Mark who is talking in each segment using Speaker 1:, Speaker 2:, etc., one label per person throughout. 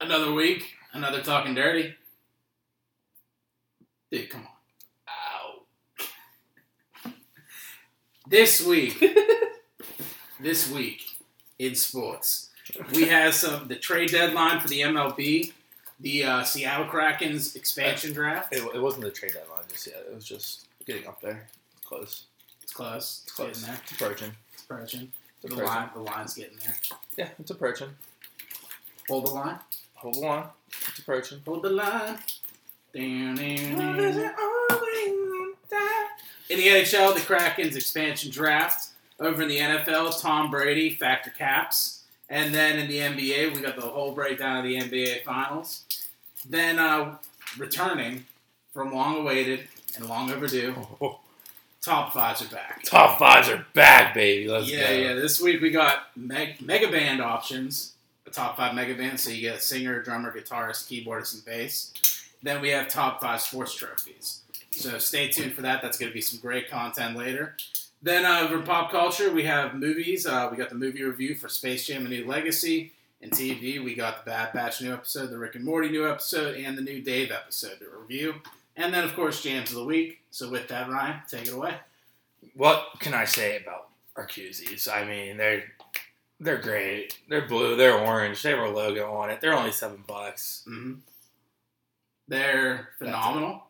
Speaker 1: Another week, another talking dirty. Dude, come on. Ow. this week, this week in sports, we have some the trade deadline for the MLB, the uh, Seattle Kraken's expansion draft.
Speaker 2: It, it wasn't the trade deadline just yet. It was just getting up there, close,
Speaker 1: It's close. It's
Speaker 2: close,
Speaker 1: getting there.
Speaker 2: It's approaching.
Speaker 1: It's approaching.
Speaker 2: It's
Speaker 1: The
Speaker 2: approaching.
Speaker 1: line, the line's getting there.
Speaker 2: Yeah, it's approaching.
Speaker 1: Hold the line.
Speaker 2: Hold on, it's approaching.
Speaker 1: Hold the line. Down, down, down. In the NHL, the Kraken's expansion draft. Over in the NFL, Tom Brady, factor caps. And then in the NBA, we got the whole breakdown of the NBA Finals. Then uh, returning from long awaited and long overdue, top fives are back.
Speaker 2: Oh, Top fives are back, baby. Let's
Speaker 1: yeah,
Speaker 2: go.
Speaker 1: yeah. This week we got meg- mega band options, the top five mega bands. So you get singer, drummer, guitarist, keyboardist, and bass. Then we have top five sports trophies. So stay tuned for that. That's going to be some great content later. Then uh, over in pop culture, we have movies. Uh, we got the movie review for Space Jam: A New Legacy. And TV, we got the Bad Batch new episode, the Rick and Morty new episode, and the new Dave episode to review. And then, of course, jams of the week. So with that, Ryan, take it away.
Speaker 2: What can I say about our QZs? I mean, they're they're great. They're blue. They're orange. They have our logo on it. They're only seven bucks.
Speaker 1: hmm They're
Speaker 2: That's
Speaker 1: phenomenal.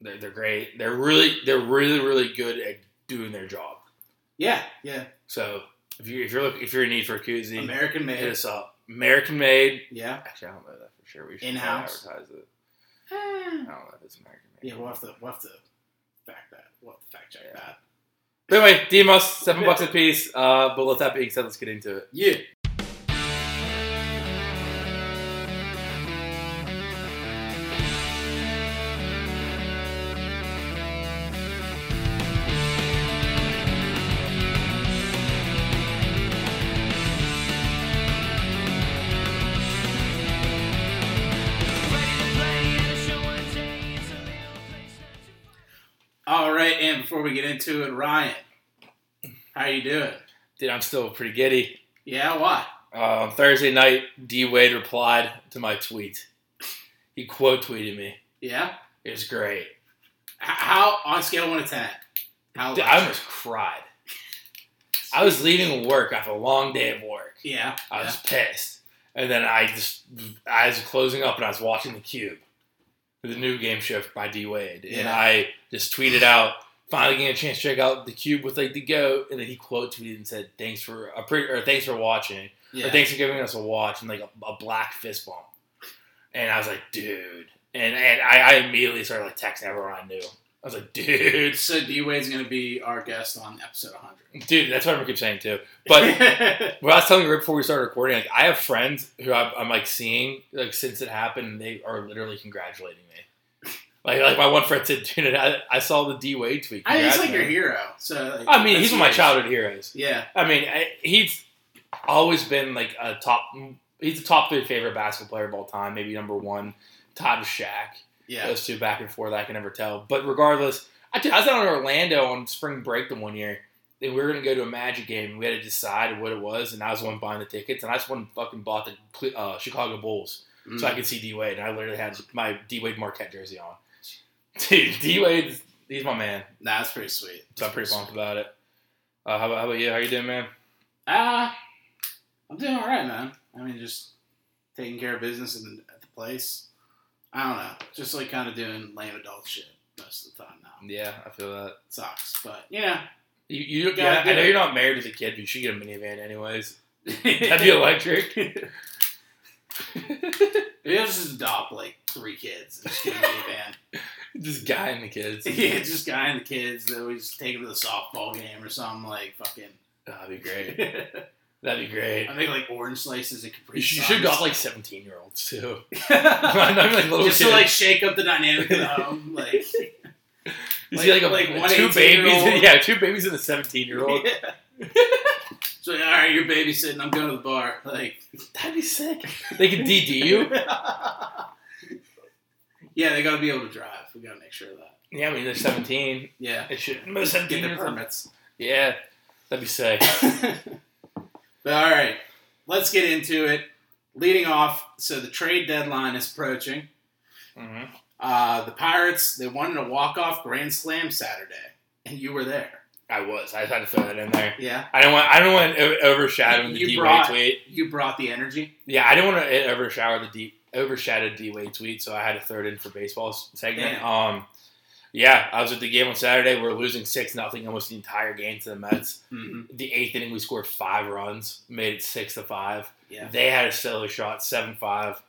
Speaker 2: They're, they're great. They're really they're really really good at doing their job.
Speaker 1: Yeah, yeah.
Speaker 2: So if you if you're look, if you're in need for a koozie,
Speaker 1: American
Speaker 2: hit
Speaker 1: made.
Speaker 2: us up. American made.
Speaker 1: Yeah.
Speaker 2: Actually, I don't know that for sure. We should
Speaker 1: In-house.
Speaker 2: advertise it. I don't know if it's American made.
Speaker 1: Yeah, we'll have to we'll have to fact that. We'll have to fact check
Speaker 2: Yeah.
Speaker 1: that.
Speaker 2: But anyway, DM us seven bucks a piece. Uh, but with that being said, let's get into it.
Speaker 1: Yeah. All right, and before we get into it, Ryan, how you doing?
Speaker 2: Dude, I'm still pretty giddy.
Speaker 1: Yeah, why?
Speaker 2: Um, Thursday night, D Wade replied to my tweet. He quote tweeted me.
Speaker 1: Yeah.
Speaker 2: It was great.
Speaker 1: H- How on a scale of one to ten? How?
Speaker 2: Dude, I
Speaker 1: electric?
Speaker 2: almost cried. I was leaving work after a long day of work.
Speaker 1: Yeah.
Speaker 2: I was pissed. And then I just, I was closing up and I was watching the Cube, the new game shift by D Wade, and
Speaker 1: Yeah.
Speaker 2: I just tweeted out, finally getting a chance to check out the Cube with like the go, and then he quote tweeted and said, "Thanks for a pre- or thanks for watching,
Speaker 1: yeah.
Speaker 2: or thanks for giving us a watch," and like a, a black fist bump. And I was like, dude, and and I, I immediately started like texting everyone I knew. I was like, dude,
Speaker 1: so D Wade's gonna be our guest on episode 100.
Speaker 2: dude, that's what I keep saying too, but. Well, I was telling you right before we started recording, like I have friends who I'm, I'm like seeing like since it happened, and they are literally congratulating me. Like, like my one friend said, dude, I, I saw the D Wade tweet.
Speaker 1: I mean, he's
Speaker 2: Congrats,
Speaker 1: like your
Speaker 2: man."
Speaker 1: hero. So like,
Speaker 2: I mean, he's
Speaker 1: that's
Speaker 2: one of my
Speaker 1: huge.
Speaker 2: childhood heroes.
Speaker 1: Yeah,
Speaker 2: I mean, I, he's always been like a top. He's a top three favorite basketball player of all time, maybe number one, tied with Shaq.
Speaker 1: yeah,
Speaker 2: Those two back and forth, I can never tell. But regardless, I, I was down in Orlando on spring break the one year, and we were gonna go to a Magic game. and We had to decide what it was, and I was the one buying the tickets, and I just went and fucking bought the Cle- uh, Chicago Bulls so I
Speaker 1: Mm.
Speaker 2: could see D Wade, and I literally had my D Wade Marquette jersey on. Dude, D Wade, he's my man,
Speaker 1: Nah, that's pretty sweet.
Speaker 2: so I'm pretty pumped about it. Uh, how, about, how about you? How you doing, man?
Speaker 1: Ah, I'm doing all right, man. I mean, just taking care of business in the, at the place. I don't know, just like kind of doing lame adult shit most of the time now.
Speaker 2: Yeah, I feel that.
Speaker 1: It sucks, but yeah,
Speaker 2: You, you
Speaker 1: Gotta
Speaker 2: yeah,
Speaker 1: do
Speaker 2: I know
Speaker 1: it.
Speaker 2: you're not married to the kid, but you should get a minivan anyways. That'd be electric.
Speaker 1: Maybe I'll just adopt like three kids and just get a minivan.
Speaker 2: Just guy and the kids.
Speaker 1: yeah, just guy and the kids that we just take them to the softball game or something like fucking.
Speaker 2: That'd be great. That'd be great.
Speaker 1: I make like orange slices and Capri
Speaker 2: You should, you should got like seventeen year olds too.
Speaker 1: like
Speaker 2: Not even, like little
Speaker 1: just to
Speaker 2: kids.
Speaker 1: like shake up the dynamic of the home. Like
Speaker 2: you see
Speaker 1: like-
Speaker 2: like, a,
Speaker 1: like one
Speaker 2: two
Speaker 1: 18-year-old.
Speaker 2: babies, yeah, two babies and a seventeen year old.
Speaker 1: so all right, you're babysitting. I'm going to the bar. Like
Speaker 2: That'd be sick. They can DD you.
Speaker 1: yeah, they got to be able to drive. We got to make sure of that.
Speaker 2: Yeah, I mean they're seventeen.
Speaker 1: Yeah,
Speaker 2: It should most
Speaker 1: get
Speaker 2: seventeen
Speaker 1: the
Speaker 2: year olds.
Speaker 1: permits.
Speaker 2: Yeah, that'd be sick.
Speaker 1: but all right, let's get into it. leading off, so the trade deadline is approaching.
Speaker 2: Mm-hmm.
Speaker 1: Uh, the Pirates they wanted a walk off grand slam Saturday, and you were there.
Speaker 2: I was. I just had to throw that in there.
Speaker 1: Yeah,
Speaker 2: I don't want. I don't want it overshadowing
Speaker 1: You
Speaker 2: the D Wade
Speaker 1: brought-
Speaker 2: tweet.
Speaker 1: you brought the energy.
Speaker 2: Yeah, I didn't want to overshadow the D overshadowed D Wade tweet, so I had to throw it in for baseball segment.
Speaker 1: Damn.
Speaker 2: Um, yeah, I was at the game on Saturday. We are losing six nothing almost the entire game to the Mets.
Speaker 1: hmm
Speaker 2: The eighth inning, we scored five runs, made it six to five.
Speaker 1: Yeah,
Speaker 2: They had a silly shot, seven five,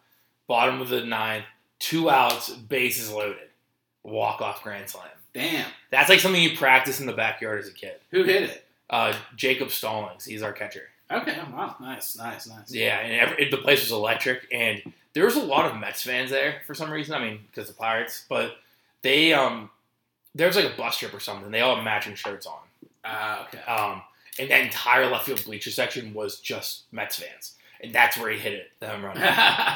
Speaker 2: bottom of the ninth, two outs, bases loaded, walk off grand slam.
Speaker 1: damn.
Speaker 2: That's like something you practice in the backyard as a kid.
Speaker 1: Who hit it?
Speaker 2: Uh, Jacob Stallings, he's our catcher.
Speaker 1: Okay, wow, nice, nice, nice.
Speaker 2: Yeah, and every, the place was electric, and there was a lot of Mets fans there for some reason. I mean, because the Pirates, but they um, there was like a bus trip or something. They all had matching shirts on,
Speaker 1: Ah, okay.
Speaker 2: um, and that entire left field bleacher section was just Mets fans, and that's where he hit it, the home run.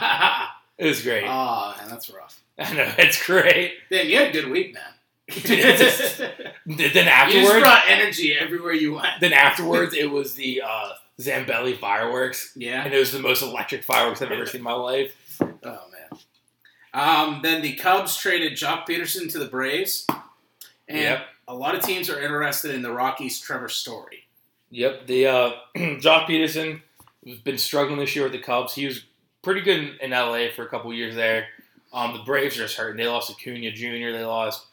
Speaker 1: oh,
Speaker 2: it was great.
Speaker 1: man, that's rough.
Speaker 2: I know it's great.
Speaker 1: Damn, you had a good week, man.
Speaker 2: Dude, it's just- Th- Then
Speaker 1: You just
Speaker 2: afterwards,
Speaker 1: brought energy everywhere you went.
Speaker 2: then afterwards, it was the uh, Zambelli fireworks,
Speaker 1: Yeah.
Speaker 2: and it was the most electric fireworks I've ever seen in my life.
Speaker 1: Oh man. Um, then the Cubs traded Jock Peterson to the Braves, and
Speaker 2: Yep.
Speaker 1: a lot of teams are interested in the Rockies' Trevor Story.
Speaker 2: Yep. The uh, Jock Peterson has been struggling this year with the Cubs. He was pretty good in, in LA for a couple years there. Um, the Braves are just hurting. They lost Acuna Jr. They lost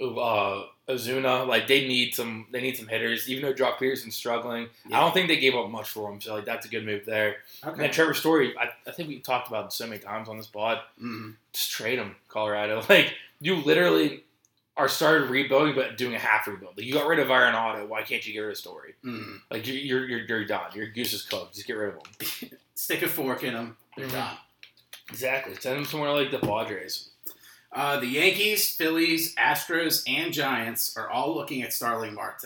Speaker 2: uh, Ozuna. Like they need some. They need some hitters. Even though Jock Peterson's struggling, I don't think they gave up much for him. So like that's a good move there. And then Trevor Story, I, I think we talked about it so many times on this pod.
Speaker 1: Mhm.
Speaker 2: Just trade him, Colorado. Like you literally are started rebuilding, but doing a half rebuild. Like, you got rid of Arenado. Why can't you get rid of Story?
Speaker 1: Mhm.
Speaker 2: Like you're you're you're, you're done. Your goose is cooked. Just get rid of them.
Speaker 1: Stick a fork in them. They're
Speaker 2: Mhm.
Speaker 1: done.
Speaker 2: Exactly. Send them somewhere like the Padres.
Speaker 1: Uh, the Yankees, Phillies, Astros, and Giants are all looking at Starling Marte.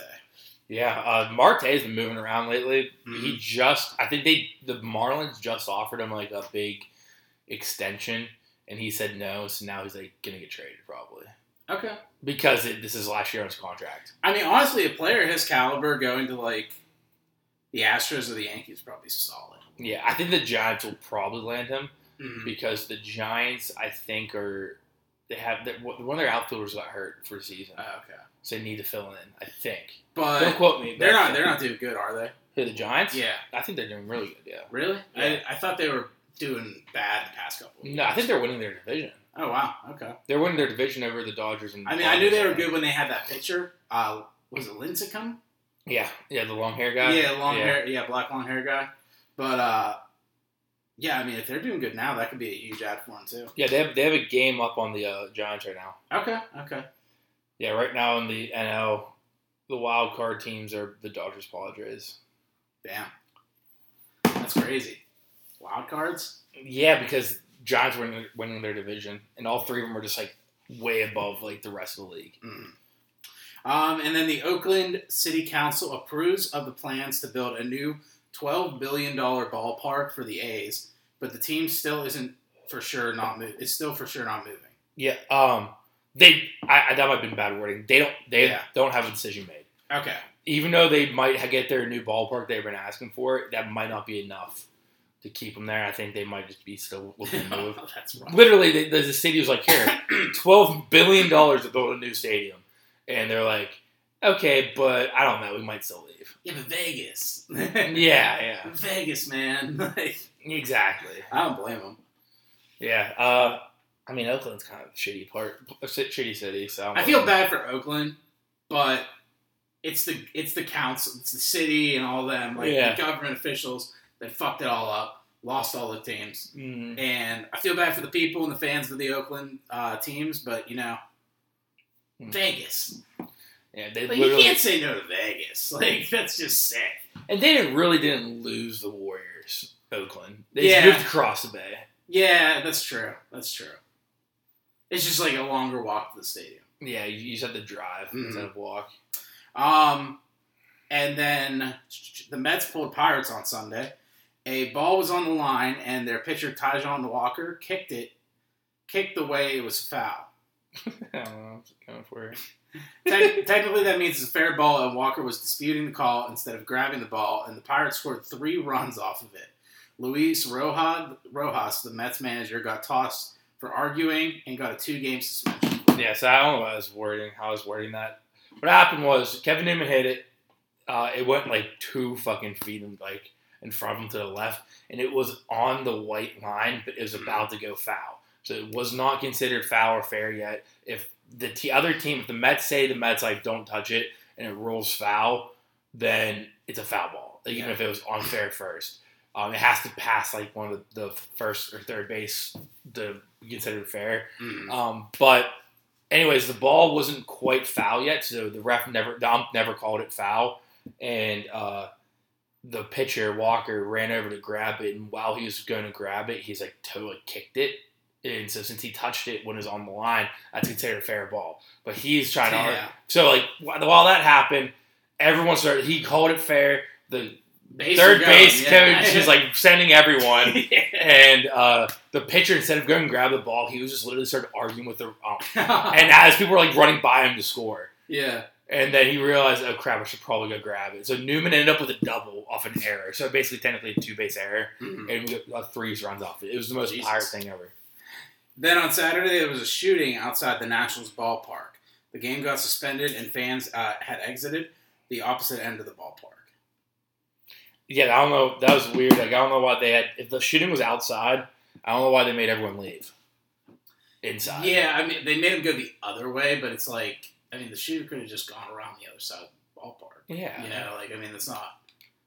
Speaker 2: Yeah, uh, Marte has been moving around lately. He
Speaker 1: Mhm.
Speaker 2: just, I think they, the Marlins just offered him like a big extension, and he said no. So now he's like gonna get traded probably
Speaker 1: Okay.
Speaker 2: because it, this is last year on his contract.
Speaker 1: I mean, honestly, a player his caliber going to like the Astros or the Yankees is probably solid.
Speaker 2: Yeah, I think the Giants will probably land him
Speaker 1: Mhm.
Speaker 2: because the Giants, I think, are they have their, one of their outfielders got hurt for the season,
Speaker 1: Oh, okay,
Speaker 2: so they need to fill in. I think. Don't
Speaker 1: but
Speaker 2: quote me. but
Speaker 1: they're
Speaker 2: I
Speaker 1: not
Speaker 2: think-
Speaker 1: they're not doing good, are they?
Speaker 2: Who, the Giants?
Speaker 1: Yeah,
Speaker 2: I think they're doing really good, yeah.
Speaker 1: really.
Speaker 2: Yeah.
Speaker 1: I, I thought they were doing bad the past couple. Of
Speaker 2: No, I think they're winning their division.
Speaker 1: Oh wow, okay.
Speaker 2: They're winning their division over the Dodgers and
Speaker 1: I mean, I knew they were good when they had that pitcher. Uh, was it Lincecum?
Speaker 2: Yeah, yeah, the long hair guy.
Speaker 1: Yeah, long
Speaker 2: Yeah.
Speaker 1: hair. Yeah, black long hair guy. But uh, yeah, I mean, if they're doing good now, that could be a huge ad for them too.
Speaker 2: Yeah, they have they have a game up on the uh, Giants right now.
Speaker 1: Okay, okay.
Speaker 2: Yeah, right now in the NL, the wild card teams are the Dodgers, Padres.
Speaker 1: Damn, that's crazy. Wild cards.
Speaker 2: Yeah, because Giants were winning- winning their division, and all three of them are just like way above like the rest of the league.
Speaker 1: Mm. Um, and then the Oakland City Council approves of the plans to build a new twelve billion dollar ballpark for the A's, but the team still isn't for sure not moving. It's still for sure not moving.
Speaker 2: Yeah, um, they I, I that might have been bad wording. They don't they
Speaker 1: Yeah.
Speaker 2: don't have a decision made.
Speaker 1: Okay.
Speaker 2: even though they might ha- get their new ballpark they've been asking for, that might not be enough to keep them there. I think they might just be still looking to move.
Speaker 1: that's rough.
Speaker 2: Literally, the, the city was like, here, $12 billion to build a new stadium. And they're like, okay, but I don't know. We might still leave.
Speaker 1: Yeah, but Vegas.
Speaker 2: Yeah,
Speaker 1: Vegas, man. Like,
Speaker 2: yeah. Exactly.
Speaker 1: I don't blame them.
Speaker 2: Yeah. Uh, I mean, Oakland's kind of a shitty part, a si- shitty city. So don't
Speaker 1: I feel
Speaker 2: know.
Speaker 1: bad for Oakland, but it's the it's the council, it's the city, and all them like
Speaker 2: Yeah.
Speaker 1: the government officials that fucked it all up, lost all the teams,
Speaker 2: Mm,
Speaker 1: and I feel bad for the people and the fans of the Oakland uh, teams, but you know,
Speaker 2: Hmm.
Speaker 1: Vegas.
Speaker 2: yeah, they
Speaker 1: Like, you
Speaker 2: literally,
Speaker 1: can't say no to Vegas. Like that's just sick.
Speaker 2: and they didn't really didn't lose the Warriors. Oakland, they just
Speaker 1: Yeah.
Speaker 2: moved across the bay.
Speaker 1: Yeah, that's true. That's true. It's just like a longer walk to the stadium.
Speaker 2: Yeah, you you just have to drive
Speaker 1: Mhm.
Speaker 2: instead of walk.
Speaker 1: Um, and then the Mets pulled Pirates on Sunday. A ball was on the line, and their pitcher Tyjon Walker kicked it, kicked the way it was foul.
Speaker 2: I don't know, it's coming for it.
Speaker 1: Te- technically, that means it's a fair ball, and Walker was disputing the call instead of grabbing the ball, and the Pirates scored three runs off of it. Luis Rojas, Rojas, the Mets manager, got tossed for arguing and got a two-game suspension.
Speaker 2: Yeah, so I don't know what I was wording, how I was wording that. What happened was Kevin Newman hit it. Uh, it went like two fucking feet in, like in front of him to the left, and it was on the white line, but it was about to go foul. So it was not considered foul or fair yet. If the t- other team, if the Mets say the Mets like don't touch it and it rolls foul, then it's a foul ball, even
Speaker 1: Yeah.
Speaker 2: if it was unfair first. Um, it has to pass like one of the first or third base to be considered fair. Um, but anyways, the ball wasn't quite foul yet, so the ref never, the ump never called it foul, and uh, the pitcher Walker ran over to grab it, and while he was going to grab it, he's like toe kicked it, and so since he touched it when it was on the line, that's considered a fair ball. But he's trying to
Speaker 1: Yeah.
Speaker 2: so like while while that happened, everyone started. He called it fair. The
Speaker 1: Base
Speaker 2: third
Speaker 1: are going,
Speaker 2: base
Speaker 1: yeah.
Speaker 2: coach is like sending everyone
Speaker 1: Yeah.
Speaker 2: and uh, the pitcher instead of going and grab the ball, he was just literally started arguing with the ump. And as people were like running by him to score,
Speaker 1: yeah.
Speaker 2: and then he realized, oh crap, I should probably go grab it. So Newman ended up with a double off an error. So basically, technically, a two base error,
Speaker 1: Mhm.
Speaker 2: and we got a threes runs off it. It was the most
Speaker 1: Jesus.
Speaker 2: pirate thing ever.
Speaker 1: Then on Saturday, there was a shooting outside the Nationals ballpark. The game got suspended and fans uh, had exited the opposite end of the ballpark.
Speaker 2: Yeah, I don't know. That was weird. Like I don't know why they had. If the shooting was outside, I don't know why they made everyone leave inside.
Speaker 1: Yeah, I mean, they made him go the other way, but it's like, I mean, the shooter could have just gone around the other side of the ballpark.
Speaker 2: yeah.
Speaker 1: You know, like, I mean, that's not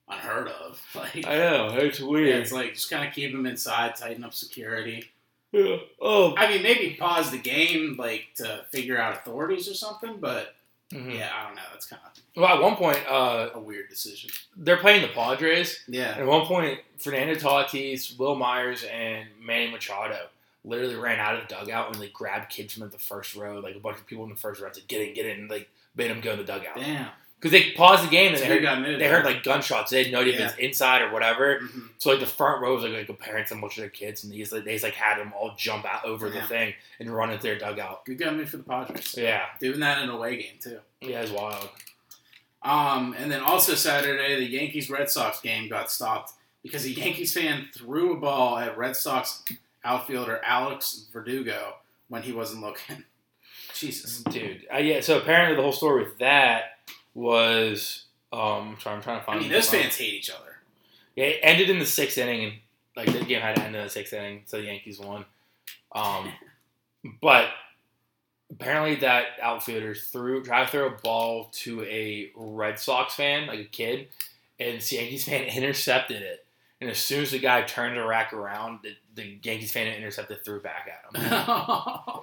Speaker 1: unheard of. Like,
Speaker 2: I know. It's
Speaker 1: yeah,
Speaker 2: weird.
Speaker 1: it's like, just kind of keep him inside, tighten up security.
Speaker 2: Yeah. Oh.
Speaker 1: I mean, maybe pause the game, like, to figure out authorities or something, but
Speaker 2: Mhm.
Speaker 1: yeah, I don't know. That's kind of
Speaker 2: Well, at one point, uh,
Speaker 1: a weird decision.
Speaker 2: they're playing the Padres.
Speaker 1: Yeah.
Speaker 2: At one point, Fernando Tatis, Will Myers, and Manny Machado literally ran out of the dugout and like grabbed kids from the first row, like a bunch of people in the first row, said "Get in, get in," and like made them go in the dugout
Speaker 1: Damn.
Speaker 2: because they paused the game and
Speaker 1: That's
Speaker 2: they
Speaker 1: a good
Speaker 2: heard,
Speaker 1: guy move.
Speaker 2: they heard like gunshots. They had no idea if it was inside or whatever.
Speaker 1: Mhm.
Speaker 2: So like the front row was like, like a parents and a bunch of their kids, and these like, they just, like had them all jump out over
Speaker 1: Yeah.
Speaker 2: the thing and run into their dugout.
Speaker 1: Good guy move for the Padres.
Speaker 2: Yeah,
Speaker 1: Doing that in a away game, too.
Speaker 2: yeah, it's wild.
Speaker 1: Um, and then also Saturday, the Yankees Red Sox game got stopped because a Yankees fan threw a ball at Red Sox outfielder Alex Verdugo when he wasn't looking. Jesus.
Speaker 2: Dude, uh, yeah. So apparently, the whole story with that was um. Sorry, I'm trying to
Speaker 1: I
Speaker 2: find.
Speaker 1: mean,
Speaker 2: the
Speaker 1: those
Speaker 2: line.
Speaker 1: fans hate each other.
Speaker 2: Yeah, it ended in the sixth inning, and like the game had to end in the sixth inning, so the Yankees won. Um, but apparently, that outfielder threw tried to throw a ball to a Red Sox fan, like a kid, and the Yankees fan intercepted it. And as soon as the guy turned the rack around, the, the Yankees fan that intercepted it, threw it back at him.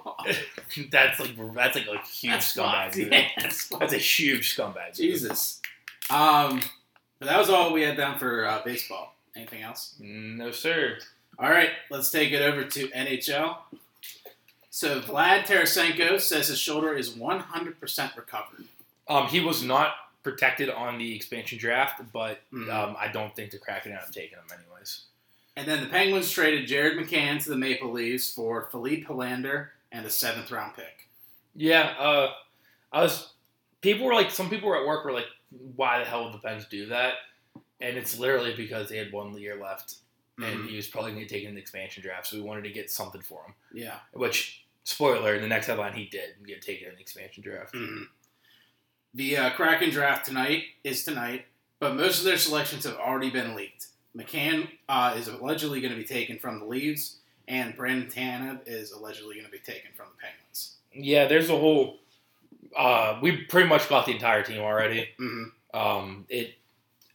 Speaker 2: that's like that's like a huge
Speaker 1: That's
Speaker 2: scumbag.
Speaker 1: fucked.
Speaker 2: dude.
Speaker 1: Yeah, that's fucked.
Speaker 2: That's a huge scumbag. dude.
Speaker 1: Jesus. Um, but that was all we had down for uh, baseball. Anything else?
Speaker 2: No sir.
Speaker 1: All right, let's take it over to NHL. So Vlad Tarasenko says his shoulder is 100% recovered.
Speaker 2: Um, he was not protected on the expansion draft, but
Speaker 1: Mhm.
Speaker 2: um, I don't think the Kraken have taken him anyways.
Speaker 1: And then the Penguins traded Jared McCann to the Maple Leafs for Philippe Hollander and a seventh round pick.
Speaker 2: Yeah, uh, I was. People were like, some people were at work were like, "Why the hell would the Pens do that?" And it's literally because they had one year left,
Speaker 1: Mm-hmm.
Speaker 2: and he was probably going to take an expansion draft, so we wanted to get something for him.
Speaker 1: Yeah.
Speaker 2: Which, spoiler, in the next headline, he did get taken in the expansion draft.
Speaker 1: Mm. The uh, Kraken draft tonight is tonight, but most of their selections have already been leaked. McCann uh, is allegedly going to be taken from the Leafs, and Brandon Tanev is allegedly going to be taken from the Penguins.
Speaker 2: Yeah, there's a whole. Uh, we pretty much got the entire team already.
Speaker 1: Mm-hmm.
Speaker 2: Um, it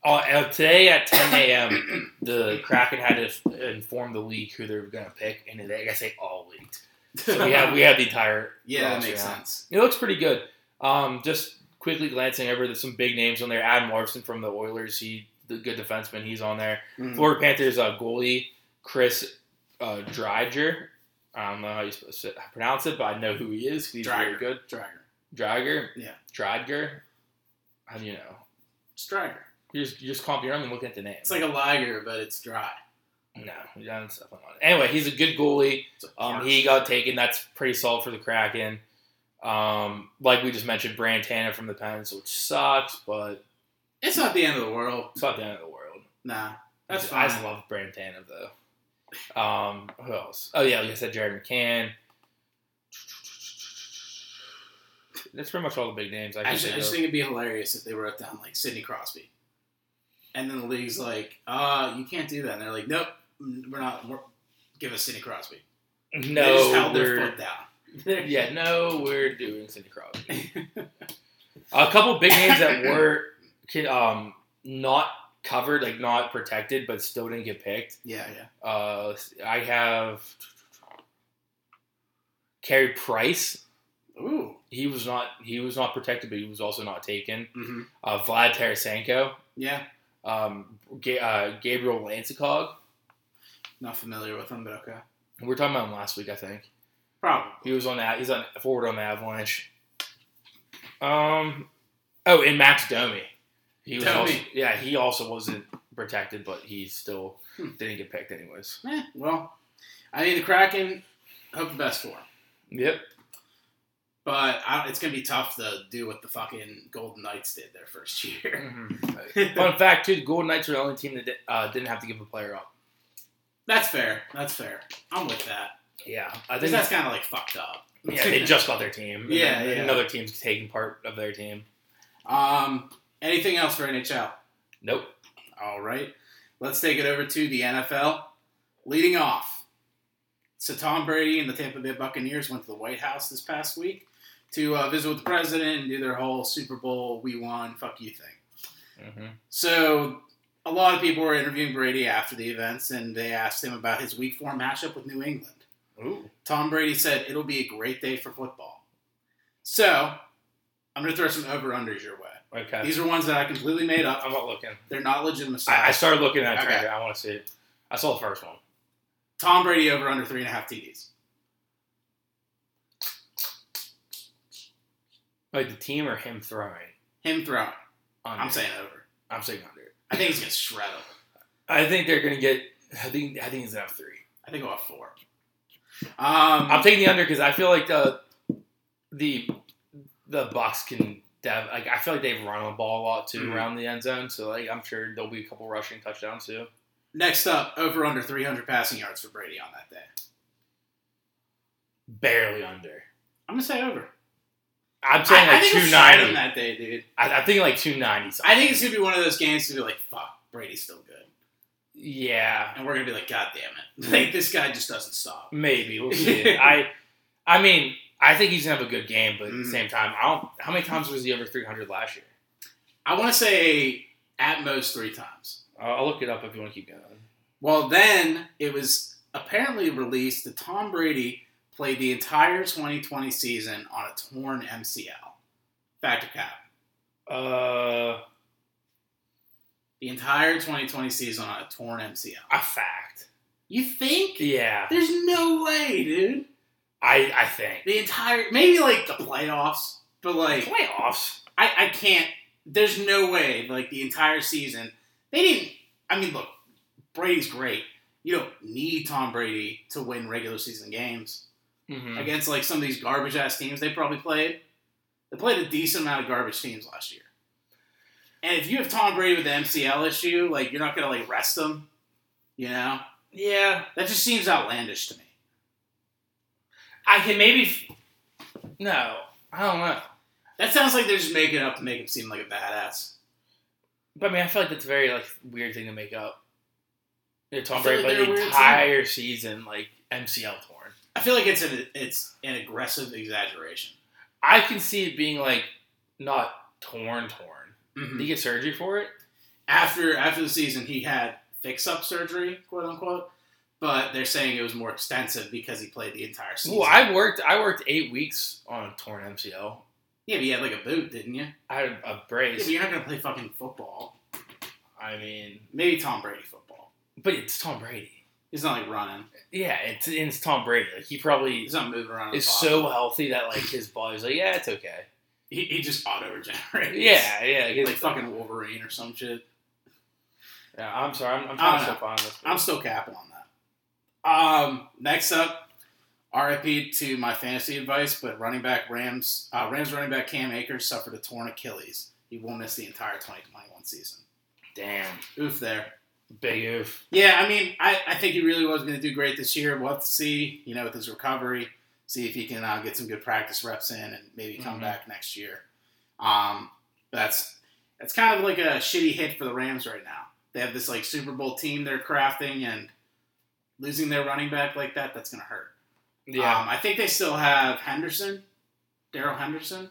Speaker 2: uh, uh, today at 10 a.m. the Kraken had to f- inform the league who they're going to pick, and they, I guess they all leaked. So we have we have the entire.
Speaker 1: yeah, that
Speaker 2: roster
Speaker 1: makes
Speaker 2: now.
Speaker 1: sense.
Speaker 2: It looks pretty good. Um, just quickly glancing over, there's some big names on there. Adam Larson from the Oilers, he the good defenseman, he's on there.
Speaker 1: Mhm.
Speaker 2: Florida Panthers uh, goalie Chris uh, Driger. I don't know how you supposed to pronounce it, but I know who he is. 'cause He's really
Speaker 1: Driger.
Speaker 2: good.
Speaker 1: Drager.
Speaker 2: Driger.
Speaker 1: Yeah.
Speaker 2: Driger. How do you know?
Speaker 1: It's Drager.
Speaker 2: You just, you just call him. You're not even looking at the name.
Speaker 1: It's like a lager, but it's dry.
Speaker 2: no, you don't have stuff on it. Anyway, he's a good goalie.
Speaker 1: It's a
Speaker 2: Um,
Speaker 1: harsh-
Speaker 2: he got taken. That's pretty solid for the Kraken. Um, like we just mentioned, Brantana from the Pens, which sucks, but
Speaker 1: it's not the end of the world.
Speaker 2: it's not the end of the world.
Speaker 1: Nah. That's
Speaker 2: I
Speaker 1: fine.
Speaker 2: just love Brandon Tanev though. Um, who else? Oh yeah, like I said, Jared McCann. That's pretty much all the big names I
Speaker 1: I
Speaker 2: can
Speaker 1: just, I
Speaker 2: think
Speaker 1: just
Speaker 2: of.
Speaker 1: think it'd be hilarious if they wrote down like Sidney Crosby, and then the league's like, "Uh, you can't do that." And they're like, "Nope, Mm, we're not. We're, give us Sidney Crosby." they just
Speaker 2: No,
Speaker 1: held their
Speaker 2: we're
Speaker 1: foot down.
Speaker 2: yeah, no, we're doing Cindy Crosby. A couple big names that were um not covered, like not protected, but still didn't get picked.
Speaker 1: Yeah, yeah.
Speaker 2: Uh, I have Carey Price.
Speaker 1: Ooh.
Speaker 2: He was not he was not protected, but he was also not taken.
Speaker 1: hmm
Speaker 2: Uh, Vlad Tarasenko,
Speaker 1: Yeah.
Speaker 2: um, Ga- uh, Gabriel Lancicog.
Speaker 1: Not familiar with them, but okay.
Speaker 2: We were talking about him last week, I think.
Speaker 1: Probably.
Speaker 2: He was on that. He's on forward on the Avalanche. Um, oh, and Max Domi. He was
Speaker 1: Domi.
Speaker 2: also, yeah, he also wasn't protected, but he still
Speaker 1: Hmm.
Speaker 2: didn't get picked anyways.
Speaker 1: Eh, well, I need the Kraken. Hope the best for him.
Speaker 2: Yep.
Speaker 1: But I, it's going to be tough to do what the fucking Golden Knights did their first year.
Speaker 2: Fun fact, too, the Golden Knights were the only team that di- uh, didn't have to give a player up.
Speaker 1: that's fair. That's fair. I'm with that.
Speaker 2: Yeah, I
Speaker 1: I
Speaker 2: think
Speaker 1: think that's kind of like fucked up.
Speaker 2: yeah, they just got their team.
Speaker 1: Yeah,
Speaker 2: And then
Speaker 1: yeah.
Speaker 2: Another team's taking part of their team.
Speaker 1: Um, anything else for NHL?
Speaker 2: Nope.
Speaker 1: All right. Let's take it over to the NFL. Leading off. So, Tom Brady and the Tampa Bay Buccaneers went to the White House this past week to uh, visit with the president and do their whole Super Bowl, we won, fuck you thing.
Speaker 2: hmm
Speaker 1: Mm-hmm. So, a lot of people were interviewing Brady after the events and they asked him about his week four matchup with New England.
Speaker 2: Ooh.
Speaker 1: Tom Brady said, It'll be a great day for football. So, I'm going to throw some over unders your way.
Speaker 2: Okay.
Speaker 1: These are ones that I completely made up.
Speaker 2: I'm not looking.
Speaker 1: They're not legitimate.
Speaker 2: I, I started looking at it.
Speaker 1: Okay.
Speaker 2: I want to see it. I saw the first one.
Speaker 1: Tom Brady over under three and a half TDs.
Speaker 2: Like the team or him throwing.
Speaker 1: Him throwing.
Speaker 2: Under.
Speaker 1: I'm saying over.
Speaker 2: I'm saying under.
Speaker 1: I think he's gonna shred him.
Speaker 2: I think they're gonna get. I think I think he's gonna have three.
Speaker 1: I think about four. Um,
Speaker 2: I'm taking the under because I feel like the the the Bucks can dev, like I feel like they've run the ball a lot too
Speaker 1: Mhm.
Speaker 2: around the end zone, so like I'm sure there'll be a couple rushing touchdowns too.
Speaker 1: next up, over under 300 passing yards for Brady on that day.
Speaker 2: Barely under.
Speaker 1: I'm gonna say over.
Speaker 2: I'm saying like
Speaker 1: think he'll
Speaker 2: two
Speaker 1: shred him
Speaker 2: ninety.
Speaker 1: that day, dude.
Speaker 2: I, I think like two ninety.
Speaker 1: I think it's gonna be one of those games to be like, fuck, Brady's still good,
Speaker 2: yeah,
Speaker 1: and we're gonna be like, god damn it, like this guy just doesn't stop.
Speaker 2: maybe we'll see. I I mean I think he's gonna have a good game, but at the
Speaker 1: Mhm.
Speaker 2: same time, I don't. How many times was he over three hundred last year?
Speaker 1: I want to say at most three times.
Speaker 2: I'll, I'll look it up if you want to keep going.
Speaker 1: Well, then it was apparently released that Tom Brady played the entire 2020 season on a torn MCL. Factor cap.
Speaker 2: Uh,
Speaker 1: The entire 2020 season on a torn MCL.
Speaker 2: a fact.
Speaker 1: You think?
Speaker 2: Yeah,
Speaker 1: There's no way, dude.
Speaker 2: I I think.
Speaker 1: The entire, maybe like the playoffs, but like,
Speaker 2: Playoffs.
Speaker 1: I, I can't, there's no way, like the entire season. They didn't, I mean, look, Brady's great. You don't need Tom Brady to win regular season games.
Speaker 2: Mm-hmm.
Speaker 1: against like some of these garbage ass teams they probably played. They played a decent amount of garbage teams last year. And if you have Tom Brady with the MCL issue, like you're not gonna like rest him, you know?
Speaker 2: Yeah,
Speaker 1: That just seems outlandish to me.
Speaker 2: I can maybe. No, I don't know.
Speaker 1: That sounds like they're just making it up to make him seem like a badass.
Speaker 2: But I mean, I feel like that's a very like weird thing to make up. You're
Speaker 1: I
Speaker 2: Tom
Speaker 1: feel
Speaker 2: Brady
Speaker 1: like
Speaker 2: played
Speaker 1: they're
Speaker 2: the
Speaker 1: a weird
Speaker 2: entire season like MCL torn.
Speaker 1: I feel like it's an it's an aggressive exaggeration.
Speaker 2: I can see it being like not torn, torn.
Speaker 1: Hmm.
Speaker 2: Did he get surgery for it?
Speaker 1: After after the season, he had fix up surgery, quote unquote. But they're saying it was more extensive because he played the entire season.
Speaker 2: Well, I worked. I worked eight weeks on a torn MCL.
Speaker 1: yeah, but you had like a boot, didn't you?
Speaker 2: I had a
Speaker 1: Yeah, but
Speaker 2: brace.
Speaker 1: you're not gonna play fucking football.
Speaker 2: I mean,
Speaker 1: Maybe Tom Brady football.
Speaker 2: but it's Tom Brady.
Speaker 1: He's not like running.
Speaker 2: Yeah, it's it's Tom Brady. Like he probably
Speaker 1: He's not moving around.
Speaker 2: is
Speaker 1: the pocket.
Speaker 2: so healthy that like his body's like, yeah, it's okay.
Speaker 1: he, he just auto regenerates.
Speaker 2: Yeah, yeah. his-
Speaker 1: like fucking Wolverine or some shit.
Speaker 2: Yeah, I'm sorry. I'm, I'm
Speaker 1: I
Speaker 2: trying to
Speaker 1: don't
Speaker 2: step on this.
Speaker 1: I'm still capping on that. Um, next up, RIP to my fantasy advice, but running back Rams uh, Rams running back Cam Akers suffered a torn Achilles. He will miss the entire 2021 season.
Speaker 2: Damn.
Speaker 1: Oof, there.
Speaker 2: Big oof.
Speaker 1: Yeah, I mean, I, I think he really was going to do great this year. We'll have to see, you know, with his recovery, see if he can uh, get some good practice reps in and maybe come
Speaker 2: Mhm.
Speaker 1: back next year. Um, that's that's kind of like a shitty hit for the Rams right now. They have this like Super Bowl team they're crafting, and losing their running back like that, that's going to hurt.
Speaker 2: Yeah,
Speaker 1: Um, I think they still have Henderson, Daryl Henderson.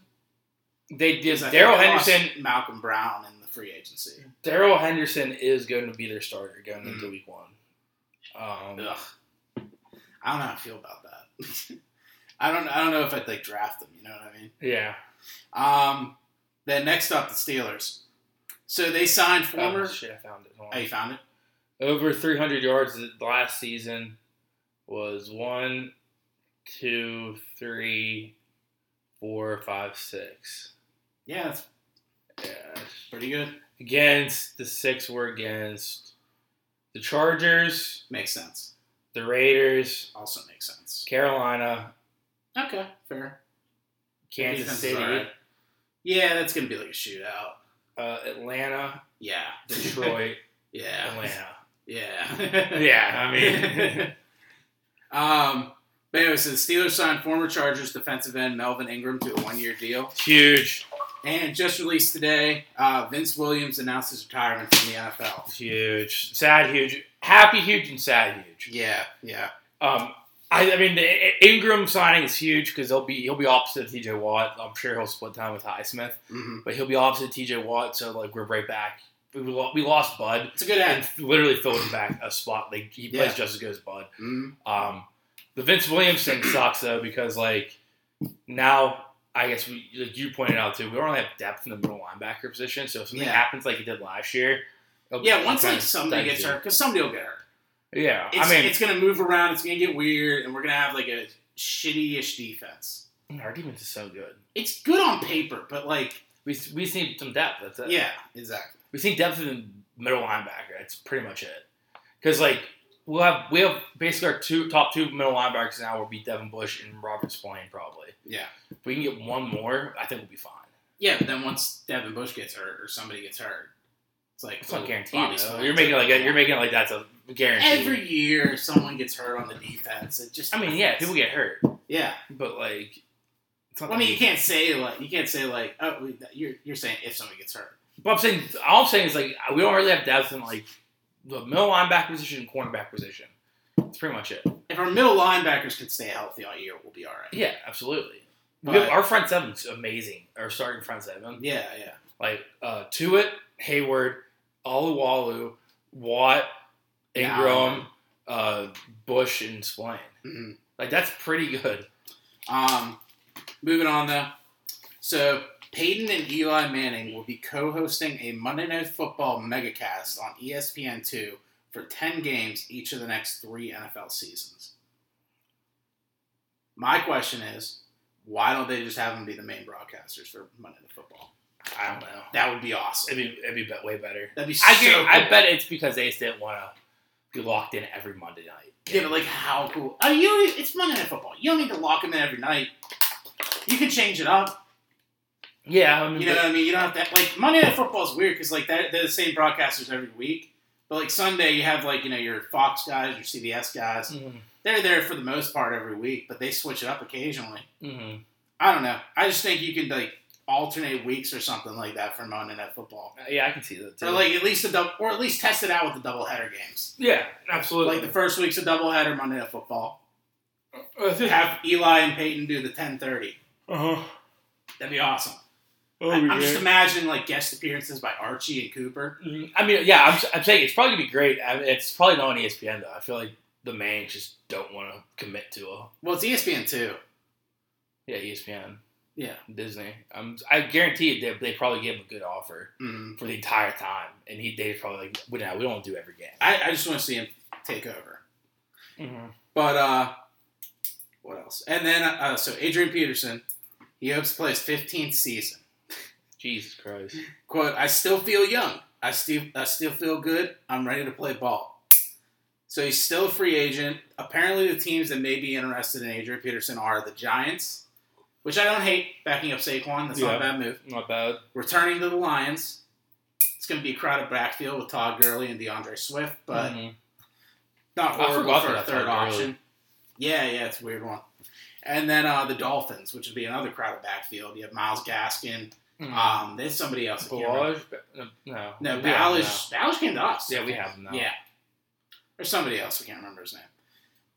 Speaker 2: they did.
Speaker 1: 'Cause I think
Speaker 2: Daryl
Speaker 1: they lost
Speaker 2: Henderson.
Speaker 1: Malcolm Brown in the free agency.
Speaker 2: Daryl Henderson is going to be their starter going
Speaker 1: Mhm.
Speaker 2: into week one. Um,
Speaker 1: Ugh. I don't know how I feel about that. I don't. I don't know if I'd like draft them. You know what I mean?
Speaker 2: yeah.
Speaker 1: Um, then next up, the Steelers. So they signed
Speaker 2: Oh,
Speaker 1: former.
Speaker 2: shit, I found it. Hold
Speaker 1: Oh,
Speaker 2: on.
Speaker 1: you found it.
Speaker 2: Over 300 yards th- last season was one, two, three, four, five, six.
Speaker 1: Yeah, that's
Speaker 2: Yeah.
Speaker 1: pretty good.
Speaker 2: Against the six were against the Chargers,
Speaker 1: Makes sense.
Speaker 2: the Raiders,
Speaker 1: Also makes sense.
Speaker 2: Carolina,
Speaker 1: Okay, fair.
Speaker 2: Kansas
Speaker 1: Defense is
Speaker 2: City,
Speaker 1: alright. Yeah, that's gonna be like a shootout.
Speaker 2: uh, Atlanta,
Speaker 1: Yeah.
Speaker 2: Detroit,
Speaker 1: yeah.
Speaker 2: Atlanta.
Speaker 1: Yeah.
Speaker 2: Yeah, I mean,
Speaker 1: um. But anyway, so the Steelers signed former Chargers defensive end Melvin Ingram to a one-year deal.
Speaker 2: huge,
Speaker 1: And just released today, uh, Vince Williams announced his retirement from the NFL.
Speaker 2: huge, sad, huge, happy, huge, and sad, huge.
Speaker 1: Yeah, yeah,
Speaker 2: Um, I, I mean, the I- Ingram signing is huge because he'll be he'll be opposite T.J. Watt. I'm sure he'll split time with Highsmith,
Speaker 1: hmm
Speaker 2: but he'll be opposite T.J. Watt. So like we're right back. We, we lo- we lost Bud
Speaker 1: it's a good ad.
Speaker 2: and literally filled him back a spot. Like he
Speaker 1: Yeah.
Speaker 2: plays just as good as Bud.
Speaker 1: Mhm.
Speaker 2: Um, the Vince Williams thing sucks though because like now I guess we like you pointed out too. We don't really have depth in the middle linebacker position. So if something
Speaker 1: Yeah.
Speaker 2: happens like he did last year, it'll be-
Speaker 1: Yeah, once
Speaker 2: kinda
Speaker 1: like somebody
Speaker 2: stinks
Speaker 1: gets
Speaker 2: you.
Speaker 1: hurt, because somebody will get hurt.
Speaker 2: Yeah,
Speaker 1: It's,
Speaker 2: I mean,
Speaker 1: it's gonna move around. It's gonna get weird, and we're gonna have like a shitty-ish defense.
Speaker 2: our defense is so good.
Speaker 1: It's good on paper, but like,
Speaker 2: We, we just need some depth. That's it.
Speaker 1: yeah, exactly.
Speaker 2: We just need depth in the middle linebacker. That's pretty much it. Because like we'll have we have basically our two top two middle linebackers now will be Devin Bush and Robert Spillane probably.
Speaker 1: Yeah,
Speaker 2: If we can get one more, I think we'll be fine.
Speaker 1: yeah. But then once Devin Bush gets hurt or somebody gets hurt, it's like
Speaker 2: It's not
Speaker 1: oh,
Speaker 2: guaranteed.
Speaker 1: Bobby
Speaker 2: though.
Speaker 1: Smith.
Speaker 2: You're making it like a, you're making it like that's a guarantee.
Speaker 1: every year someone gets hurt on the defense. It just
Speaker 2: I mean, yeah, people get hurt,
Speaker 1: yeah.
Speaker 2: but like, it's not
Speaker 1: Well, I mean, you
Speaker 2: that-
Speaker 1: can't say like you can't say like oh we- that- you're you're saying if somebody gets hurt.
Speaker 2: But I'm saying all I'm saying is like we don't really have depth in like the middle linebacker position and cornerback position. That's pretty much it.
Speaker 1: If our middle linebackers can stay healthy all year, we'll be all right.
Speaker 2: Yeah, absolutely. We
Speaker 1: But-
Speaker 2: have- our front seven's amazing. Our starting front seven,
Speaker 1: Yeah, yeah.
Speaker 2: like uh, Tuitt, Hayward, Aluwalu, Watt,
Speaker 1: Yeah.
Speaker 2: Ingram, uh, Bush, and Splain.
Speaker 1: Mhm.
Speaker 2: Like that's pretty good.
Speaker 1: Um, moving on though. So Peyton and Eli Manning will be co-hosting a Monday Night Football megacast on E ESPN two for ten games each of the next three NFL seasons. My question is, why don't they just have them be the main broadcasters for Monday Night Football?
Speaker 2: I don't know.
Speaker 1: That would be awesome.
Speaker 2: It'd be it'd be bet- way better.
Speaker 1: That'd be
Speaker 2: I
Speaker 1: so
Speaker 2: can, I
Speaker 1: cool.
Speaker 2: bet it's because they just didn't want to be locked in every Monday night.
Speaker 1: Yeah, but like how cool? I mean, you don't, it's Monday Night Football. You don't need to lock them in every night. You can change it up.
Speaker 2: yeah, I mean,
Speaker 1: You know
Speaker 2: but-
Speaker 1: what I mean? You don't have to like Monday Night Football is weird because like they're, they're the same broadcasters every week. But like Sunday, you have like you know your Fox guys, your CBS guys.
Speaker 2: Mhm,
Speaker 1: They're there for the most part every week, but they switch it up occasionally.
Speaker 2: mhm.
Speaker 1: I don't know. I just think you can like alternate weeks or something like that for Monday Night Football,
Speaker 2: Uh, yeah, I can see that too.
Speaker 1: or like at least a double, or at least test it out with the doubleheader games.
Speaker 2: yeah, absolutely.
Speaker 1: Like the first week's a doubleheader Monday Night Football. Have Eli and Peyton do the ten thirty.
Speaker 2: Uh, uh-huh. Oh,
Speaker 1: That'd be awesome. I, am just imagining like guest appearances by Archie and Cooper.
Speaker 2: Mm, I mean, yeah, I'm, I'm saying it's probably gonna be great. I mean, it's probably not on E ESPN though. I feel like the Mangs just don't want to commit to a
Speaker 1: Well, it's E ESPN too.
Speaker 2: yeah E ESPN.
Speaker 1: Yeah.
Speaker 2: Disney. Um, I guarantee they, they probably gave him a good offer
Speaker 1: Mm.
Speaker 2: for the entire time, and he they probably like, we don't we don't do every game.
Speaker 1: I, I just want to see him take over. But uh, what else? And then uh, so Adrian Peterson, he hopes to play his 15th season.
Speaker 2: Jesus Christ.
Speaker 1: Quote: I still feel young. I still I still feel good. I'm ready to play ball. So he's still a free agent. Apparently, the teams that may be interested in Adrian Peterson are the Giants, which I don't hate backing up Saquon. That's not a
Speaker 2: Yeah.
Speaker 1: bad move.
Speaker 2: Not bad.
Speaker 1: returning to the Lions. It's going to be a crowded backfield with Todd Gurley and DeAndre Swift, but
Speaker 2: Mhm.
Speaker 1: not
Speaker 2: I
Speaker 1: horrible
Speaker 2: forgot
Speaker 1: for a
Speaker 2: about
Speaker 1: third
Speaker 2: Todd Gurley.
Speaker 1: option. Yeah, yeah, it's a weird one. And then uh, the Dolphins, which would be another crowded backfield. You have Miles Gaskin.
Speaker 2: Mm.
Speaker 1: Um, there's somebody else. I can't remember.
Speaker 2: Balaj? No, no,
Speaker 1: No,
Speaker 2: We have him
Speaker 1: Balish. Balish came to us.
Speaker 2: now. Yeah, we have him now.
Speaker 1: Yeah. Or somebody else. I can't remember his name.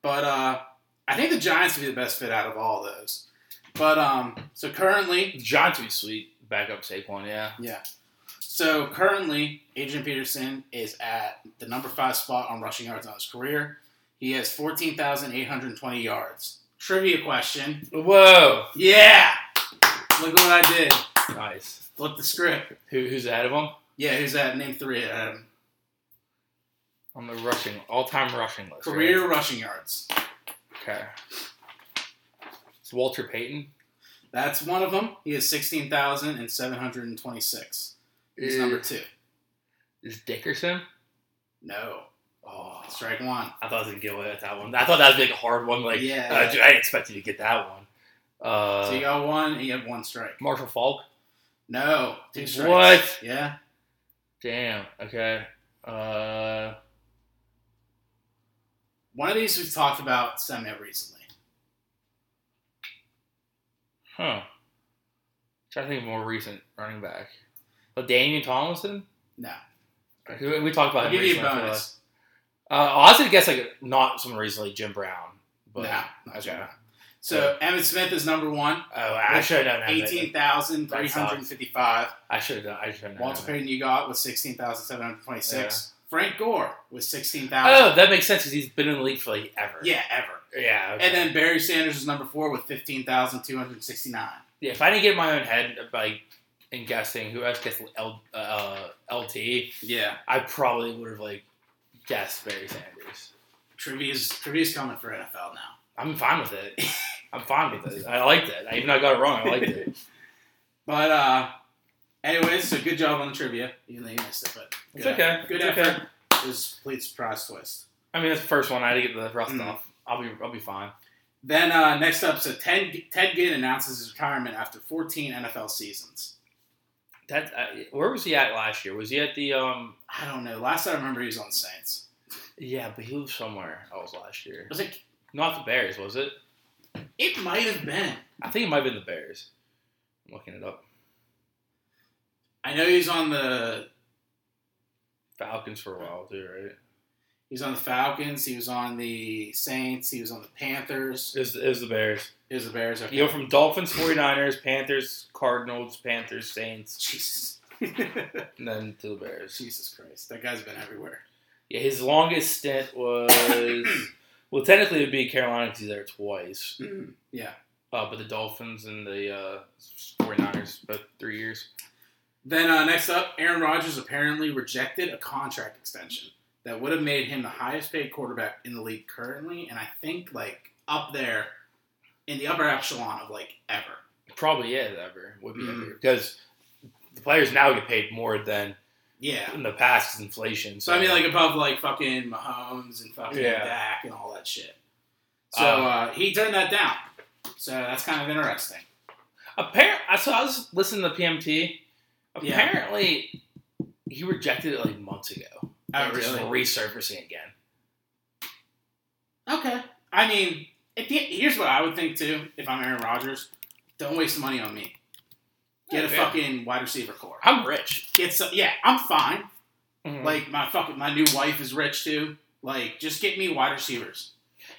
Speaker 1: But uh, I think the Giants would be the best fit out of all those. But um, so currently,
Speaker 2: John's would be sweet. Backup Saquon, yeah.
Speaker 1: so currently, Adrian Peterson is at the number five spot on rushing yards on his career. He has fourteen thousand eight hundred twenty yards. Trivia question.
Speaker 2: Whoa,
Speaker 1: Yeah. Look what I did.
Speaker 2: nice.
Speaker 1: Flip the script.
Speaker 2: Who, who's ahead of him
Speaker 1: Yeah, who's at name three? Um,
Speaker 2: on the rushing all-time rushing list? right?
Speaker 1: career rushing yards.
Speaker 2: Okay. It's Walter Payton.
Speaker 1: That's one of them. He has sixteen thousand and seven hundred and twenty-six. He's
Speaker 2: Eh,
Speaker 1: number two.
Speaker 2: Is Dickerson?
Speaker 1: No.
Speaker 2: Oh,
Speaker 1: Strike one.
Speaker 2: I thought I was gonna get away with that one. I thought that would be like a hard one. Like,
Speaker 1: Yeah,
Speaker 2: uh,
Speaker 1: yeah.
Speaker 2: dude, I didn't expect you to get that one. Uh,
Speaker 1: so you got one and you have one strike.
Speaker 2: Marshall Falk.
Speaker 1: No. Two strikes.
Speaker 2: What?
Speaker 1: Yeah.
Speaker 2: Damn. Okay. Uh,
Speaker 1: One of these we've talked about semi recently.
Speaker 2: huh. Trying to think of more recent running back. But Damian Tomlinson.
Speaker 1: No.
Speaker 2: We, we talked about
Speaker 1: I'll
Speaker 2: him
Speaker 1: give you a
Speaker 2: recently, I feel
Speaker 1: bonus.
Speaker 2: like. Uh, I was gonna guess like not someone recently, like Jim Brown. But
Speaker 1: no. not
Speaker 2: okay.
Speaker 1: sure. So Emmett Smith is number one.
Speaker 2: Oh, I should have known that.
Speaker 1: Eighteen thousand three hundred and fifty-five.
Speaker 2: I should have done. I should have known.
Speaker 1: Walter
Speaker 2: that.
Speaker 1: Payton you got with sixteen thousand seven hundred twenty-six. Frank Gore with sixteen thousand.
Speaker 2: Oh, that makes sense because he's been in the league for like ever.
Speaker 1: Yeah, ever.
Speaker 2: Yeah. okay.
Speaker 1: And then Barry Sanders is number four with fifteen thousand two hundred sixty-nine.
Speaker 2: Yeah, if I didn't get in my own head by and guessing who else gets L, uh, LT,
Speaker 1: Yeah.
Speaker 2: I probably would have like guessed Barry Sanders.
Speaker 1: Trivia's trivia's coming for NFL now.
Speaker 2: I'm fine with it. I'm fine with it. I liked it. I even though I got it wrong. I liked it.
Speaker 1: But uh anyways, so good job on the trivia. You know you missed it, but
Speaker 2: It's
Speaker 1: good
Speaker 2: okay.
Speaker 1: Good
Speaker 2: It's
Speaker 1: effort.
Speaker 2: okay.
Speaker 1: It was a complete surprise twist.
Speaker 2: I mean, that's the first one. I had to get the rust
Speaker 1: Mm.
Speaker 2: off. I'll be. I'll be fine.
Speaker 1: Then uh, next up, so Ted, Ted Ginn announces his retirement after 14 NFL seasons.
Speaker 2: That. Uh, where was he at last year? Was he at the? um
Speaker 1: I don't know. Last I remember, he was on the Saints.
Speaker 2: Yeah, but he was somewhere else last year.
Speaker 1: Was it?
Speaker 2: Not the Bears, was it?
Speaker 1: It might have been.
Speaker 2: I think it might have been the Bears. I'm looking it up.
Speaker 1: I know he's on the
Speaker 2: Falcons for a while too, right?
Speaker 1: he was on the Falcons. He was on the Saints. He was on the Panthers.
Speaker 2: Is is the Bears?
Speaker 1: He was the Bears. Okay.
Speaker 2: You go from Dolphins, 49ers, Panthers, Cardinals, Panthers, Saints,
Speaker 1: Jesus,
Speaker 2: and then to the Bears.
Speaker 1: Jesus Christ, that guy's been everywhere.
Speaker 2: Yeah, his longest stint was well, technically it'd be Carolina because he's there twice.
Speaker 1: Mm, yeah.
Speaker 2: Uh, but the Dolphins and the uh, 49ers both three years.
Speaker 1: Then uh, next up, Aaron Rodgers apparently rejected a contract extension that would have made him the highest paid quarterback in the league currently, and I think like up there in the upper echelon of like ever.
Speaker 2: Probably yeah, ever would be
Speaker 1: Mm.
Speaker 2: ever because the players now get paid more than
Speaker 1: Yeah.
Speaker 2: in the past 'cause inflation.
Speaker 1: So I mean, like above like fucking Mahomes and fucking
Speaker 2: Yeah.
Speaker 1: Dak and all that shit. So
Speaker 2: Um,
Speaker 1: uh, he turned that down. So that's kind of interesting.
Speaker 2: apparently, so I was listening to PMT.
Speaker 1: Yeah.
Speaker 2: Apparently, he rejected it like months ago.
Speaker 1: Oh,
Speaker 2: Like, Just resurfacing again.
Speaker 1: Okay. I mean, at the, e, here's what I would think too. If I'm Aaron Rodgers, don't waste money on me. Get a
Speaker 2: Okay.
Speaker 1: fucking wide receiver core.
Speaker 2: I'm rich.
Speaker 1: Get some. Yeah, I'm fine.
Speaker 2: Like,
Speaker 1: Like my fucking my new wife is rich too. Like just get me wide receivers.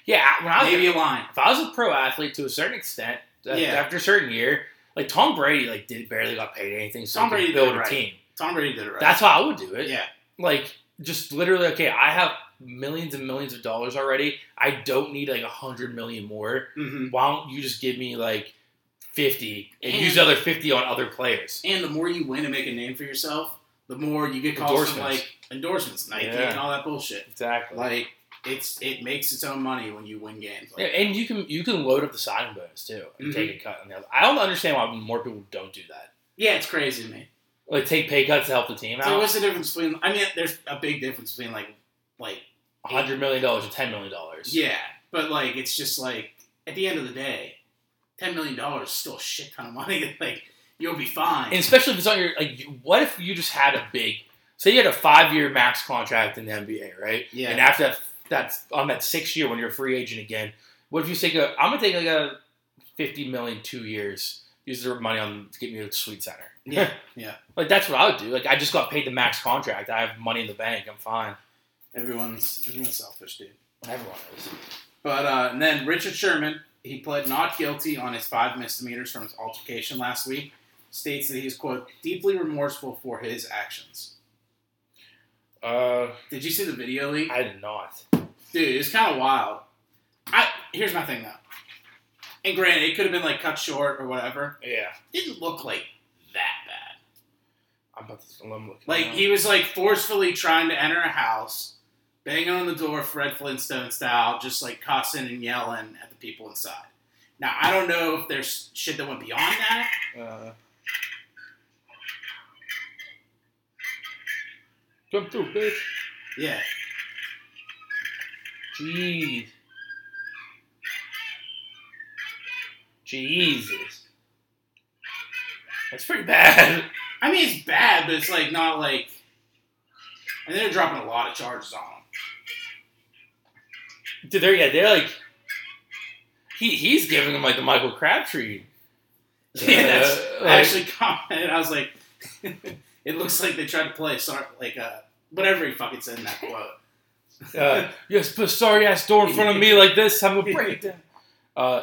Speaker 2: yeah, I- when I was
Speaker 1: Maybe a line.
Speaker 2: if I was a pro athlete to a certain extent, a-
Speaker 1: Yeah.
Speaker 2: after a certain year, like Tom Brady, like did barely got paid anything, so
Speaker 1: Tom
Speaker 2: he could
Speaker 1: Brady did
Speaker 2: build
Speaker 1: it
Speaker 2: a
Speaker 1: right.
Speaker 2: team.
Speaker 1: Tom Brady did it right.
Speaker 2: That's how I would do it.
Speaker 1: yeah.
Speaker 2: Like just literally, okay, I have millions and millions of dollars already. I don't need like a hundred million more.
Speaker 1: hmm
Speaker 2: Why don't you just give me like fifty and,
Speaker 1: And-
Speaker 2: use the other fifty on other players?
Speaker 1: And the more you win and make a name for yourself, the more you get calls from
Speaker 2: Endorsements.
Speaker 1: like endorsements, Nike,
Speaker 2: Yeah.
Speaker 1: and all that bullshit.
Speaker 2: Exactly.
Speaker 1: Like it's it makes its own money when you win games.
Speaker 2: Yeah,
Speaker 1: Like,
Speaker 2: and you can you can load up the signing bonus too and
Speaker 1: Mhm.
Speaker 2: take a cut on the other. I don't understand why more people don't do that.
Speaker 1: yeah, it's crazy to me.
Speaker 2: Like take pay cuts to help the team out.
Speaker 1: So what's the difference between? I mean, there's a big difference between like, like,
Speaker 2: hundred million dollars or ten million dollars.
Speaker 1: yeah, but like, it's just like at the end of the day, ten million dollars is still a shit ton of money. Like, you'll be fine.
Speaker 2: and especially if it's on your like. you- What if you just had a big say you had a five year max contract in the NBA, right?
Speaker 1: Yeah.
Speaker 2: And after that, that's on that sixth year when you're a free agent again, what if you take a? I'm gonna take like a fifty million two years. Use the money on to get me a sweet center.
Speaker 1: Yeah, yeah.
Speaker 2: Like that's what I would do. Like I just got paid the max contract. I have money in the bank. I'm fine.
Speaker 1: Everyone's everyone's selfish, dude.
Speaker 2: Everyone is.
Speaker 1: But uh, and then Richard Sherman, he pled not guilty on his five misdemeanors from his altercation last week. States that he's quote deeply remorseful for his actions.
Speaker 2: Uh,
Speaker 1: Did you see the video leak?
Speaker 2: I did not.
Speaker 1: Dude, it's kind of wild. I here's my thing though. And granted, it could have been like cut short or whatever.
Speaker 2: Yeah,
Speaker 1: Didn't look like that bad.
Speaker 2: I'm about to. I'm looking
Speaker 1: Like
Speaker 2: now.
Speaker 1: he was like forcefully trying to enter a house, banging on the door Fred Flintstone style, just like cussing and yelling at the people inside. Now I don't know if there's shit that went beyond that.
Speaker 2: Uh, jump through, bitch.
Speaker 1: Yeah,
Speaker 2: Jeez. Jesus. That's pretty bad.
Speaker 1: I mean it's bad, but it's like not like. And they're dropping a lot of charges on him.
Speaker 2: Dude, they're yeah, they're like he he's giving him like the Michael Crabtree.
Speaker 1: Yeah, that's- I
Speaker 2: Uh, like,
Speaker 1: actually commented. I was like, it looks like they tried to play sorry, like uh, whatever he fucking said in that quote.
Speaker 2: uh, you guys put a sorry ass door in front of me like this, I'm gonna break down. Uh,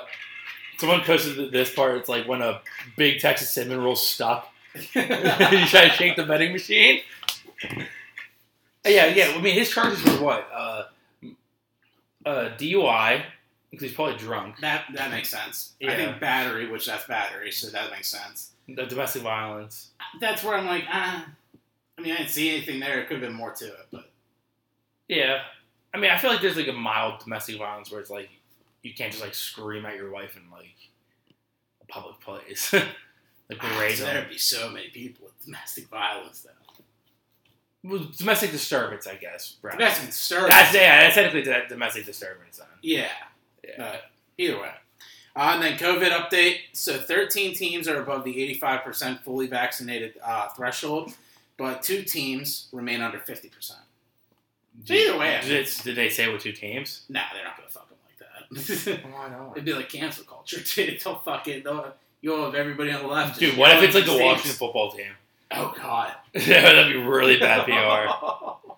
Speaker 2: someone posted th- this part. It's like when a big Texas cinnamon roll stuck. you try to shake the vending machine. Uh, Yeah, yeah. I mean, his charges were what? Uh, uh, DUI because he's probably drunk.
Speaker 1: That that makes sense. I
Speaker 2: Yeah.
Speaker 1: think battery, which that's battery, so that makes sense.
Speaker 2: The domestic violence.
Speaker 1: that's where I'm like, ah. I mean, I didn't see anything there. It could have been more to it, but
Speaker 2: Yeah. I mean, I feel like there's like a mild domestic violence where it's like you can't just like scream at your wife in like a public place, like berate them.
Speaker 1: there'd be ah, so many people with domestic violence, though.
Speaker 2: Well, domestic disturbance, I guess. Brad.
Speaker 1: Domestic disturbance.
Speaker 2: That's yeah. That's technically d- domestic disturbance. Then.
Speaker 1: yeah.
Speaker 2: Yeah.
Speaker 1: Uh, either way. Uh, and then COVID update. So 13 teams are above the 85% fully vaccinated uh, threshold, but two teams remain under 50%. So either way, I
Speaker 2: did, it- did they say what two teams?
Speaker 1: Nah, they're not going to fuck them like that.
Speaker 2: Why not?
Speaker 1: It'd be like cancel culture, dude. They'll fuck it. They'll, you'll have everybody on the left.
Speaker 2: Dude,
Speaker 1: just
Speaker 2: what if it's like the
Speaker 1: yelling at
Speaker 2: Washington
Speaker 1: teams.
Speaker 2: football team?
Speaker 1: Oh, God.
Speaker 2: Yeah, that'd be really bad PR.
Speaker 1: Um,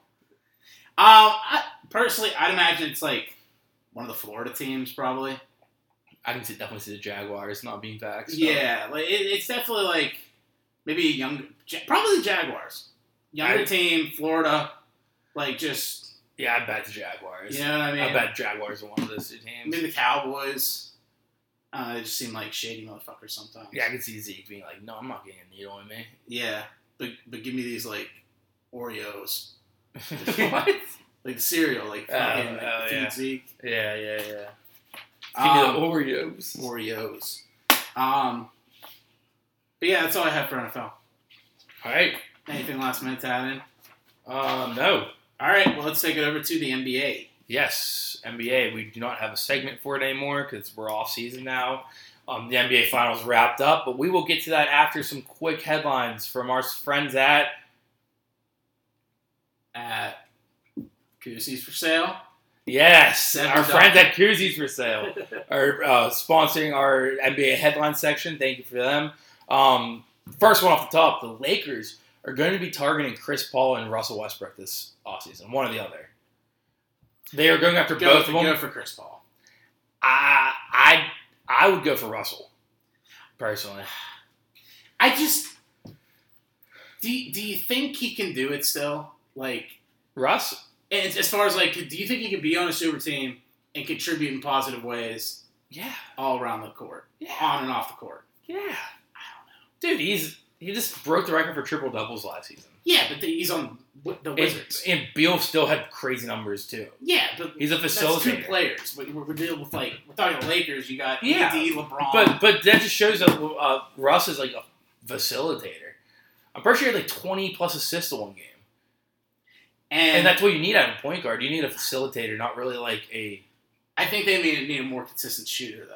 Speaker 1: I, personally, I'd imagine it's like one of the Florida teams, probably.
Speaker 2: I can see, definitely see the Jaguars not being vaxxed.
Speaker 1: Yeah, like it, it's definitely like maybe a young, Ja- probably the Jaguars, younger
Speaker 2: I-
Speaker 1: team, Florida, like just
Speaker 2: yeah, I bet the Jaguars.
Speaker 1: you know what I mean.
Speaker 2: I bet Jaguars are one of those two teams.
Speaker 1: Maybe the Cowboys. Uh, they just seem like shady motherfuckers sometimes.
Speaker 2: Yeah, I can see Zeke being like, "No, I'm not getting a needle in me."
Speaker 1: yeah, but but give me these like Oreos,
Speaker 2: yeah,
Speaker 1: like the cereal, like
Speaker 2: Oh,
Speaker 1: fucking like,
Speaker 2: oh,
Speaker 1: feed
Speaker 2: yeah.
Speaker 1: Zeke.
Speaker 2: yeah, yeah. Give me
Speaker 1: Um,
Speaker 2: the Oreos.
Speaker 1: Oreos. Um, but yeah, that's all I have for NFL.
Speaker 2: All right.
Speaker 1: Anything last minute to add in?
Speaker 2: Um, no.
Speaker 1: All right, well, let's take it over to the NBA.
Speaker 2: Yes, NBA. We do not have a segment for it anymore because we're off season now. Um, the NBA Finals wrapped up, but we will get to that after some quick headlines from our friends at.
Speaker 1: At Koosies for sale.
Speaker 2: Yes,
Speaker 1: Seven
Speaker 2: our
Speaker 1: dollars.
Speaker 2: friends at Koozies for Sale are uh, sponsoring our NBA headline section. Thank you for them. Um, first one off the top, the Lakers are going to be targeting Chris Paul and Russell Westbrook this offseason, one or the other. They are going after
Speaker 1: Go,
Speaker 2: both of them.
Speaker 1: go for Chris Paul.
Speaker 2: I I I would go for Russell personally.
Speaker 1: I just do. Do you think he can do it still? Like,
Speaker 2: Russ,
Speaker 1: and as- as far as like, do you think he can be on a super team and contribute in positive ways
Speaker 2: yeah,
Speaker 1: all around the court,
Speaker 2: yeah,
Speaker 1: on and off the court?
Speaker 2: yeah. I don't know, dude. He's he just broke the record for triple doubles last season.
Speaker 1: Yeah, but the, he's on w- the
Speaker 2: And,
Speaker 1: Wizards.
Speaker 2: and Beal still had crazy numbers too.
Speaker 1: yeah, but
Speaker 2: He's a
Speaker 1: That's two
Speaker 2: facilitator.
Speaker 1: players. We- We're, we're dealing with like we're talking Lakers. You got
Speaker 2: Yeah.
Speaker 1: AD, LeBron.
Speaker 2: But but that just shows that uh, Russ is like a facilitator. I'm pretty sure he had like 20 plus assists in one game,
Speaker 1: and,
Speaker 2: and, that's what you need out of a point guard. You need a facilitator, not really like a
Speaker 1: I think they need, need a more consistent shooter though.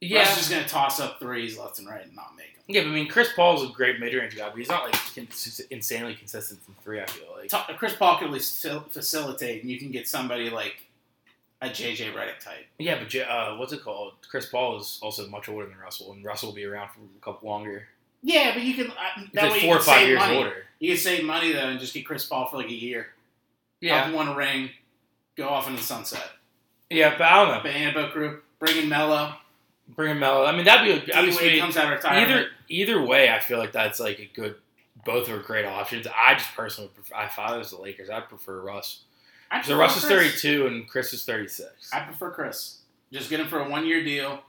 Speaker 1: Yeah.
Speaker 2: Yeah,
Speaker 1: Russ just gonna toss up threes left and right and not make them.
Speaker 2: yeah. But I mean, Chris Paul's a great mid-range guy, but he's not like cons- insanely consistent from three. I feel like.
Speaker 1: Ta- Chris Paul can at least facil- facilitate, and you can get somebody like a JJ Redick type.
Speaker 2: Yeah, but J- uh, what's it called? Chris Paul is also much older than Russell, and Russell will be around for a couple longer.
Speaker 1: Yeah, but you can uh,
Speaker 2: He's
Speaker 1: that
Speaker 2: like
Speaker 1: way
Speaker 2: four
Speaker 1: you
Speaker 2: or
Speaker 1: can
Speaker 2: five
Speaker 1: save
Speaker 2: years
Speaker 1: money.
Speaker 2: older.
Speaker 1: You can save money though, and just get Chris Paul for like a year.
Speaker 2: Yeah,
Speaker 1: Have one ring, go off into the sunset.
Speaker 2: yeah, but I don't know.
Speaker 1: Banana boat group, bring in Mello.
Speaker 2: Bring him out. I mean, that'd be a,
Speaker 1: D Wade
Speaker 2: obviously
Speaker 1: comes out of retirement.
Speaker 2: either either way. I feel like that's like a good. Both are great options. I just personally, prefer, if I was the Lakers, I'd prefer Russ.
Speaker 1: I
Speaker 2: So
Speaker 1: prefer
Speaker 2: Russ is
Speaker 1: Chris.
Speaker 2: thirty-two and Chris is thirty-six.
Speaker 1: I prefer Chris. Just get him for a one-year deal.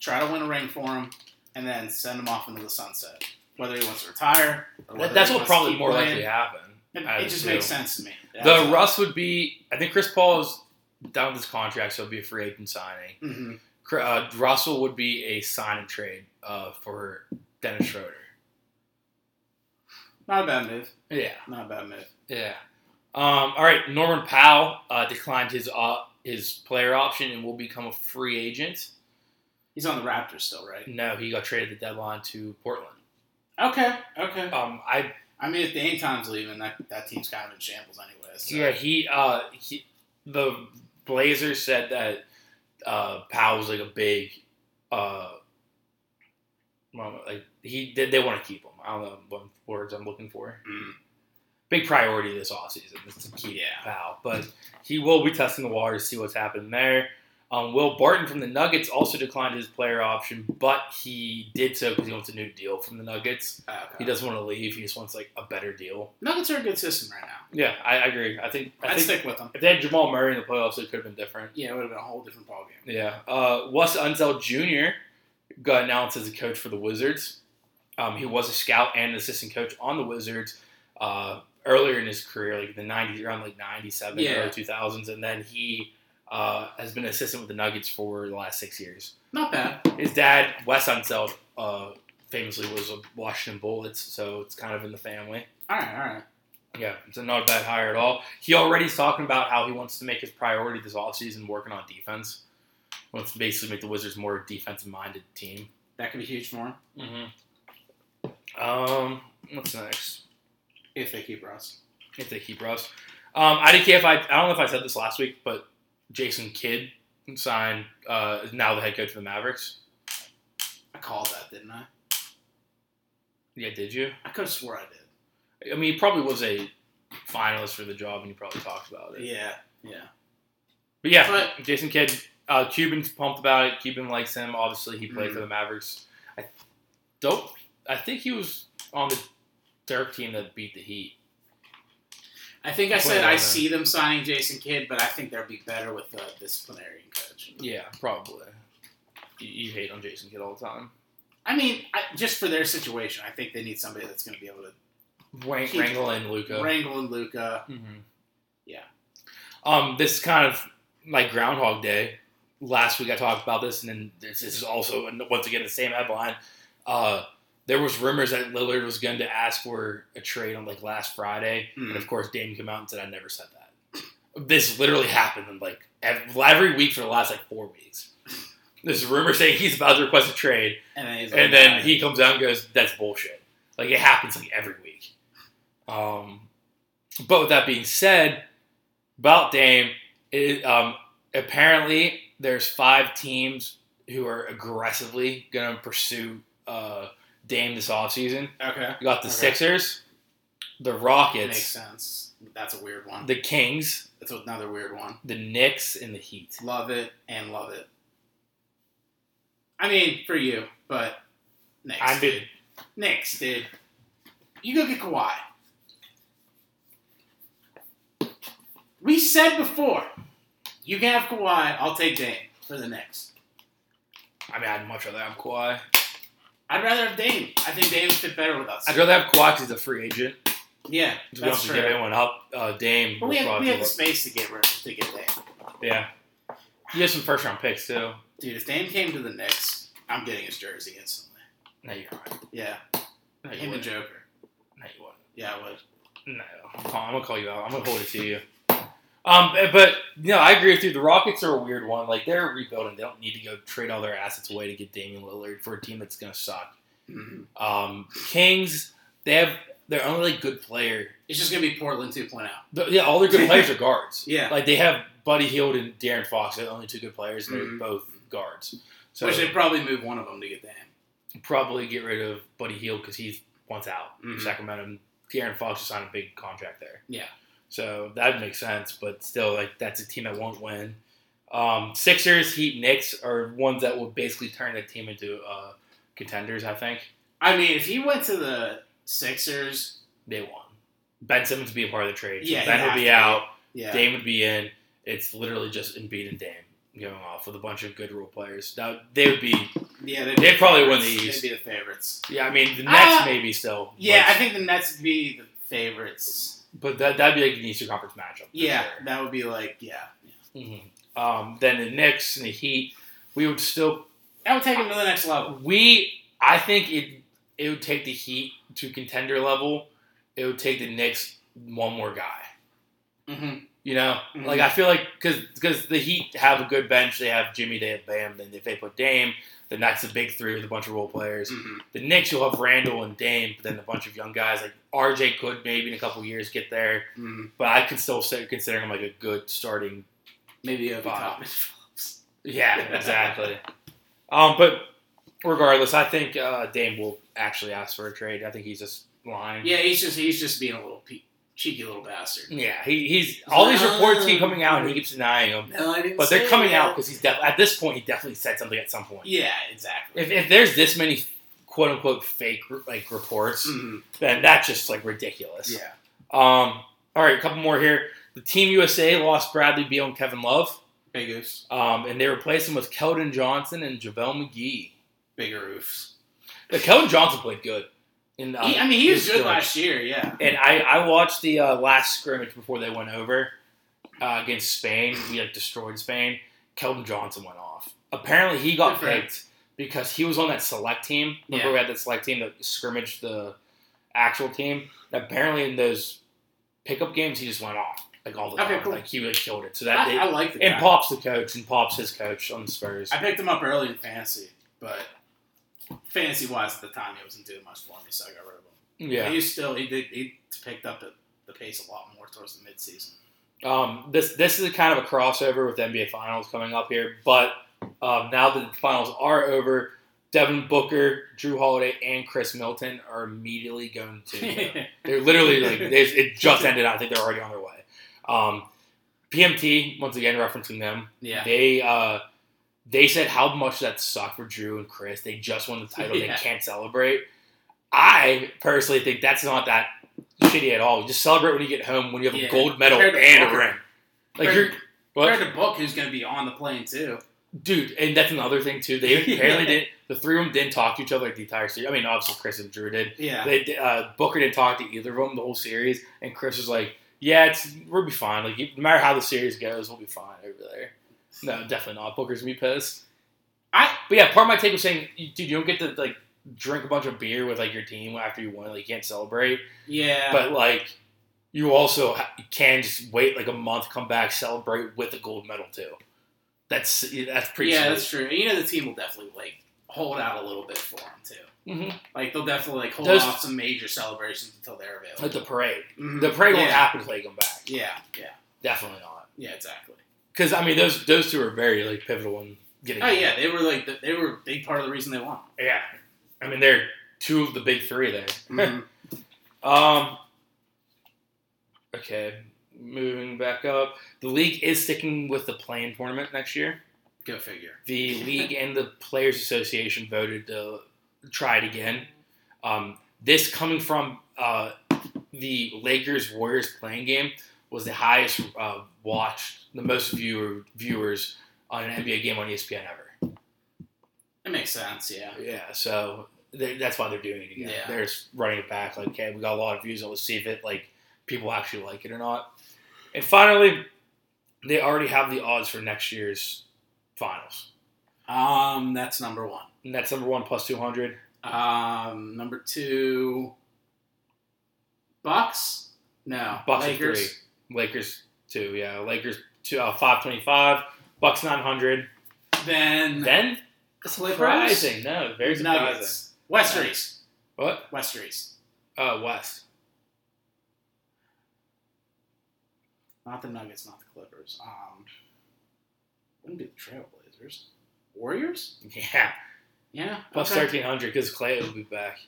Speaker 1: Try to win a ring for him, and then send him off into the sunset. Whether he wants to retire, or whether
Speaker 2: That, that's
Speaker 1: he
Speaker 2: what
Speaker 1: wants to
Speaker 2: probably
Speaker 1: keep
Speaker 2: more
Speaker 1: playing.
Speaker 2: likely happen.
Speaker 1: It,
Speaker 2: I
Speaker 1: it just
Speaker 2: assume.
Speaker 1: makes sense to me.
Speaker 2: The Russ would be. I think Chris Paul is down with his contract, so he'll be a free agent signing.
Speaker 1: hmm
Speaker 2: Cr- Uh, Russell would be a sign and trade uh, for Dennis Schroeder.
Speaker 1: Not a bad move.
Speaker 2: Yeah,
Speaker 1: Not a bad move.
Speaker 2: yeah. Um, all right, Norman Powell uh, declined his uh, his player option and will become a free agent.
Speaker 1: He's on the Raptors still, right?
Speaker 2: No, he got traded at the deadline to Portland.
Speaker 1: Okay, okay.
Speaker 2: Um, I
Speaker 1: I mean, if Dame time's leaving, that, that team's kind of in shambles anyway. So.
Speaker 2: yeah he uh he the Blazers said that uh Powell was like a big uh well like he they, they want to keep him. I don't know what words I'm looking for.
Speaker 1: Mm.
Speaker 2: big priority this offseason is to keep
Speaker 1: Yeah.
Speaker 2: Powell. But he will be testing the water to see what's happening there. Um, Will Barton from the Nuggets also declined his player option, but he did so because he wants a new deal from the Nuggets.
Speaker 1: Ah, okay.
Speaker 2: He doesn't want to leave. He just wants like a better deal.
Speaker 1: Nuggets are a good system right now.
Speaker 2: Yeah, I, I agree. I think I
Speaker 1: I'd
Speaker 2: think
Speaker 1: stick with them.
Speaker 2: if they had Jamal Murray in the playoffs, it could have been different.
Speaker 1: Yeah, it would have been a whole different ballgame.
Speaker 2: Yeah. Uh, Wes Unseld Jr. got announced as a coach for the Wizards. Um, he was a scout and an assistant coach on the Wizards uh, earlier in his career, like the 90s, around like 97,
Speaker 1: Yeah.
Speaker 2: early 2000s. And then he uh, has been an assistant with the Nuggets for the last six years.
Speaker 1: Not bad.
Speaker 2: His dad, Wes Unseld, uh, famously was a Washington Bullets, so it's kind of in the family.
Speaker 1: All right, all right.
Speaker 2: Yeah, it's not a bad hire at all. He already's talking about how he wants to make his priority this offseason working on defense. Wants to basically make the Wizards more defensive minded team.
Speaker 1: That could be huge for him
Speaker 2: Mm-hmm. Um, what's next?
Speaker 1: if they keep Russ.
Speaker 2: If they keep Russ. Um, IDK, if I, I don't know if I said this last week, but Jason Kidd signed, uh, is now the head coach of the Mavericks.
Speaker 1: I called that, didn't I?
Speaker 2: Yeah, did you?
Speaker 1: I could have swore I did.
Speaker 2: I mean, he probably was a finalist for the job and he probably talked about it.
Speaker 1: Yeah, yeah.
Speaker 2: But yeah,
Speaker 1: But-
Speaker 2: Jason Kidd, uh, Cuban's pumped about it. Cuban likes him. Obviously, he played for the Mavericks. I don't. I think he was on the Dirk team that beat the Heat.
Speaker 1: I think I
Speaker 2: Play
Speaker 1: said
Speaker 2: well
Speaker 1: I
Speaker 2: then.
Speaker 1: see them signing Jason Kidd, but I think they'll be better with the disciplinarian coach.
Speaker 2: Yeah, probably. You, you hate on Jason Kidd all the time.
Speaker 1: I mean, I, just for their situation, I think they need somebody that's going to be able to
Speaker 2: Wang,
Speaker 1: He-
Speaker 2: Wrangle and Luca.
Speaker 1: wrangle and Luca.
Speaker 2: Mhm.
Speaker 1: Yeah.
Speaker 2: Um, this is kind of like Groundhog Day. Last week I talked about this, and then this, this is also and once again the same headline. Uh, there was rumors that Lillard was going to ask for a trade on like last Friday,
Speaker 1: Hmm.
Speaker 2: and
Speaker 1: Mm.
Speaker 2: of course Dame came out and said, "I never said that." This literally happened in like ev- every week for the last like four weeks. There's a rumor saying he's about to request a trade,
Speaker 1: And then, he's like,
Speaker 2: and then
Speaker 1: "Nah."
Speaker 2: he comes out and goes, "That's bullshit." Like it happens like every week. Um, but with that being said, about Dame, it, um, apparently there's five teams who are aggressively going to pursue uh, Dame this offseason.
Speaker 1: okay,
Speaker 2: You got
Speaker 1: Okay.
Speaker 2: the Sixers, the
Speaker 1: makes
Speaker 2: Rockets,
Speaker 1: sense. That's a weird one.
Speaker 2: the Kings,
Speaker 1: That's another weird one.
Speaker 2: the Knicks, and the Heat.
Speaker 1: Love it and love it. I mean, for you, but next,
Speaker 2: I did.
Speaker 1: next, dude, you go get Kawhi. We said before, you can have Kawhi. I'll take Dame for the next.
Speaker 2: I mean, I'd much rather have Kawhi.
Speaker 1: I'd rather have Dame. I think Dame would fit better with us.
Speaker 2: I'd rather have Kawhi because he's a free agent.
Speaker 1: yeah,
Speaker 2: We don't
Speaker 1: that's
Speaker 2: have to give
Speaker 1: true.
Speaker 2: anyone up. Uh, Dame.
Speaker 1: But
Speaker 2: will
Speaker 1: we have,
Speaker 2: probably
Speaker 1: we have
Speaker 2: give
Speaker 1: the
Speaker 2: up.
Speaker 1: space to get rid to get Dame.
Speaker 2: Yeah. You have some first round picks too.
Speaker 1: Dude, if Dame came to the Knicks, I'm getting his jersey instantly.
Speaker 2: No, you're right.
Speaker 1: Yeah,
Speaker 2: No, you
Speaker 1: him and
Speaker 2: wouldn't.
Speaker 1: Joker.
Speaker 2: No, you wouldn't.
Speaker 1: Yeah, I would.
Speaker 2: No. Come on, I'm gonna call you out. I'm gonna hold it to you. Um, but you know, I agree with you. The Rockets are a weird one. Like they're rebuilding. They don't need to go trade all their assets away to get Damian Lillard for a team that's going to suck.
Speaker 1: Mhm.
Speaker 2: Um, Kings, they have their only like, good player.
Speaker 1: It's just gonna be Portland 2.0.
Speaker 2: the- yeah, all their good players are guards.
Speaker 1: Yeah,
Speaker 2: Like they have Buddy Hield and Darren Fox. They're the only two good players, and they're
Speaker 1: Mhm.
Speaker 2: both guards. So
Speaker 1: which they probably move one of them to get them.
Speaker 2: probably get rid of Buddy Hield because he wants out.
Speaker 1: Mhm.
Speaker 2: Sacramento. and De'Aaron Fox just signed a big contract there.
Speaker 1: Yeah.
Speaker 2: So that makes sense, but still, like that's a team that won't win. Um, Sixers, Heat, Knicks are ones that will basically turn that team into uh, contenders. I think
Speaker 1: I mean, if he went to the Sixers,
Speaker 2: they won. Ben Simmons would be a part of the trade. so
Speaker 1: Yeah, he'd
Speaker 2: ben
Speaker 1: have
Speaker 2: would
Speaker 1: to
Speaker 2: be
Speaker 1: be.
Speaker 2: out.
Speaker 1: yeah,
Speaker 2: Dame would be in. It's literally just Embiid and Dame going off with a bunch of good role players. Now they would be.
Speaker 1: yeah, they'd,
Speaker 2: They'd
Speaker 1: be
Speaker 2: probably
Speaker 1: the
Speaker 2: win the
Speaker 1: favorites.
Speaker 2: East.
Speaker 1: They'd be the favorites.
Speaker 2: Yeah, I mean the Nets
Speaker 1: Ah!
Speaker 2: maybe still.
Speaker 1: Yeah,
Speaker 2: but,
Speaker 1: I think the Nets would be the favorites.
Speaker 2: but that that'd be like an Eastern Conference matchup. for
Speaker 1: Yeah,
Speaker 2: sure.
Speaker 1: that would be like yeah.
Speaker 2: Mm-hmm. Um, then the Knicks and the Heat, we would still
Speaker 1: That would take him to the next level.
Speaker 2: we I think it it would take the Heat to contender level. It would take the Knicks one more guy.
Speaker 1: Mm-hmm.
Speaker 2: You know,
Speaker 1: Mhm.
Speaker 2: like I feel like because because the Heat have a good bench. They have Jimmy. They have Bam. Then if they put Dame, then that's the big three with a bunch of role players.
Speaker 1: Mm-hmm.
Speaker 2: The Knicks, you'll have Randall and Dame, but then a bunch of young guys like RJ could maybe in a couple years get there.
Speaker 1: Mm-hmm.
Speaker 2: But I could still say, consider him like a good starting
Speaker 1: Maybe a
Speaker 2: Wow.
Speaker 1: top.
Speaker 2: Yeah, exactly. um, but regardless, I think uh, Dame will actually ask for a trade. I think he's just lying.
Speaker 1: Yeah, he's just he's just being a little pe- cheeky little bastard.
Speaker 2: Yeah, he, he's all these reports keep coming out, and he keeps denying them.
Speaker 1: No, I didn't.
Speaker 2: But they're coming out because he's def- at this point he definitely said something at some point.
Speaker 1: Yeah, exactly.
Speaker 2: If, if there's this many quote unquote fake like reports,
Speaker 1: Mhm.
Speaker 2: then that's just like ridiculous.
Speaker 1: Yeah.
Speaker 2: Um. All right, a couple more here. The Team USA lost Bradley Beal and Kevin Love,
Speaker 1: Big goose,
Speaker 2: um, and they replaced him with Keldon Johnson and JaVale McGee.
Speaker 1: bigger roofs.
Speaker 2: Yeah, Keldon Johnson played good. In, uh,
Speaker 1: He- I mean, he was good
Speaker 2: doing-
Speaker 1: last year. Yeah.
Speaker 2: And I, I watched the uh, last scrimmage before they went over uh, against Spain. We like destroyed Spain. Keldon Johnson went off. Apparently, he
Speaker 1: Good
Speaker 2: got
Speaker 1: for him.
Speaker 2: picked because he was on that select team. Remember,
Speaker 1: Yeah.
Speaker 2: we had that select team that scrimmaged the actual team. Apparently, in those pickup games, he just went off like all the
Speaker 1: Okay,
Speaker 2: time.
Speaker 1: cool.
Speaker 2: Like he like killed it. So that
Speaker 1: I, I like the
Speaker 2: and
Speaker 1: guy.
Speaker 2: pops the coach and pops his coach on the Spurs.
Speaker 1: I picked him up early in fantasy, but fantasy wise at the time he wasn't doing much for me, so I got rid of him.
Speaker 2: yeah.
Speaker 1: But he was still he did he picked up the, the pace a lot more towards the midseason.
Speaker 2: Um, this this is a kind of a crossover with the NBA Finals coming up here, but um, now that the finals are over, Devin Booker, Drew Holiday, and Chris Milton are immediately going to. they're literally like they, it just ended. I think they're already on their way. Um, PMT once again referencing them.
Speaker 1: yeah.
Speaker 2: They uh, they said how much that sucked for Drew and Chris. They just won the title.
Speaker 1: Yeah.
Speaker 2: They can't celebrate. I personally think that's not that shitty at all. Just celebrate when you get home when you have
Speaker 1: Yeah.
Speaker 2: a gold medal
Speaker 1: Compared to
Speaker 2: and a
Speaker 1: Booker.
Speaker 2: ring. Like
Speaker 1: Compared-
Speaker 2: you're, what,
Speaker 1: Compared to Book, who's going to be on the plane too.
Speaker 2: dude? And that's another thing too. They
Speaker 1: Yeah.
Speaker 2: apparently didn't. The three of them didn't talk to each other like the entire series. I mean, obviously Chris and Drew did.
Speaker 1: Yeah.
Speaker 2: They uh, Booker didn't talk to either of them the whole series, and Chris was like, "Yeah, it's we'll be fine. Like no matter how the series goes, we'll be fine over there." No, definitely not. Booker's gonna be pissed.
Speaker 1: I-
Speaker 2: but yeah, part of my take was saying, dude, you don't get to like drink a bunch of beer with like your team after you win. Like you can't celebrate,
Speaker 1: yeah.
Speaker 2: but like. You also ha- can just wait like a month, come back, celebrate with a gold medal too. That's that's pretty.
Speaker 1: yeah,
Speaker 2: sweet.
Speaker 1: that's true. You know, the team will definitely like hold out a little bit for him too.
Speaker 2: Mhm.
Speaker 1: Like they'll definitely like hold
Speaker 2: Those-
Speaker 1: off some major celebrations until they're available.
Speaker 2: Like the parade.
Speaker 1: Mhm.
Speaker 2: The parade won't
Speaker 1: Yeah.
Speaker 2: happen until they come back.
Speaker 1: Yeah, yeah,
Speaker 2: Definitely not.
Speaker 1: yeah, exactly.
Speaker 2: Because I mean, those those two are very like pivotal in getting.
Speaker 1: Oh yeah, they were like the, they were a big part of the reason they won.
Speaker 2: yeah. I mean, they're two of the big three there.
Speaker 1: Mhm.
Speaker 2: Um. Okay, moving back up. The league is sticking with the playing tournament next year.
Speaker 1: Go figure.
Speaker 2: The league and the players' association voted to try it again. Um, this coming from uh, the Lakers Warriors playing game was the highest uh, watched, the most viewer viewers on an NBA game on E ESPN ever.
Speaker 1: It makes sense. Yeah.
Speaker 2: Yeah, so they, that's why they're doing it again.
Speaker 1: Yeah.
Speaker 2: They're just running it back. Like, okay, we got a lot of views. Let's see if it like people actually like it or not. And finally, they already have the odds for next year's finals.
Speaker 1: Um, that's number one.
Speaker 2: And that's number one plus two hundred.
Speaker 1: Um, number two, Bucks. No,
Speaker 2: Bucks at
Speaker 1: Lakers.
Speaker 2: three. Lakers two. Yeah, Lakers two uh, five twenty five, Bucks nine hundred.
Speaker 1: Then,
Speaker 2: Then
Speaker 1: Clippers,
Speaker 2: surprising, no, very surprising.
Speaker 1: Nuggets, Westeries,
Speaker 2: What?
Speaker 1: Westeries,
Speaker 2: Uh, West.
Speaker 1: not the Nuggets, not the Clippers. Um, wouldn't be the Trailblazers, Warriors.
Speaker 2: Yeah,
Speaker 1: Yeah,
Speaker 2: plus
Speaker 1: okay.
Speaker 2: thirteen hundred because Clay will be back.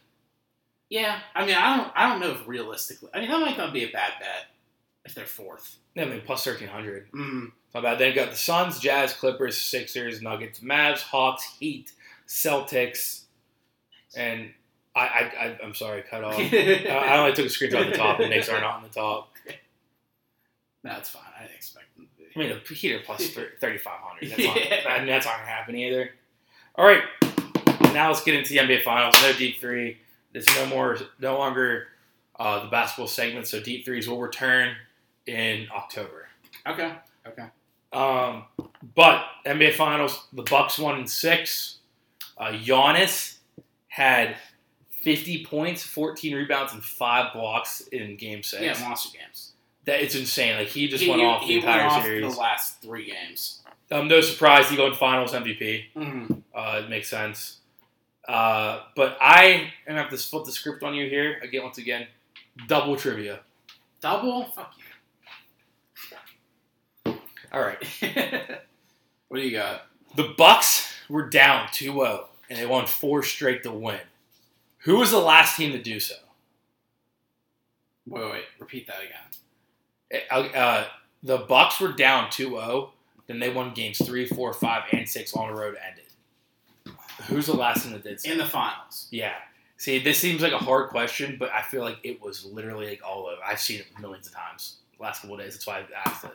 Speaker 1: Yeah, I mean, I don't, I don't know if realistically, I mean, that might not be a bad bet if they're fourth.
Speaker 2: I mean, plus thirteen hundred.
Speaker 1: Mm,
Speaker 2: Not bad. Then you got the Suns, Jazz, Clippers, Sixers, Nuggets, Mavs, Hawks, Heat, Celtics, and I, I, I I'm sorry, cut off. I Oh. Uh, I only took a screenshot at the top. The Knicks are not on the top.
Speaker 1: no, it's fine. I didn't expect them to be.
Speaker 2: I mean, the Heat are plus thirty five hundred. That's not,
Speaker 1: Yeah.
Speaker 2: I mean, that's not gonna happen either. All right, now let's get into the NBA Finals. No deep three. There's no more, no longer uh, the basketball segment. So deep threes will return in October.
Speaker 1: Okay, okay.
Speaker 2: Um, but NBA Finals, the Bucks won in six. Uh, Giannis had 50 points, 14 rebounds, and five blocks in Game Six.
Speaker 1: Yeah, monster games.
Speaker 2: that it's insane. Like he just
Speaker 1: he,
Speaker 2: went
Speaker 1: he-
Speaker 2: off the
Speaker 1: he
Speaker 2: entire
Speaker 1: went off
Speaker 2: series.
Speaker 1: The last three games.
Speaker 2: um, no surprise, he won Finals MVP.
Speaker 1: Mm.
Speaker 2: Uh, it makes sense. Uh, but I am gonna have to flip the script on you here again. Once again, double trivia.
Speaker 1: Double. Fuck you.
Speaker 2: All right,
Speaker 1: what do you got?
Speaker 2: the Bucks were down 2-0, and they won four straight to win. Who was the last team to do so?
Speaker 1: Wait, wait. Repeat that again.
Speaker 2: Uh, the Bucks were down 2-0, then they won games 3, 4, 5, and 6 on the road to end it. Who's the last one that did so?
Speaker 1: In the finals.
Speaker 2: yeah. See, this seems like a hard question, but I feel like it was literally like all over. I've seen it millions of times the last couple of days. That's why I asked it.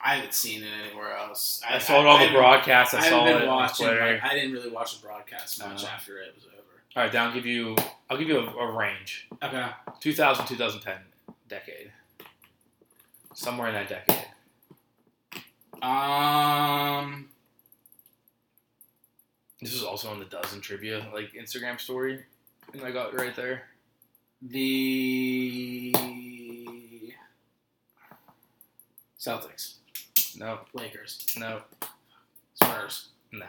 Speaker 1: I haven't seen it anywhere else.
Speaker 2: I, saw it on the
Speaker 1: haven't-
Speaker 2: broadcast. I,
Speaker 1: I
Speaker 2: saw
Speaker 1: haven't
Speaker 2: it
Speaker 1: been
Speaker 2: on
Speaker 1: watching.
Speaker 2: Twitter.
Speaker 1: but I didn't really watch the broadcast much
Speaker 2: Uh-huh.
Speaker 1: after it was over.
Speaker 2: All right, then I'll give you. I'll give you a, a range:
Speaker 1: Okay.
Speaker 2: 2000, 2010 decade, somewhere in that decade.
Speaker 1: Um.
Speaker 2: This is also on the dozen trivia like Instagram story, and I got right there.
Speaker 1: The Celtics,
Speaker 2: No,
Speaker 1: Lakers,
Speaker 2: no,
Speaker 1: Spurs.
Speaker 2: no.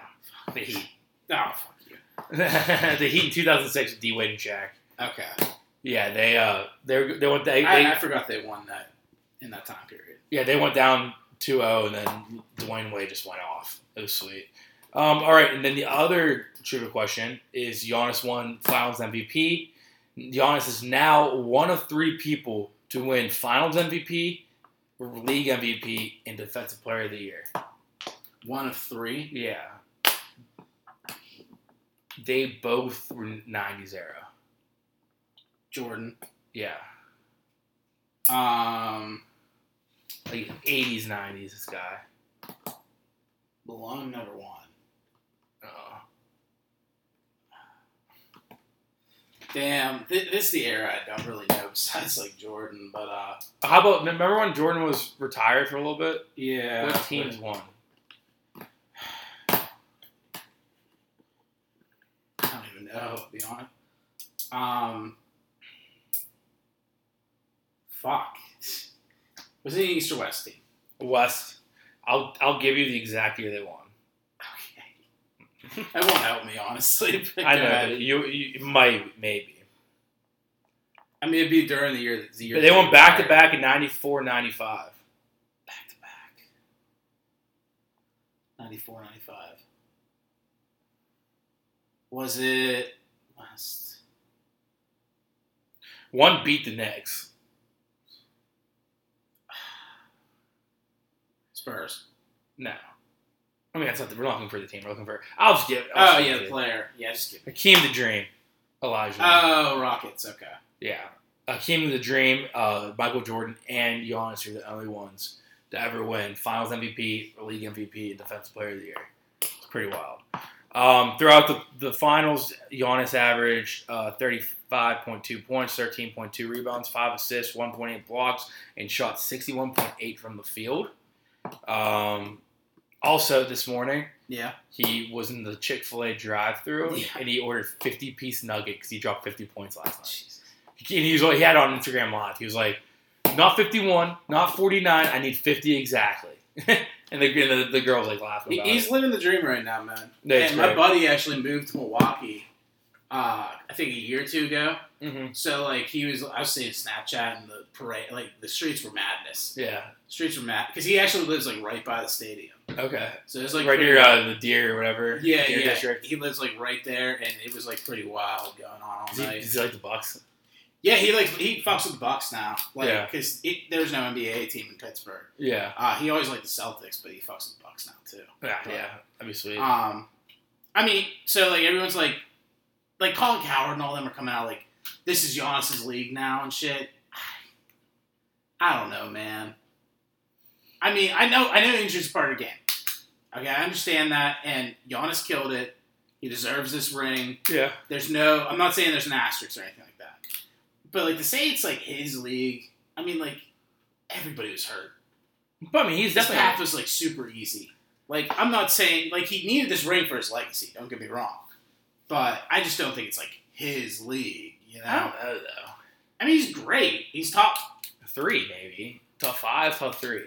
Speaker 2: The Heat.
Speaker 1: Oh, fuck you.
Speaker 2: the Heat in 2006 with D Wade and Shaq.
Speaker 1: Okay.
Speaker 2: Yeah, they uh, they they went they, they
Speaker 1: I, I forgot they won that in that time period.
Speaker 2: yeah they went down 2-0 and then Dwayne Wade just went off. It was sweet. Um, all right, and then the other trivia question is Giannis won Finals MVP. Giannis is now one of three people to win Finals MVP, League MVP, and Defensive Player of the Year.
Speaker 1: One of three.
Speaker 2: Yeah. They both were 90s era.
Speaker 1: Jordan.
Speaker 2: Yeah.
Speaker 1: Um,
Speaker 2: Like 80s, 90s, this guy.
Speaker 1: Malone never won.
Speaker 2: Oh.
Speaker 1: Damn, th- this is the era I don't really know besides like Jordan, but uh,
Speaker 2: How about, remember when Jordan was retired for a little bit?
Speaker 1: yeah.
Speaker 2: what teams won?
Speaker 1: I don't even know. To be honest. Um, fuck. Was it an East or West team?
Speaker 2: West. I'll, I'll give you the exact year they won.
Speaker 1: Okay. That won't help me honestly. but
Speaker 2: I
Speaker 1: go
Speaker 2: know.
Speaker 1: ahead.
Speaker 2: but You, you might, maybe.
Speaker 1: I mean, it'd be during the year. that- The year
Speaker 2: But they
Speaker 1: that
Speaker 2: went back to
Speaker 1: retired.
Speaker 2: back in 94, 95.
Speaker 1: Back to back. 94, 95. Was it West?
Speaker 2: One beat the Knicks.
Speaker 1: Spurs.
Speaker 2: No. I mean, that's not the, we're not looking for the team. We're looking for. I'll just give.
Speaker 1: Oh,
Speaker 2: I'll just
Speaker 1: yeah,
Speaker 2: give
Speaker 1: the
Speaker 2: it.
Speaker 1: player. Yeah, just kidding.
Speaker 2: Hakeem the Dream, Elijah.
Speaker 1: Oh, Rockets. Okay.
Speaker 2: yeah, Hakeem the Dream, uh, Michael Jordan, and Giannis are the only ones to ever win Finals MVP, League MVP, and Defensive Player of the Year. It's pretty wild. Um, throughout the, the finals, Giannis averaged uh, 35.2 points, 13.2 rebounds, 5 assists, 1.8 blocks, and shot 61.8 from the field. Um, also, this morning,
Speaker 1: Yeah.
Speaker 2: he was in the Chick Fil A drive-through
Speaker 1: Yeah.
Speaker 2: and he ordered fifty piece nugget because he dropped fifty points last night.
Speaker 1: Jesus.
Speaker 2: And he was like, he had it on Instagram Live. He was like, Not 51, not 49. I need 50 exactly. and the, and the, the girl's like laughing
Speaker 1: He-
Speaker 2: about
Speaker 1: He's living the dream right now, man.
Speaker 2: Yeah, it's
Speaker 1: and my
Speaker 2: great.
Speaker 1: buddy actually moved to Milwaukee, uh, I think a year or two ago.
Speaker 2: it. hmm
Speaker 1: So like he was, I was seeing Snapchat and the parade, like the streets were madness.
Speaker 2: Yeah.
Speaker 1: Streets were mad because he actually lives like right by the stadium.
Speaker 2: Okay.
Speaker 1: So it's like
Speaker 2: right
Speaker 1: pretty-
Speaker 2: near uh, the deer or whatever.
Speaker 1: yeah,
Speaker 2: deer
Speaker 1: yeah.
Speaker 2: district.
Speaker 1: He lives like right there, and it was like pretty wild going on all
Speaker 2: Is he,
Speaker 1: night.
Speaker 2: is he like the Bucks?
Speaker 1: yeah, he like he fucks with the Bucks now, like
Speaker 2: Yeah.
Speaker 1: because there was no NBA team in Pittsburgh.
Speaker 2: Yeah.
Speaker 1: Uh, he always liked the Celtics, but he fucks with the Bucks now too.
Speaker 2: Yeah. Yeah. That'd be sweet.
Speaker 1: Um, I mean, so like everyone's like, like Colin Coward and all them are coming out like, this is Giannis's league now and shit. I don't know, man. I mean, I know, I know injuries are part of the game. Okay, I understand that, and Giannis killed it. He deserves this ring.
Speaker 2: yeah.
Speaker 1: There's no, I'm not saying there's an asterisk or anything like that, but like to say it's like his league. I mean, like everybody was hurt.
Speaker 2: But I mean, he's
Speaker 1: This
Speaker 2: definitely.
Speaker 1: path was like super easy. Like I'm not saying like he needed this ring for his legacy. Don't get me wrong, but I just don't think it's like his league. You know,
Speaker 2: I
Speaker 1: I,
Speaker 2: don't know though.
Speaker 1: mean he's great. He's top.
Speaker 2: Three maybe. Top five. Top three.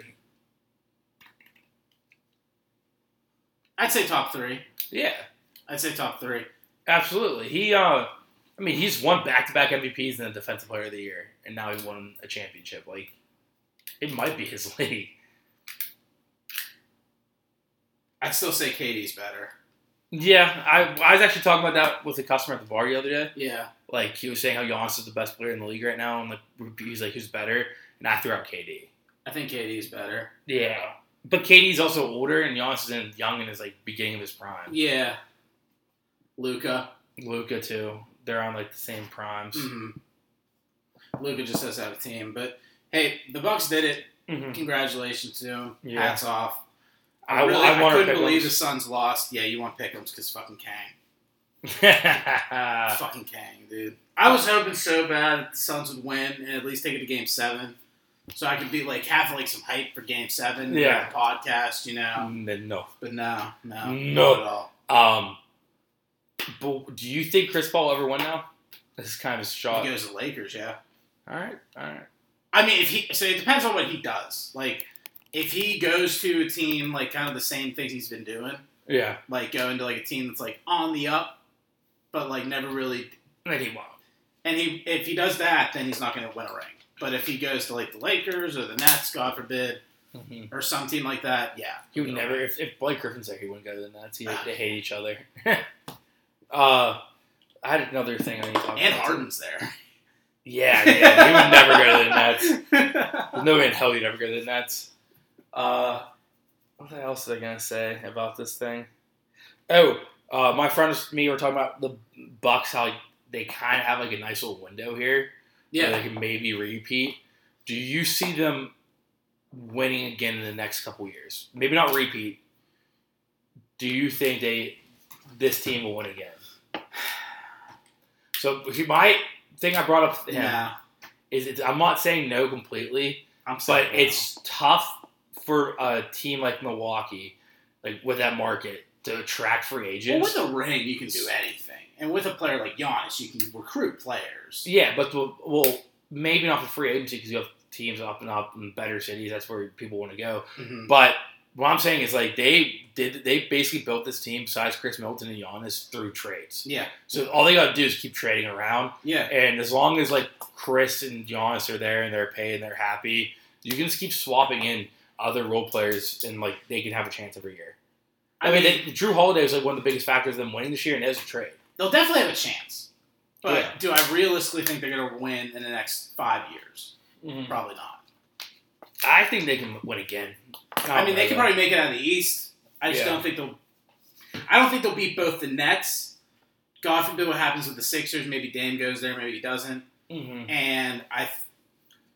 Speaker 1: I'd say top three.
Speaker 2: Yeah.
Speaker 1: I'd say top three.
Speaker 2: Absolutely. He. uh I mean, he's won back-to-back MVPs and a Defensive Player of the Year, and now he won a championship. Like, it might be his league.
Speaker 1: I'd still say Katie's better.
Speaker 2: Yeah, I, I was actually talking about that with a customer at the bar the other day.
Speaker 1: Yeah,
Speaker 2: Like he was saying how Giannis is the best player in the league right now, and like he's like who's better, and I threw out KD.
Speaker 1: I think Katie's better.
Speaker 2: Yeah, but KD's also older, and Giannis is in young and is like beginning of his prime.
Speaker 1: Yeah, Luca.
Speaker 2: Luca too. They're on like the same primes.
Speaker 1: Mhm. Luca Mm-hmm. just does have a team, but hey, the Bucks did it.
Speaker 2: Mhm.
Speaker 1: Congratulations to him.
Speaker 2: Yeah.
Speaker 1: Hats off.
Speaker 2: I,
Speaker 1: I, really, I,
Speaker 2: I want
Speaker 1: couldn't believe the Suns lost. Yeah, you want Pickums because fucking Kang.
Speaker 2: this.
Speaker 1: fucking Kang, dude. I was hoping so bad that the Suns would win and at least take it to Game Seven, so I could be like have like some hype for Game Seven. like,
Speaker 2: Yeah.
Speaker 1: the podcast, you know.
Speaker 2: no.
Speaker 1: But no, no,
Speaker 2: No.
Speaker 1: not at all.
Speaker 2: Um, but do you think Chris Paul ever won now? This is kind of a shot.
Speaker 1: He goes to the Lakers, yeah.
Speaker 2: All right, all right.
Speaker 1: I mean, if he so it depends on what he does. Like, if he goes to a team like kind of the same things he's been doing,
Speaker 2: Yeah,
Speaker 1: like going to like a team that's like on the up, but like never really.
Speaker 2: and he won.
Speaker 1: And he if he does that, then he's not going to win a ring. But if he goes to like the Lakers or the Nets, God forbid,
Speaker 2: Mhm.
Speaker 1: or some team like that, yeah.
Speaker 2: He would
Speaker 1: No.
Speaker 2: never. If, if Blake Griffin's there, he wouldn't go to the Nets. He, they hate each other. uh, I had another thing I need to talk
Speaker 1: And
Speaker 2: about.
Speaker 1: Harden's there.
Speaker 2: Yeah, yeah. He would never go to the Nets. There's no way in hell he'd ever go to the Nets. Uh, what else was I gonna say about this thing? Oh, uh, my friends, and me were talking about the Bucks. How they kind of have like a nice little window here. where
Speaker 1: yeah,
Speaker 2: they can maybe repeat. Do you see them winning again in the next couple years? Maybe not repeat. Do you think they this team will win again? So he- my thing I brought up to him
Speaker 1: yeah.
Speaker 2: is it's, I'm not saying no completely,
Speaker 1: I'm
Speaker 2: but
Speaker 1: sorry.
Speaker 2: it's tough for a team like Milwaukee, like with that market, to attract free
Speaker 1: well,
Speaker 2: agents.
Speaker 1: with a ring, you can do anything, and with a player like Giannis, you can recruit players.
Speaker 2: Yeah, but well, well maybe not for free agency because you have teams up and up in better cities. That's where people want to go.
Speaker 1: Mhm.
Speaker 2: But what I'm saying is like they did. They basically built this team besides Chris Milton and Giannis through trades.
Speaker 1: Yeah,
Speaker 2: So all they got to do is keep trading around,
Speaker 1: yeah,
Speaker 2: and as long as like Chris and Giannis are there and they're paid and they're happy, you can just keep swapping in other role players and like they can have a chance every year. I, mean, they, Drew Holiday was like one of the biggest factors of them winning this year, and it was a trade.
Speaker 1: they'll definitely have a chance. But
Speaker 2: Yeah.
Speaker 1: do I realistically think they're going to win in the next five years? Probably not.
Speaker 2: I think they can win again.
Speaker 1: I mean, they can
Speaker 2: probably.
Speaker 1: probably make it out of the East. I just
Speaker 2: Oh, Yeah.
Speaker 1: don't think they'll. I don't think they'll beat both the Nets. God forbid what happens with the Sixers. Maybe Dame goes there. Maybe he doesn't.
Speaker 2: Mm-hmm.
Speaker 1: And I,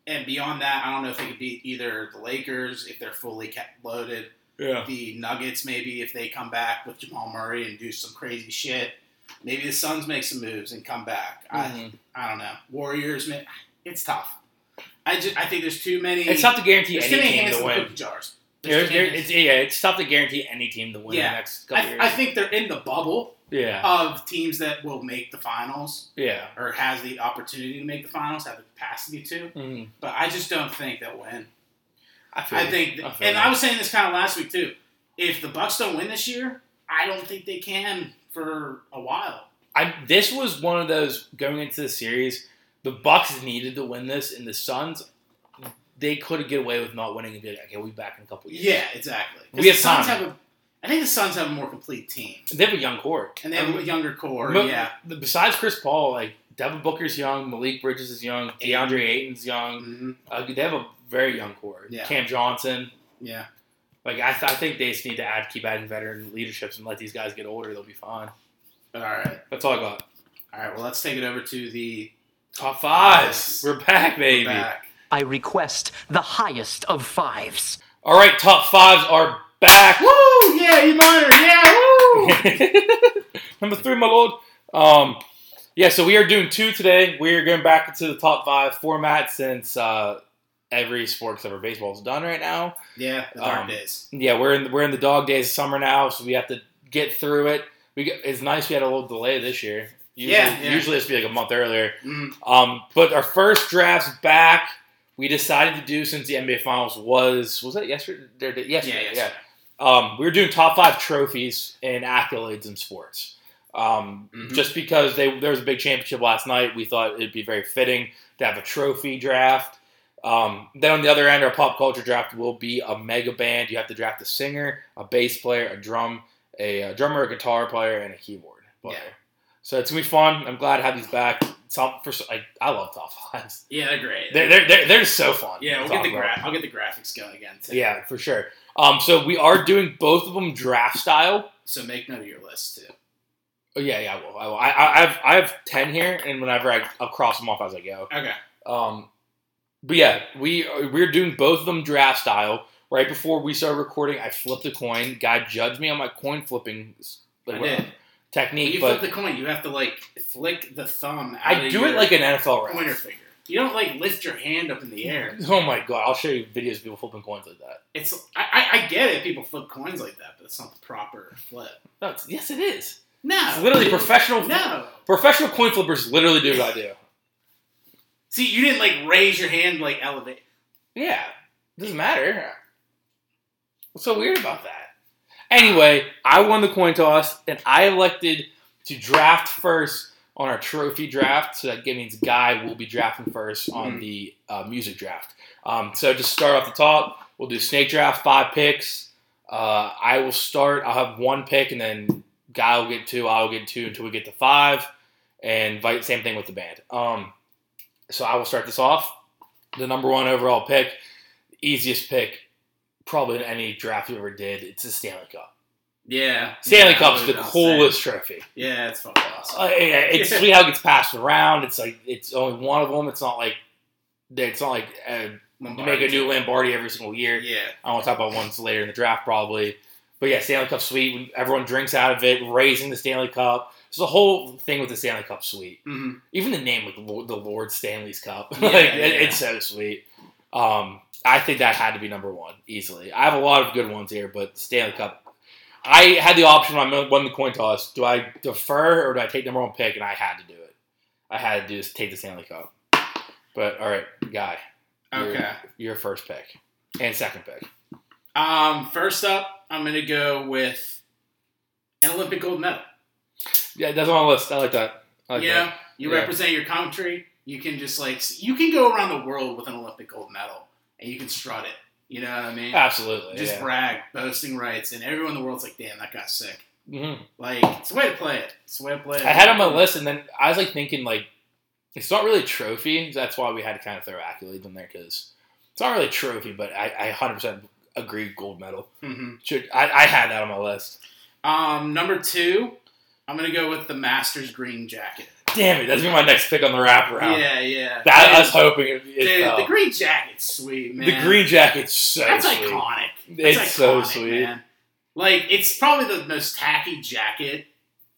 Speaker 1: and beyond that, I don't know if they could beat either the Lakers if they're fully kept loaded,
Speaker 2: Yeah.
Speaker 1: the Nuggets maybe if they come back with Jamal Murray and do some crazy shit. Maybe the Suns make some moves and come back.
Speaker 2: Mm-hmm.
Speaker 1: I, I don't know. Warriors, ma- it's tough. I just I think there's too many.
Speaker 2: It's tough to guarantee
Speaker 1: there's
Speaker 2: any
Speaker 1: too many
Speaker 2: team
Speaker 1: hands in
Speaker 2: to
Speaker 1: the
Speaker 2: win.
Speaker 1: cookie jars.
Speaker 2: There,
Speaker 1: There's too many
Speaker 2: there, it's, yeah, it's tough to guarantee any team to win
Speaker 1: Yeah.
Speaker 2: the next couple
Speaker 1: hands.
Speaker 2: years.
Speaker 1: I, I think they're in the bubble.
Speaker 2: Yeah.
Speaker 1: of teams that will make the finals
Speaker 2: Yeah.
Speaker 1: or has the opportunity to make the finals, have the capacity to.
Speaker 2: Mhm.
Speaker 1: But I just don't think they'll win.
Speaker 2: I,
Speaker 1: Mm-hmm.
Speaker 2: feel
Speaker 1: I
Speaker 2: you.
Speaker 1: think,
Speaker 2: I feel
Speaker 1: and
Speaker 2: that.
Speaker 1: I was saying this kind of last week too. If the Bucks don't win this year, I don't think they can for a while.
Speaker 2: I this was one of those going into the series. The Bucks needed to win this, and the Suns they could get away with not winning and be like, okay, we'll be back in a couple years.
Speaker 1: Yeah, exactly. 'Cause
Speaker 2: We have
Speaker 1: the Suns
Speaker 2: time.
Speaker 1: have a, I think the Suns have a more complete team,
Speaker 2: They have a young core,
Speaker 1: and they have a
Speaker 2: Um,
Speaker 1: younger core.
Speaker 2: Mo-
Speaker 1: yeah,
Speaker 2: Besides Chris Paul, like Devin Booker's young, Malik Bridges is young, DeAndre Ayton's young.
Speaker 1: Mhm.
Speaker 2: Uh, they have a very young core.
Speaker 1: Yeah.
Speaker 2: Cam Johnson.
Speaker 1: yeah.
Speaker 2: Like I, th- I think they just need to add keep adding veteran leaderships and let these guys get older. They'll be fine.
Speaker 1: All right,
Speaker 2: That's all I got.
Speaker 1: all right. Well, let's take it over to the
Speaker 2: Top fives. We're back, baby.
Speaker 1: back.
Speaker 3: I request the highest of fives.
Speaker 2: All right, top fives are back.
Speaker 1: Woo! Yeah, E minor. Yeah, woo!
Speaker 2: Number three, my lord. Um, yeah, so we are doing two today. We are going back into the top five format since uh, every sport except for baseball is done right now.
Speaker 1: yeah, the dark
Speaker 2: Um,
Speaker 1: days.
Speaker 2: Yeah, we're in we're in the dog days of summer now, so we have to get through it. We get, it's nice we had a little delay this year. Usually,
Speaker 1: Yeah, yeah.
Speaker 2: usually it's be like a month earlier.
Speaker 1: Mm,
Speaker 2: Um, but our first draft's back. We decided to do since the NBA Finals was was that yesterday? Yesterday,
Speaker 1: yeah, yeah,
Speaker 2: yesterday yeah.
Speaker 1: yeah.
Speaker 2: Um, we were doing top five trophies and accolades in sports. Um,
Speaker 1: Mhm.
Speaker 2: Just because they, there was a big championship last night, we thought it'd be very fitting to have a trophy draft. Um, then on the other end, our pop culture draft will be a mega band. You have to draft a singer, a bass player, a drum, a, uh drummer, a guitar player, and a keyboard player.
Speaker 1: Yeah.
Speaker 2: So it's gonna be fun. I'm glad to have these back. Top for I, I love top fives.
Speaker 1: Yeah, they're great.
Speaker 2: They're they're, they're, they're so fun.
Speaker 1: yeah,
Speaker 2: to
Speaker 1: we'll get
Speaker 2: talk
Speaker 1: the
Speaker 2: about.
Speaker 1: gra- I'll get the graphics going again. Too.
Speaker 2: Yeah, for sure. Um, so we are doing both of them draft style.
Speaker 1: So make note of your list too.
Speaker 2: Oh, yeah, yeah, I will. I will. I, I, I've, I have 10 here, and whenever I, I'll cross them off as I go.
Speaker 1: Okay.
Speaker 2: Um, but yeah, we, we're doing both of them draft style. Right before we started recording, I flipped a coin. Guy judged me on my coin flipping like,
Speaker 1: I did.
Speaker 2: technique,
Speaker 1: you
Speaker 2: but
Speaker 1: flip the coin, you have to like flick the thumb. Out
Speaker 2: I
Speaker 1: of
Speaker 2: do
Speaker 1: your
Speaker 2: it like an NFL ref.
Speaker 1: uh, pointer finger. You don't like lift your hand up in the air.
Speaker 2: Oh my god, I'll show you videos of people flipping coins like that.
Speaker 1: It's I, I, I get it. People flip coins like that, but it's not the proper flip.
Speaker 2: No, it's, yes, it is.
Speaker 1: No,
Speaker 2: It's literally professional.
Speaker 1: No.
Speaker 2: Professional coin flippers literally do what I do.
Speaker 1: See, you didn't like raise your hand like elevate.
Speaker 2: Yeah, doesn't matter. What's so weird about that? Anyway, I won the coin toss, and I elected to draft first on our trophy draft. So that means Guy will be drafting first on
Speaker 1: Mhm.
Speaker 2: the uh, music draft. Um, so just start off the top. We'll do snake draft, five picks. Uh, I will start. I'll have one pick, and then Guy will get two. I'll get two until we get to five, and vi- same thing with the band. Um, so I will start this off. The number one overall pick, easiest pick, probably in any draft you ever did. It's the Stanley Cup.
Speaker 1: Yeah,
Speaker 2: Stanley
Speaker 1: Yeah, I
Speaker 2: Cup's the
Speaker 1: would've done
Speaker 2: coolest trophy.
Speaker 1: same. Yeah, it's fucking awesome.
Speaker 2: Uh, yeah, it's sweet how it gets passed around. It's like it's only one of them. It's not like it's not like uh, you make a new Lombardi every single year.
Speaker 1: Yeah,
Speaker 2: I want to talk about ones later in the draft probably. But yeah, Stanley Cup suite. Everyone drinks out of it, raising the Stanley Cup. It's the whole thing with the Stanley Cup suite.
Speaker 1: hmm
Speaker 2: Even the name, like Lord- the Lord Stanley's Cup,
Speaker 1: Yeah,
Speaker 2: like it- it's so sweet. Um, I think that had to be number one easily. I have a lot of good ones here, but Stanley Cup. I had the option when I won the coin toss. Do I defer or do I take number one pick? And I had to do it. I had to do is take the Stanley Cup. But all right, guy, You're-
Speaker 1: okay.
Speaker 2: your first pick and second pick.
Speaker 1: Um, first up, I'm gonna go with an Olympic gold medal.
Speaker 2: Yeah, that's on my list. I like that. I like
Speaker 1: you know, you
Speaker 2: Yeah.
Speaker 1: represent your country. You can just like s- you can go around the world with an Olympic gold medal, and you can strut it. You know what I mean?
Speaker 2: that. Absolutely.
Speaker 1: just
Speaker 2: Ah, yeah.
Speaker 1: brag, boasting rights, and everyone in the world's like, "Damn, that guy's sick."
Speaker 2: Mhm.
Speaker 1: Like it's a way to play it. It's a way to play it.
Speaker 2: I had it on my list, and then I was like thinking, like, it's not really a trophy. That's why we had to kind of throw accolades in there because it's not really a trophy, but I, I 100% agree gold medal.
Speaker 1: Mhm.
Speaker 2: Should I, I had that on my list.
Speaker 1: Um, number two, I'm gonna go with the Masters green jacket.
Speaker 2: Damn it, that's gonna be my next pick on the wraparound.
Speaker 1: Yeah, yeah.
Speaker 2: That, I
Speaker 1: Dude,
Speaker 2: was hoping it, it
Speaker 1: dude,
Speaker 2: fell.
Speaker 1: the green jacket's sweet,
Speaker 2: The
Speaker 1: man.
Speaker 2: green jacket's so
Speaker 1: That's
Speaker 2: sweet.
Speaker 1: iconic. That's
Speaker 2: It's so
Speaker 1: iconic,
Speaker 2: sweet.
Speaker 1: Man. Like it's probably the most tacky jacket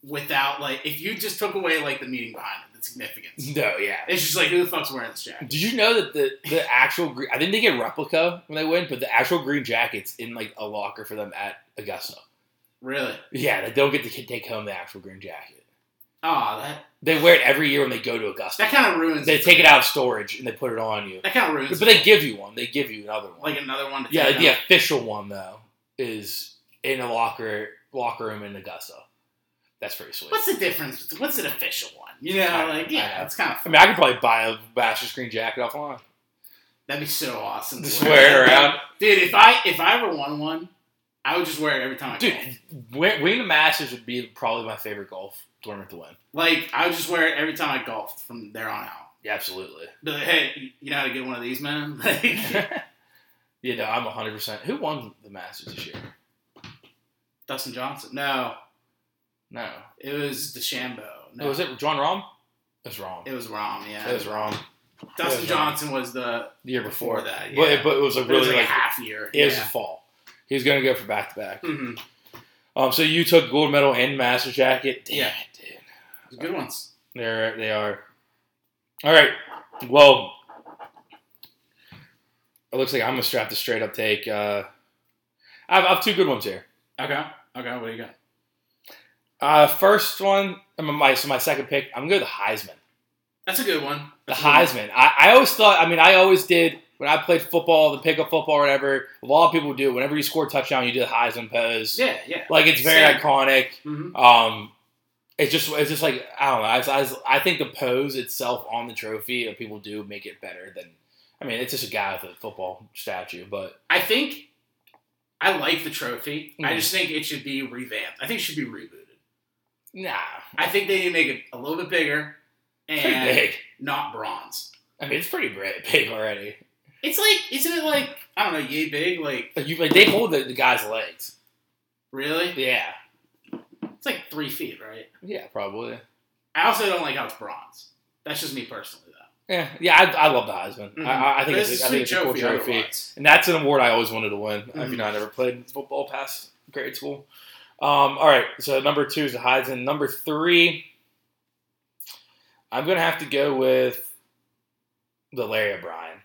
Speaker 1: without like if you just took away like the meaning behind it, the significance.
Speaker 2: No, yeah.
Speaker 1: It's just like who the fuck's wearing this jacket?
Speaker 2: Did you know that the, the actual green, I think they get replica when they win, but the actual green jackets in like a locker for them at Augusta.
Speaker 1: Really?
Speaker 2: Yeah, they don't get to take home the actual green jacket.
Speaker 1: Oh, that
Speaker 2: They wear it every year when they go to Augusta.
Speaker 1: that kind of ruins.
Speaker 2: They take it out of storage and they put it on you.
Speaker 1: That kind of ruins.
Speaker 2: But they give you one. They give you another one.
Speaker 1: like another one. To
Speaker 2: yeah,
Speaker 1: take
Speaker 2: the
Speaker 1: out.
Speaker 2: official one though is in a locker locker room in Augusta. That's pretty sweet.
Speaker 1: What's the difference? bet- What's an official one? You know,
Speaker 2: I-
Speaker 1: like
Speaker 2: I
Speaker 1: yeah,
Speaker 2: know.
Speaker 1: it's kind of.
Speaker 2: I mean, I could probably buy a Masters green jacket offline.
Speaker 1: That'd be so awesome. to
Speaker 2: Just
Speaker 1: wear.
Speaker 2: wear it around.
Speaker 1: dude. If I if I ever won one, I would just wear it every time I
Speaker 2: Dude,
Speaker 1: golf.
Speaker 2: win- winning the Masters would be probably my favorite golf tournament to win.
Speaker 1: Like I would just wear it every time I golfed from there on out.
Speaker 2: Yeah, absolutely.
Speaker 1: Be like, hey, you know how to get one of these, man? Like,
Speaker 2: yeah, no, I'm 100%. Who won the Masters this year?
Speaker 1: Dustin Johnson. No,
Speaker 2: No.
Speaker 1: it was DeChambeau. No,
Speaker 2: no. Oh, Was it John Rahm? It was Rahm.
Speaker 1: It was Rom. Yeah,
Speaker 2: It was Rahm.
Speaker 1: Dustin
Speaker 2: was Rahm.
Speaker 1: Johnson was the
Speaker 2: The year before.
Speaker 1: before that. Yeah.
Speaker 2: But, it, but it was a
Speaker 1: But it was
Speaker 2: really,
Speaker 1: like
Speaker 2: like,
Speaker 1: a half year.
Speaker 2: it was a
Speaker 1: yeah.
Speaker 2: fall. He was going to go for back to back.
Speaker 1: Mhm.
Speaker 2: Um, So you took gold medal and Masters jacket. Damn
Speaker 1: Yeah.
Speaker 2: it, dude.
Speaker 1: It was good ones.
Speaker 2: They're, they are. All right. Well, it looks like I'm going to strap the straight up take. Uh, I, have, I have two good ones here.
Speaker 1: Okay. Okay. What do you got?
Speaker 2: Uh, first one, I mean, my, so my second pick, I'm going to go the Heisman.
Speaker 1: That's a good one.
Speaker 2: The
Speaker 1: That's a good one.
Speaker 2: Heisman. I, I always thought, I mean, I always did when I played football, the pickup football, or whatever. A lot of people do. Whenever you score a touchdown, you do the Heisman pose.
Speaker 1: Yeah. Yeah.
Speaker 2: Like, it's very
Speaker 1: Same.
Speaker 2: iconic.
Speaker 1: hmm
Speaker 2: Um, it's just it's just like I don't know. I, I, I think the pose itself on the trophy uh, people do make it better than. I mean, it's just a guy with a football statue, but
Speaker 1: I think I like the trophy. I
Speaker 2: Mhm.
Speaker 1: just think it should be revamped. I think it should be rebooted.
Speaker 2: nah,
Speaker 1: I think they need to make it a little bit bigger
Speaker 2: pretty
Speaker 1: and
Speaker 2: big.
Speaker 1: not bronze.
Speaker 2: I mean, it's pretty big, big already.
Speaker 1: It's like, isn't it like I don't know, yay big? Like
Speaker 2: Like you, like they hold the, the guy's legs.
Speaker 1: really?
Speaker 2: Yeah,
Speaker 1: It's like three feet, right?
Speaker 2: yeah, probably.
Speaker 1: I also don't like how it's bronze. That's just me personally, though.
Speaker 2: Yeah, yeah. I, I love the Heisman.
Speaker 1: Mhm.
Speaker 2: I- I, I think
Speaker 1: But
Speaker 2: Mm-hmm. it's, I think it's a cool trophy.
Speaker 1: otherwise.
Speaker 2: And that's an award I always wanted to win. If you
Speaker 1: Mhm.
Speaker 2: know, I never played football past grade school. Um, all right, so number two is the Heisman. Number three, I'm going to have to go with the Larry O'Brien.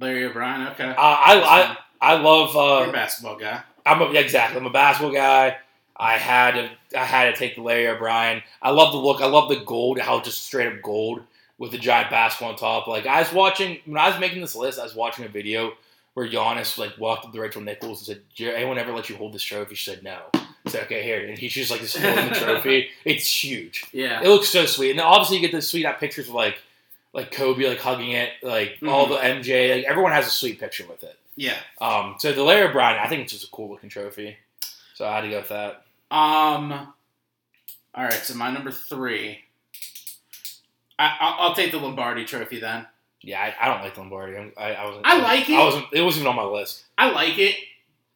Speaker 1: Larry O'Brien. Okay.
Speaker 2: I I, I, I love.
Speaker 1: You're a
Speaker 2: Uh,
Speaker 1: basketball guy.
Speaker 2: I'm a, yeah, exactly. I'm a basketball guy. I had to I had to take the Larry O'Brien. I love the look. I love the gold. How it's just straight up gold with the giant basketball on top. Like I was watching when I was making this list, I was watching a video where Giannis like walked up to Rachel Nichols and said, "Did anyone ever let you hold this trophy?" She said, "No." I said, "Okay, here." And he's just like just holding the trophy. It's huge.
Speaker 1: Yeah.
Speaker 2: It looks so sweet. And then obviously you get those sweet out pictures of like like Kobe like hugging it, like all the MJ. Like everyone has a sweet picture with it.
Speaker 1: yeah.
Speaker 2: Um, so the Larry O'Brien, I think it's just a cool looking trophy. So I had to go with that.
Speaker 1: Um. All right. So my number three. I, I'll, I'll take the Lombardi Trophy then.
Speaker 2: Yeah, I, I don't like Lombardi. I'm, I, I wasn't.
Speaker 1: I like it.
Speaker 2: I wasn't. It wasn't even on my list.
Speaker 1: I like it,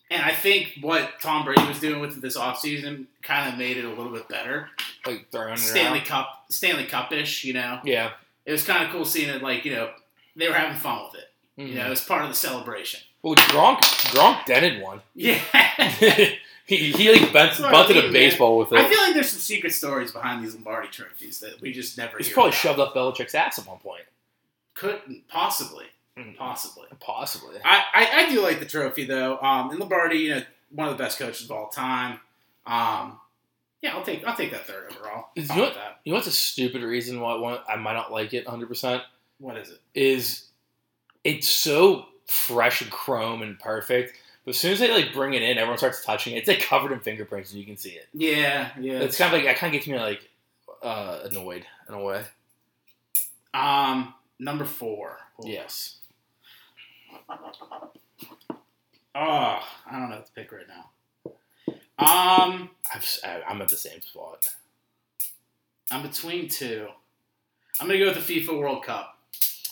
Speaker 1: and I think what Tom Brady was doing with it this offseason kind of made it a little bit better.
Speaker 2: Like throwing it
Speaker 1: Stanley
Speaker 2: around.
Speaker 1: Cup, Stanley Cupish. You know,
Speaker 2: Yeah.
Speaker 1: it was kind of cool seeing it. Like you know, they were having fun with it.
Speaker 2: Mhm.
Speaker 1: You know, it was part of the celebration.
Speaker 2: Well, Gronk. Gronk dented one.
Speaker 1: Yeah.
Speaker 2: he he like bent,
Speaker 1: That's what I
Speaker 2: bunted
Speaker 1: mean,
Speaker 2: a
Speaker 1: man.
Speaker 2: baseball with
Speaker 1: I
Speaker 2: it.
Speaker 1: feel like there's some secret stories behind these Lombardi trophies that we just never.
Speaker 2: He's
Speaker 1: hear
Speaker 2: probably
Speaker 1: about.
Speaker 2: shoved up Belichick's ass at one point.
Speaker 1: Couldn't possibly,
Speaker 2: Mm.
Speaker 1: possibly.
Speaker 2: Possibly.
Speaker 1: I, I, I do like the trophy though. Um, and Lombardi, you know, one of the best coaches of all time. Um, yeah, I'll take I'll take that third overall.
Speaker 2: Is
Speaker 1: Fine
Speaker 2: you-
Speaker 1: with that.
Speaker 2: You know what's a stupid reason why one, I might not like it 100 percent
Speaker 1: What is it?
Speaker 2: is it's so fresh and chrome and perfect. But as soon as they like bring it in, everyone starts touching it. It's like covered in fingerprints, and you can see it.
Speaker 1: Yeah, yeah.
Speaker 2: It's kind of like that kind of gets me like uh, annoyed in a way.
Speaker 1: um number four.
Speaker 2: Yes.
Speaker 1: Oh, I don't know what to pick right now. Um,
Speaker 2: I've, s- I- I'm at the same spot.
Speaker 1: I'm between two. I'm gonna go with the FIFA World Cup,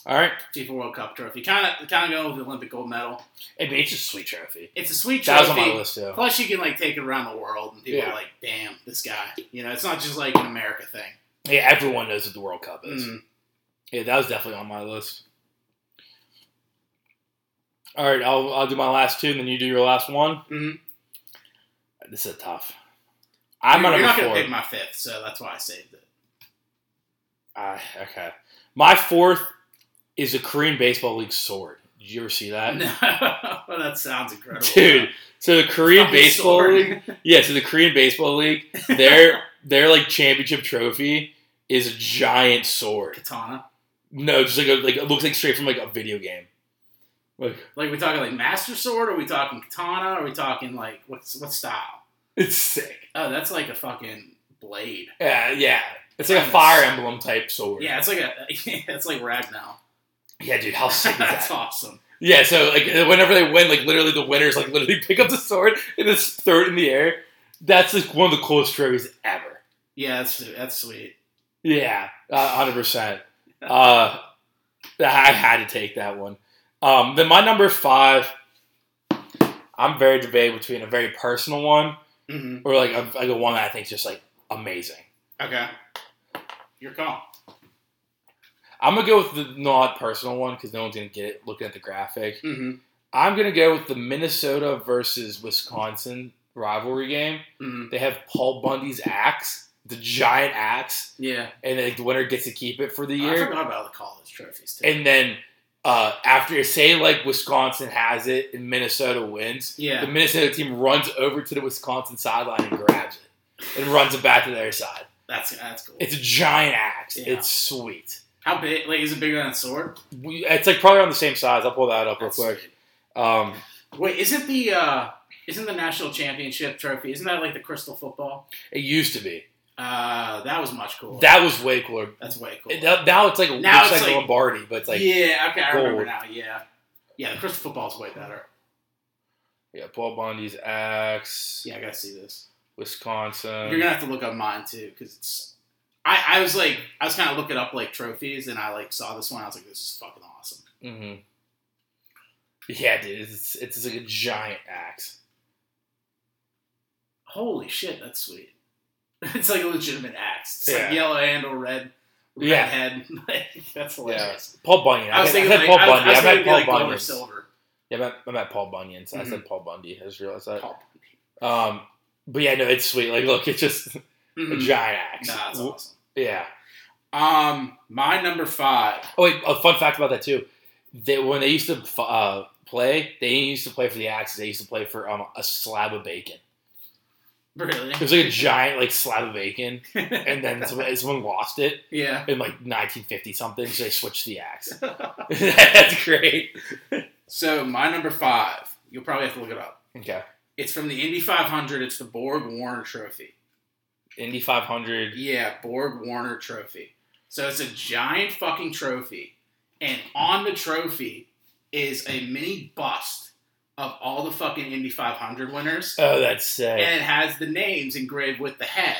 Speaker 2: All right.
Speaker 1: FIFA World Cup trophy. Kind of kind of going with the Olympic gold medal.
Speaker 2: I mean, it's just a sweet trophy.
Speaker 1: It's a sweet
Speaker 2: That
Speaker 1: trophy.
Speaker 2: was on my list too.
Speaker 1: Plus, you can like take it around the world, and people
Speaker 2: Yeah.
Speaker 1: are like, "Damn, this guy!" You know, it's not just like an America thing.
Speaker 2: Yeah, everyone knows what the World Cup is.
Speaker 1: Mm.
Speaker 2: Yeah, that was definitely on my list. All right, I'll, I'll do my last two, and then you do your last one.
Speaker 1: Mhm.
Speaker 2: This is tough. I'm
Speaker 1: You're,
Speaker 2: on
Speaker 1: you're
Speaker 2: number
Speaker 1: not
Speaker 2: four.
Speaker 1: gonna pick my fifth, so that's why I saved it.
Speaker 2: Ah, okay. My fourth is the Korean Baseball League sword. Did you ever see that?
Speaker 1: No, that sounds incredible,
Speaker 2: Dude, so the Korean
Speaker 1: Fucking
Speaker 2: baseball
Speaker 1: soaring.
Speaker 2: league, yeah, so the Korean baseball league, their their like championship trophy is a giant sword.
Speaker 1: katana.
Speaker 2: No, just like a, like it looks like straight from like a video game. Like
Speaker 1: Like, we talking like master sword? Are we talking katana? Are we talking like what's what style?
Speaker 2: it's sick.
Speaker 1: Oh, that's like a fucking blade.
Speaker 2: Yeah, Uh, yeah. It's like a fire emblem type sword.
Speaker 1: Yeah, it's like a it's like Ragnar.
Speaker 2: yeah, dude, how sick is that?
Speaker 1: That's awesome.
Speaker 2: Yeah, so like whenever they win, like literally the winners like literally pick up the sword and just throw it in the air. That's like one of the coolest trophies ever.
Speaker 1: Yeah, that's that's sweet.
Speaker 2: Yeah, hundred percent. Uh, I had to take that one. Um, then my number five. I'm very debating between a very personal one
Speaker 1: Mhm.
Speaker 2: or like a, like a one that I think is just like amazing.
Speaker 1: Okay, your call.
Speaker 2: I'm gonna go with the not personal one because no one's gonna get it looking at the graphic.
Speaker 1: Mm-hmm.
Speaker 2: I'm gonna go with the Minnesota versus Wisconsin rivalry game.
Speaker 1: hmm
Speaker 2: They have Paul Bundy's axe, the giant axe,
Speaker 1: Yeah,
Speaker 2: and like the winner gets to keep it for the
Speaker 1: I
Speaker 2: year.
Speaker 1: forgot about the college trophies too.
Speaker 2: And then uh, after say like Wisconsin has it and Minnesota wins,
Speaker 1: yeah,
Speaker 2: the Minnesota team runs over to the Wisconsin sideline and grabs it and runs it back to their side.
Speaker 1: that's that's cool.
Speaker 2: It's a giant axe.
Speaker 1: Yeah.
Speaker 2: It's sweet.
Speaker 1: How big? Like, is it bigger than a sword?
Speaker 2: We, it's like probably on the same size. I'll pull that up real
Speaker 1: That's
Speaker 2: quick. Um,
Speaker 1: Wait, isn't the uh, isn't the national championship trophy? Isn't that like the crystal football?
Speaker 2: it used to be.
Speaker 1: Uh, that was much cooler.
Speaker 2: That was way cooler.
Speaker 1: that's way cool.
Speaker 2: It- Now now it's like
Speaker 1: Now
Speaker 2: looks
Speaker 1: it's
Speaker 2: like
Speaker 1: like-
Speaker 2: Lombardi, but it's like
Speaker 1: yeah, okay, I remember
Speaker 2: gold.
Speaker 1: now. Yeah, yeah, the crystal football's way better.
Speaker 2: yeah, Paul Bundy's axe.
Speaker 1: Yeah, I gotta see this.
Speaker 2: Wisconsin.
Speaker 1: You're gonna have to look up mine too, because it's. I, I was like, I was kind of looking up like trophies, and I like saw this one. I was like, this is fucking awesome.
Speaker 2: hmm Yeah, dude, it's it's like a giant axe.
Speaker 1: Holy shit, that's sweet. It's like a legitimate axe. It's
Speaker 2: Yeah.
Speaker 1: like yellow handle, red, red
Speaker 2: Yeah.
Speaker 1: head. Like, that's hilarious.
Speaker 2: Paul Bunyan.
Speaker 1: I was thinking
Speaker 2: I
Speaker 1: like,
Speaker 2: said Paul
Speaker 1: I was, I
Speaker 2: Bunyan.
Speaker 1: was
Speaker 2: I meant
Speaker 1: thinking
Speaker 2: Paul
Speaker 1: like gold or
Speaker 2: Bunyan.
Speaker 1: silver.
Speaker 2: Yeah, I meant, I meant Paul Bunyan. So I
Speaker 1: Mhm.
Speaker 2: said Paul Bundy. I just realized that.
Speaker 1: Paul
Speaker 2: Um, but yeah, no, it's sweet. Like, look, it's just a
Speaker 1: Mhm.
Speaker 2: giant axe.
Speaker 1: Nah, that's
Speaker 2: W-
Speaker 1: awesome.
Speaker 2: Yeah.
Speaker 1: Um, my number five.
Speaker 2: Oh wait, a fun fact about that too. They when they used to f- uh, play, they didn't used to play for the axe. They used to play for um, a slab of bacon.
Speaker 1: Really?
Speaker 2: It was like a giant like slab of bacon, and then someone, someone lost it.
Speaker 1: yeah.
Speaker 2: in like 1950 something, so they switched the axe. That's great.
Speaker 1: So my number five. You'll probably have to look it up.
Speaker 2: Okay.
Speaker 1: It's from the Indy 500. It's the Borg Warner Trophy.
Speaker 2: Indy 500.
Speaker 1: Yeah, Borg Warner trophy. So it's a giant fucking trophy, and on the trophy is a mini bust of all the fucking Indy 500 winners,
Speaker 2: Oh, that's sick.
Speaker 1: and it has the names engraved with the head.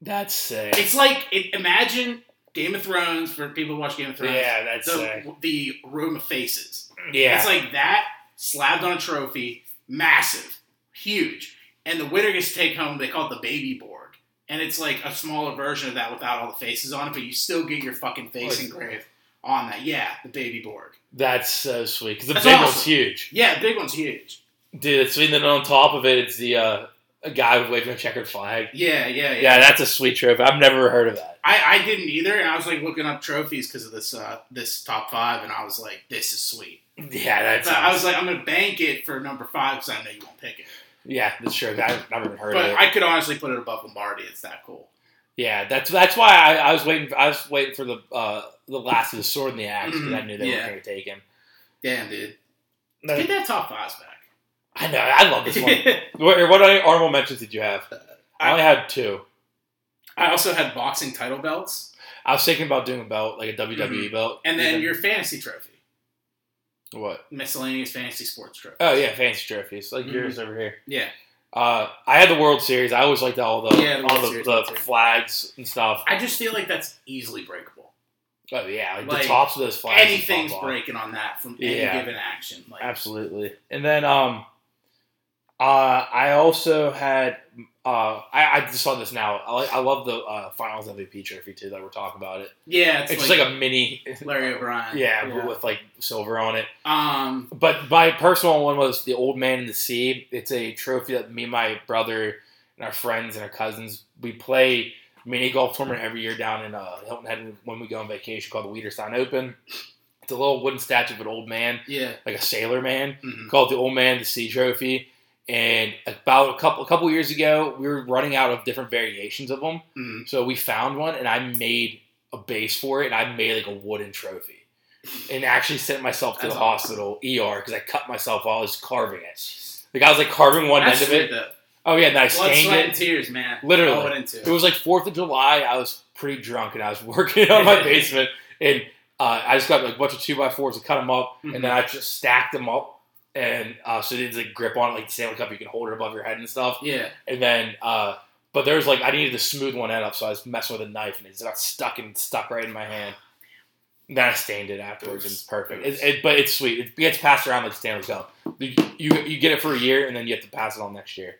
Speaker 2: that's sick.
Speaker 1: It's like it, imagine Game of Thrones for people who watch Game of Thrones.
Speaker 2: Yeah, that's sick.
Speaker 1: the, the room of faces.
Speaker 2: Yeah.
Speaker 1: It's like that slabbed on a trophy, massive, huge. And the winner gets to take home, they call it the baby board. And it's like a smaller version of that without all the faces on it, but you still get your fucking face
Speaker 2: Like-
Speaker 1: engraved on that. Yeah, the baby board.
Speaker 2: that's so sweet. Because the
Speaker 1: That's
Speaker 2: big one's
Speaker 1: awesome.
Speaker 2: huge.
Speaker 1: Yeah, the big one's huge.
Speaker 2: Dude, it's sweet. And then on top of it, it's the uh, a guy waving a checkered flag.
Speaker 1: Yeah, yeah, yeah.
Speaker 2: Yeah, that's a sweet trophy. I've never heard of that.
Speaker 1: I, I didn't either, and I was like looking up trophies because of this uh, this top five, and I was like, this is sweet.
Speaker 2: Yeah, that's.
Speaker 1: So I was like, I'm gonna bank it for number five because I know you won't pick it.
Speaker 2: yeah, that's true. I've never even heard
Speaker 1: But
Speaker 2: of it.
Speaker 1: I could honestly put it above Lombardi. It's that cool.
Speaker 2: yeah, that's that's why I, I was waiting. I was waiting for the uh, the last of the sword in the axe because I knew they
Speaker 1: Yeah.
Speaker 2: were going to take him.
Speaker 1: Damn, dude,
Speaker 2: No,
Speaker 1: get that top five back.
Speaker 2: I know. I love this one. What, what other honorable mentions did you have? I only had two.
Speaker 1: I also had boxing title belts,
Speaker 2: I was thinking about doing a belt, like a WWE belt.
Speaker 1: Mm-hmm. and then
Speaker 2: Even-
Speaker 1: your fantasy trophy,
Speaker 2: what?
Speaker 1: miscellaneous fantasy sports trophy.
Speaker 2: Oh yeah, fancy trophies like
Speaker 1: Mhm.
Speaker 2: yours over here.
Speaker 1: yeah,
Speaker 2: Uh, I had the World Series. I always liked all the
Speaker 1: Yeah, the
Speaker 2: all
Speaker 1: World
Speaker 2: the,
Speaker 1: Series,
Speaker 2: the
Speaker 1: me too.
Speaker 2: flags and stuff.
Speaker 1: I just feel like that's easily breakable.
Speaker 2: Oh yeah, like,
Speaker 1: Like,
Speaker 2: the tops of those flags. and
Speaker 1: Anything's
Speaker 2: pop off.
Speaker 1: breaking on that from
Speaker 2: Yeah.
Speaker 1: any given action. Like,
Speaker 2: Absolutely. And then um, uh, I also had uh, I, I just saw this now. I, like, I love the uh, Finals MVP trophy too that we're talking about it.
Speaker 1: yeah,
Speaker 2: It's,
Speaker 1: it's,
Speaker 2: just
Speaker 1: like,
Speaker 2: like a mini,
Speaker 1: Larry O'Brien.
Speaker 2: yeah, with like silver on it.
Speaker 1: Um,
Speaker 2: But my personal one was the old man in the sea. It's a trophy that me, and my brother, and our friends and our cousins we play mini golf tournament every year down in uh, Hilton Head when we go on vacation called the Weederstein Open. It's a little wooden statue of an old man,
Speaker 1: Yeah.
Speaker 2: like a sailor man,
Speaker 1: Mhm.
Speaker 2: called the Old Man the Sea Trophy. And about a couple a couple years ago, we were running out of different variations of them,
Speaker 1: Mhm.
Speaker 2: so we found one, and I made a base for it, and I made like a wooden trophy, and actually sent myself to
Speaker 1: That's
Speaker 2: the hospital ER because I cut myself while I was carving it. Like I was like carving one
Speaker 1: That's
Speaker 2: end of it.
Speaker 1: sweet, though.
Speaker 2: Oh yeah, and I
Speaker 1: Blood,
Speaker 2: stained
Speaker 1: sweat, and
Speaker 2: it.
Speaker 1: tears, man.
Speaker 2: Literally.
Speaker 1: I went into
Speaker 2: It was like Fourth of July. I was pretty drunk and I was working on my basement, and uh, I just got like a bunch of two by fours to cut them up, and then I just stacked them up, and uh, so it's like grip on it, like the Stanley Cup. You can hold it above your head and stuff,
Speaker 1: Yeah.
Speaker 2: and then. Uh, but there was like I needed to smooth one end up, so I was messing with a knife and it just got stuck and stuck right in my hand. And then I stained it afterwards, and it's perfect. It, it, but it's sweet. It gets passed around like Stanley Cup. You, you you get it for a year, and then you have to pass it on next year.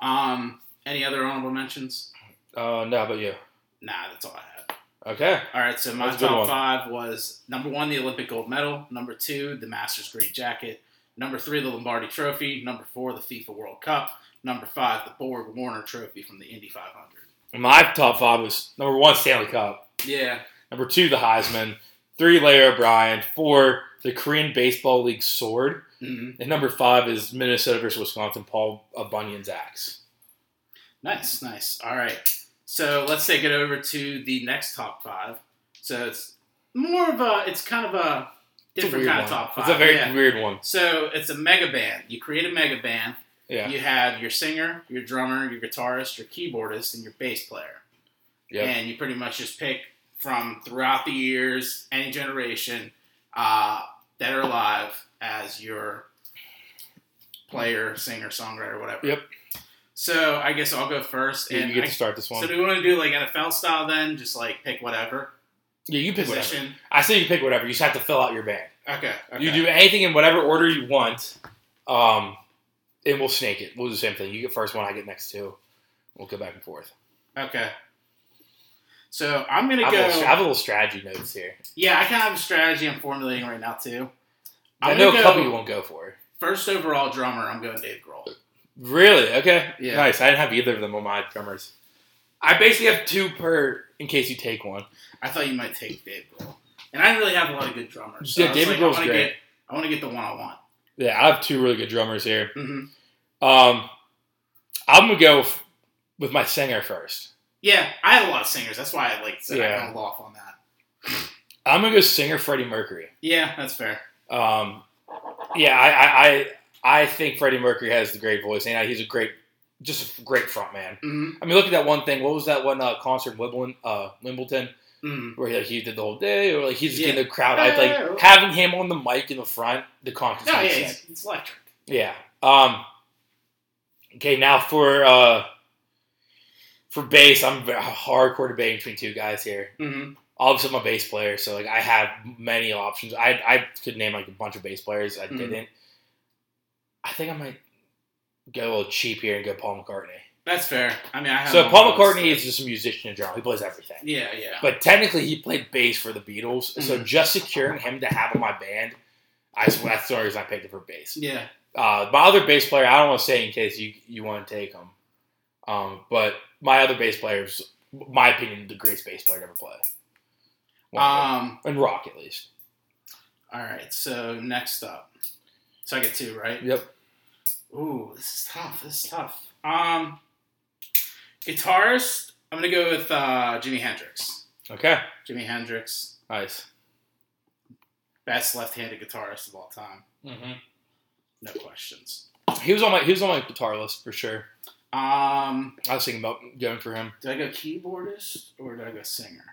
Speaker 1: Um. Any other honorable mentions?
Speaker 2: Uh, no, how about you?
Speaker 1: Nah, that's all I have.
Speaker 2: Okay.
Speaker 1: All right, so my
Speaker 2: That's a good
Speaker 1: top
Speaker 2: one.
Speaker 1: five was number one, the Olympic gold medal. Number two, the Masters green jacket. Number three, the Lombardi Trophy. Number four, the FIFA World Cup. Number five, the Borg Warner Trophy from the Indy 500.
Speaker 2: My top five was number one Stanley Cup,
Speaker 1: Yeah,
Speaker 2: number two the Heisman, three Larry O'Brien, four the Korean Baseball League sword,
Speaker 1: hmm
Speaker 2: and number five is Minnesota versus Wisconsin Paul uh, Bunyan's axe.
Speaker 1: nice, nice. All right, so let's take it over to the next top five. So it's more of a, it's kind of a
Speaker 2: It's a
Speaker 1: different
Speaker 2: weird
Speaker 1: kind of
Speaker 2: one.
Speaker 1: top five.
Speaker 2: It's a very
Speaker 1: yeah.
Speaker 2: weird one.
Speaker 1: So it's a mega band. You create a mega band.
Speaker 2: Yeah.
Speaker 1: You have your singer, your drummer, your guitarist, your keyboardist, and your bass player.
Speaker 2: Yep.
Speaker 1: And you pretty much just pick from throughout the years, any generation uh, that are alive as your player, singer, songwriter, whatever.
Speaker 2: Yep.
Speaker 1: So I guess I'll go first.
Speaker 2: Yeah,
Speaker 1: And
Speaker 2: you get
Speaker 1: I-
Speaker 2: to start this
Speaker 1: so
Speaker 2: one.
Speaker 1: do we want to do like NFL style then? Just like pick whatever
Speaker 2: yeah, you pick whatever.
Speaker 1: position.
Speaker 2: I say you pick whatever. You just have to fill out your band.
Speaker 1: Okay, okay.
Speaker 2: You do anything in whatever order you want, um, and we'll snake it. We'll do the same thing. You get first one, I get next two. We'll go back and forth.
Speaker 1: Okay. So I'm gonna
Speaker 2: I have, a
Speaker 1: go.
Speaker 2: little, I have a little strategy notes here.
Speaker 1: Yeah, I kind of have a strategy I'm formulating right now too.
Speaker 2: i
Speaker 1: I'm
Speaker 2: know
Speaker 1: gonna
Speaker 2: a couple
Speaker 1: go-
Speaker 2: you won't go for.
Speaker 1: First overall drummer, I'm going Dave Grohl.
Speaker 2: Really? Okay.
Speaker 1: Yeah.
Speaker 2: Nice. I didn't have either of them on my drummers. I basically have two per in case you take one.
Speaker 1: I thought you might take Dave Grohl, and I didn't really have a lot of good drummers. So
Speaker 2: Yeah,
Speaker 1: I was
Speaker 2: David
Speaker 1: like,
Speaker 2: Grohl's
Speaker 1: I wanna
Speaker 2: great.
Speaker 1: Get, I want to get the one I want.
Speaker 2: Yeah, I have two really good drummers here.
Speaker 1: Mhm.
Speaker 2: Um, I'm gonna go f- with my singer first.
Speaker 1: Yeah, I have a lot of singers. That's why I like said I
Speaker 2: Yeah.
Speaker 1: kind of off on that.
Speaker 2: I'm gonna go singer Freddie Mercury.
Speaker 1: Yeah, that's fair.
Speaker 2: Um, yeah, I, I I I think Freddie Mercury has the great voice, and uh, he's a great, just a great front man.
Speaker 1: hmm
Speaker 2: I mean, look at that one thing. What was that one uh, concert in Wimbledon, uh, Wimbledon
Speaker 1: hmm
Speaker 2: where like, he did the whole day, or like he's just
Speaker 1: Yeah.
Speaker 2: getting the crowd hyped. Like having him on the mic in the front, the concert.
Speaker 1: No, yeah, it's, it's electric.
Speaker 2: Yeah. Um. Okay, now for uh, for bass, I'm v- hardcore debating between two guys here.
Speaker 1: hmm
Speaker 2: Obviously, I'm a bass player, so like I have many options. I I could name like a bunch of bass players. I
Speaker 1: Mhm.
Speaker 2: didn't. I think I might go a little cheap here and go Paul McCartney.
Speaker 1: That's fair. I mean, I have
Speaker 2: So
Speaker 1: a
Speaker 2: Paul
Speaker 1: lot of
Speaker 2: McCartney is just a musician in general. He plays everything.
Speaker 1: Yeah, yeah. Hmm.
Speaker 2: But technically, he played bass for the Beatles. So just securing him to have on my band, I swear that's the only reason I picked him for bass.
Speaker 1: Yeah,
Speaker 2: Uh, my other bass player, I don't want to say in case you you want to take him, um, but my other bass player is, my opinion, the greatest bass player to ever play. One of
Speaker 1: um,
Speaker 2: them. in rock, at least.
Speaker 1: all right. So next up, so I get two, right?
Speaker 2: Yep.
Speaker 1: Ooh, this is tough. This is tough. Um, guitarist, I'm gonna go with uh, Jimi Hendrix.
Speaker 2: Okay.
Speaker 1: Jimi Hendrix,
Speaker 2: Nice.
Speaker 1: best left-handed guitarist of all time,
Speaker 2: Mm-hmm.
Speaker 1: no questions.
Speaker 2: He was on my he was on my guitar list for sure.
Speaker 1: Um,
Speaker 2: I was thinking about going for him.
Speaker 1: do I go keyboardist or do I go singer?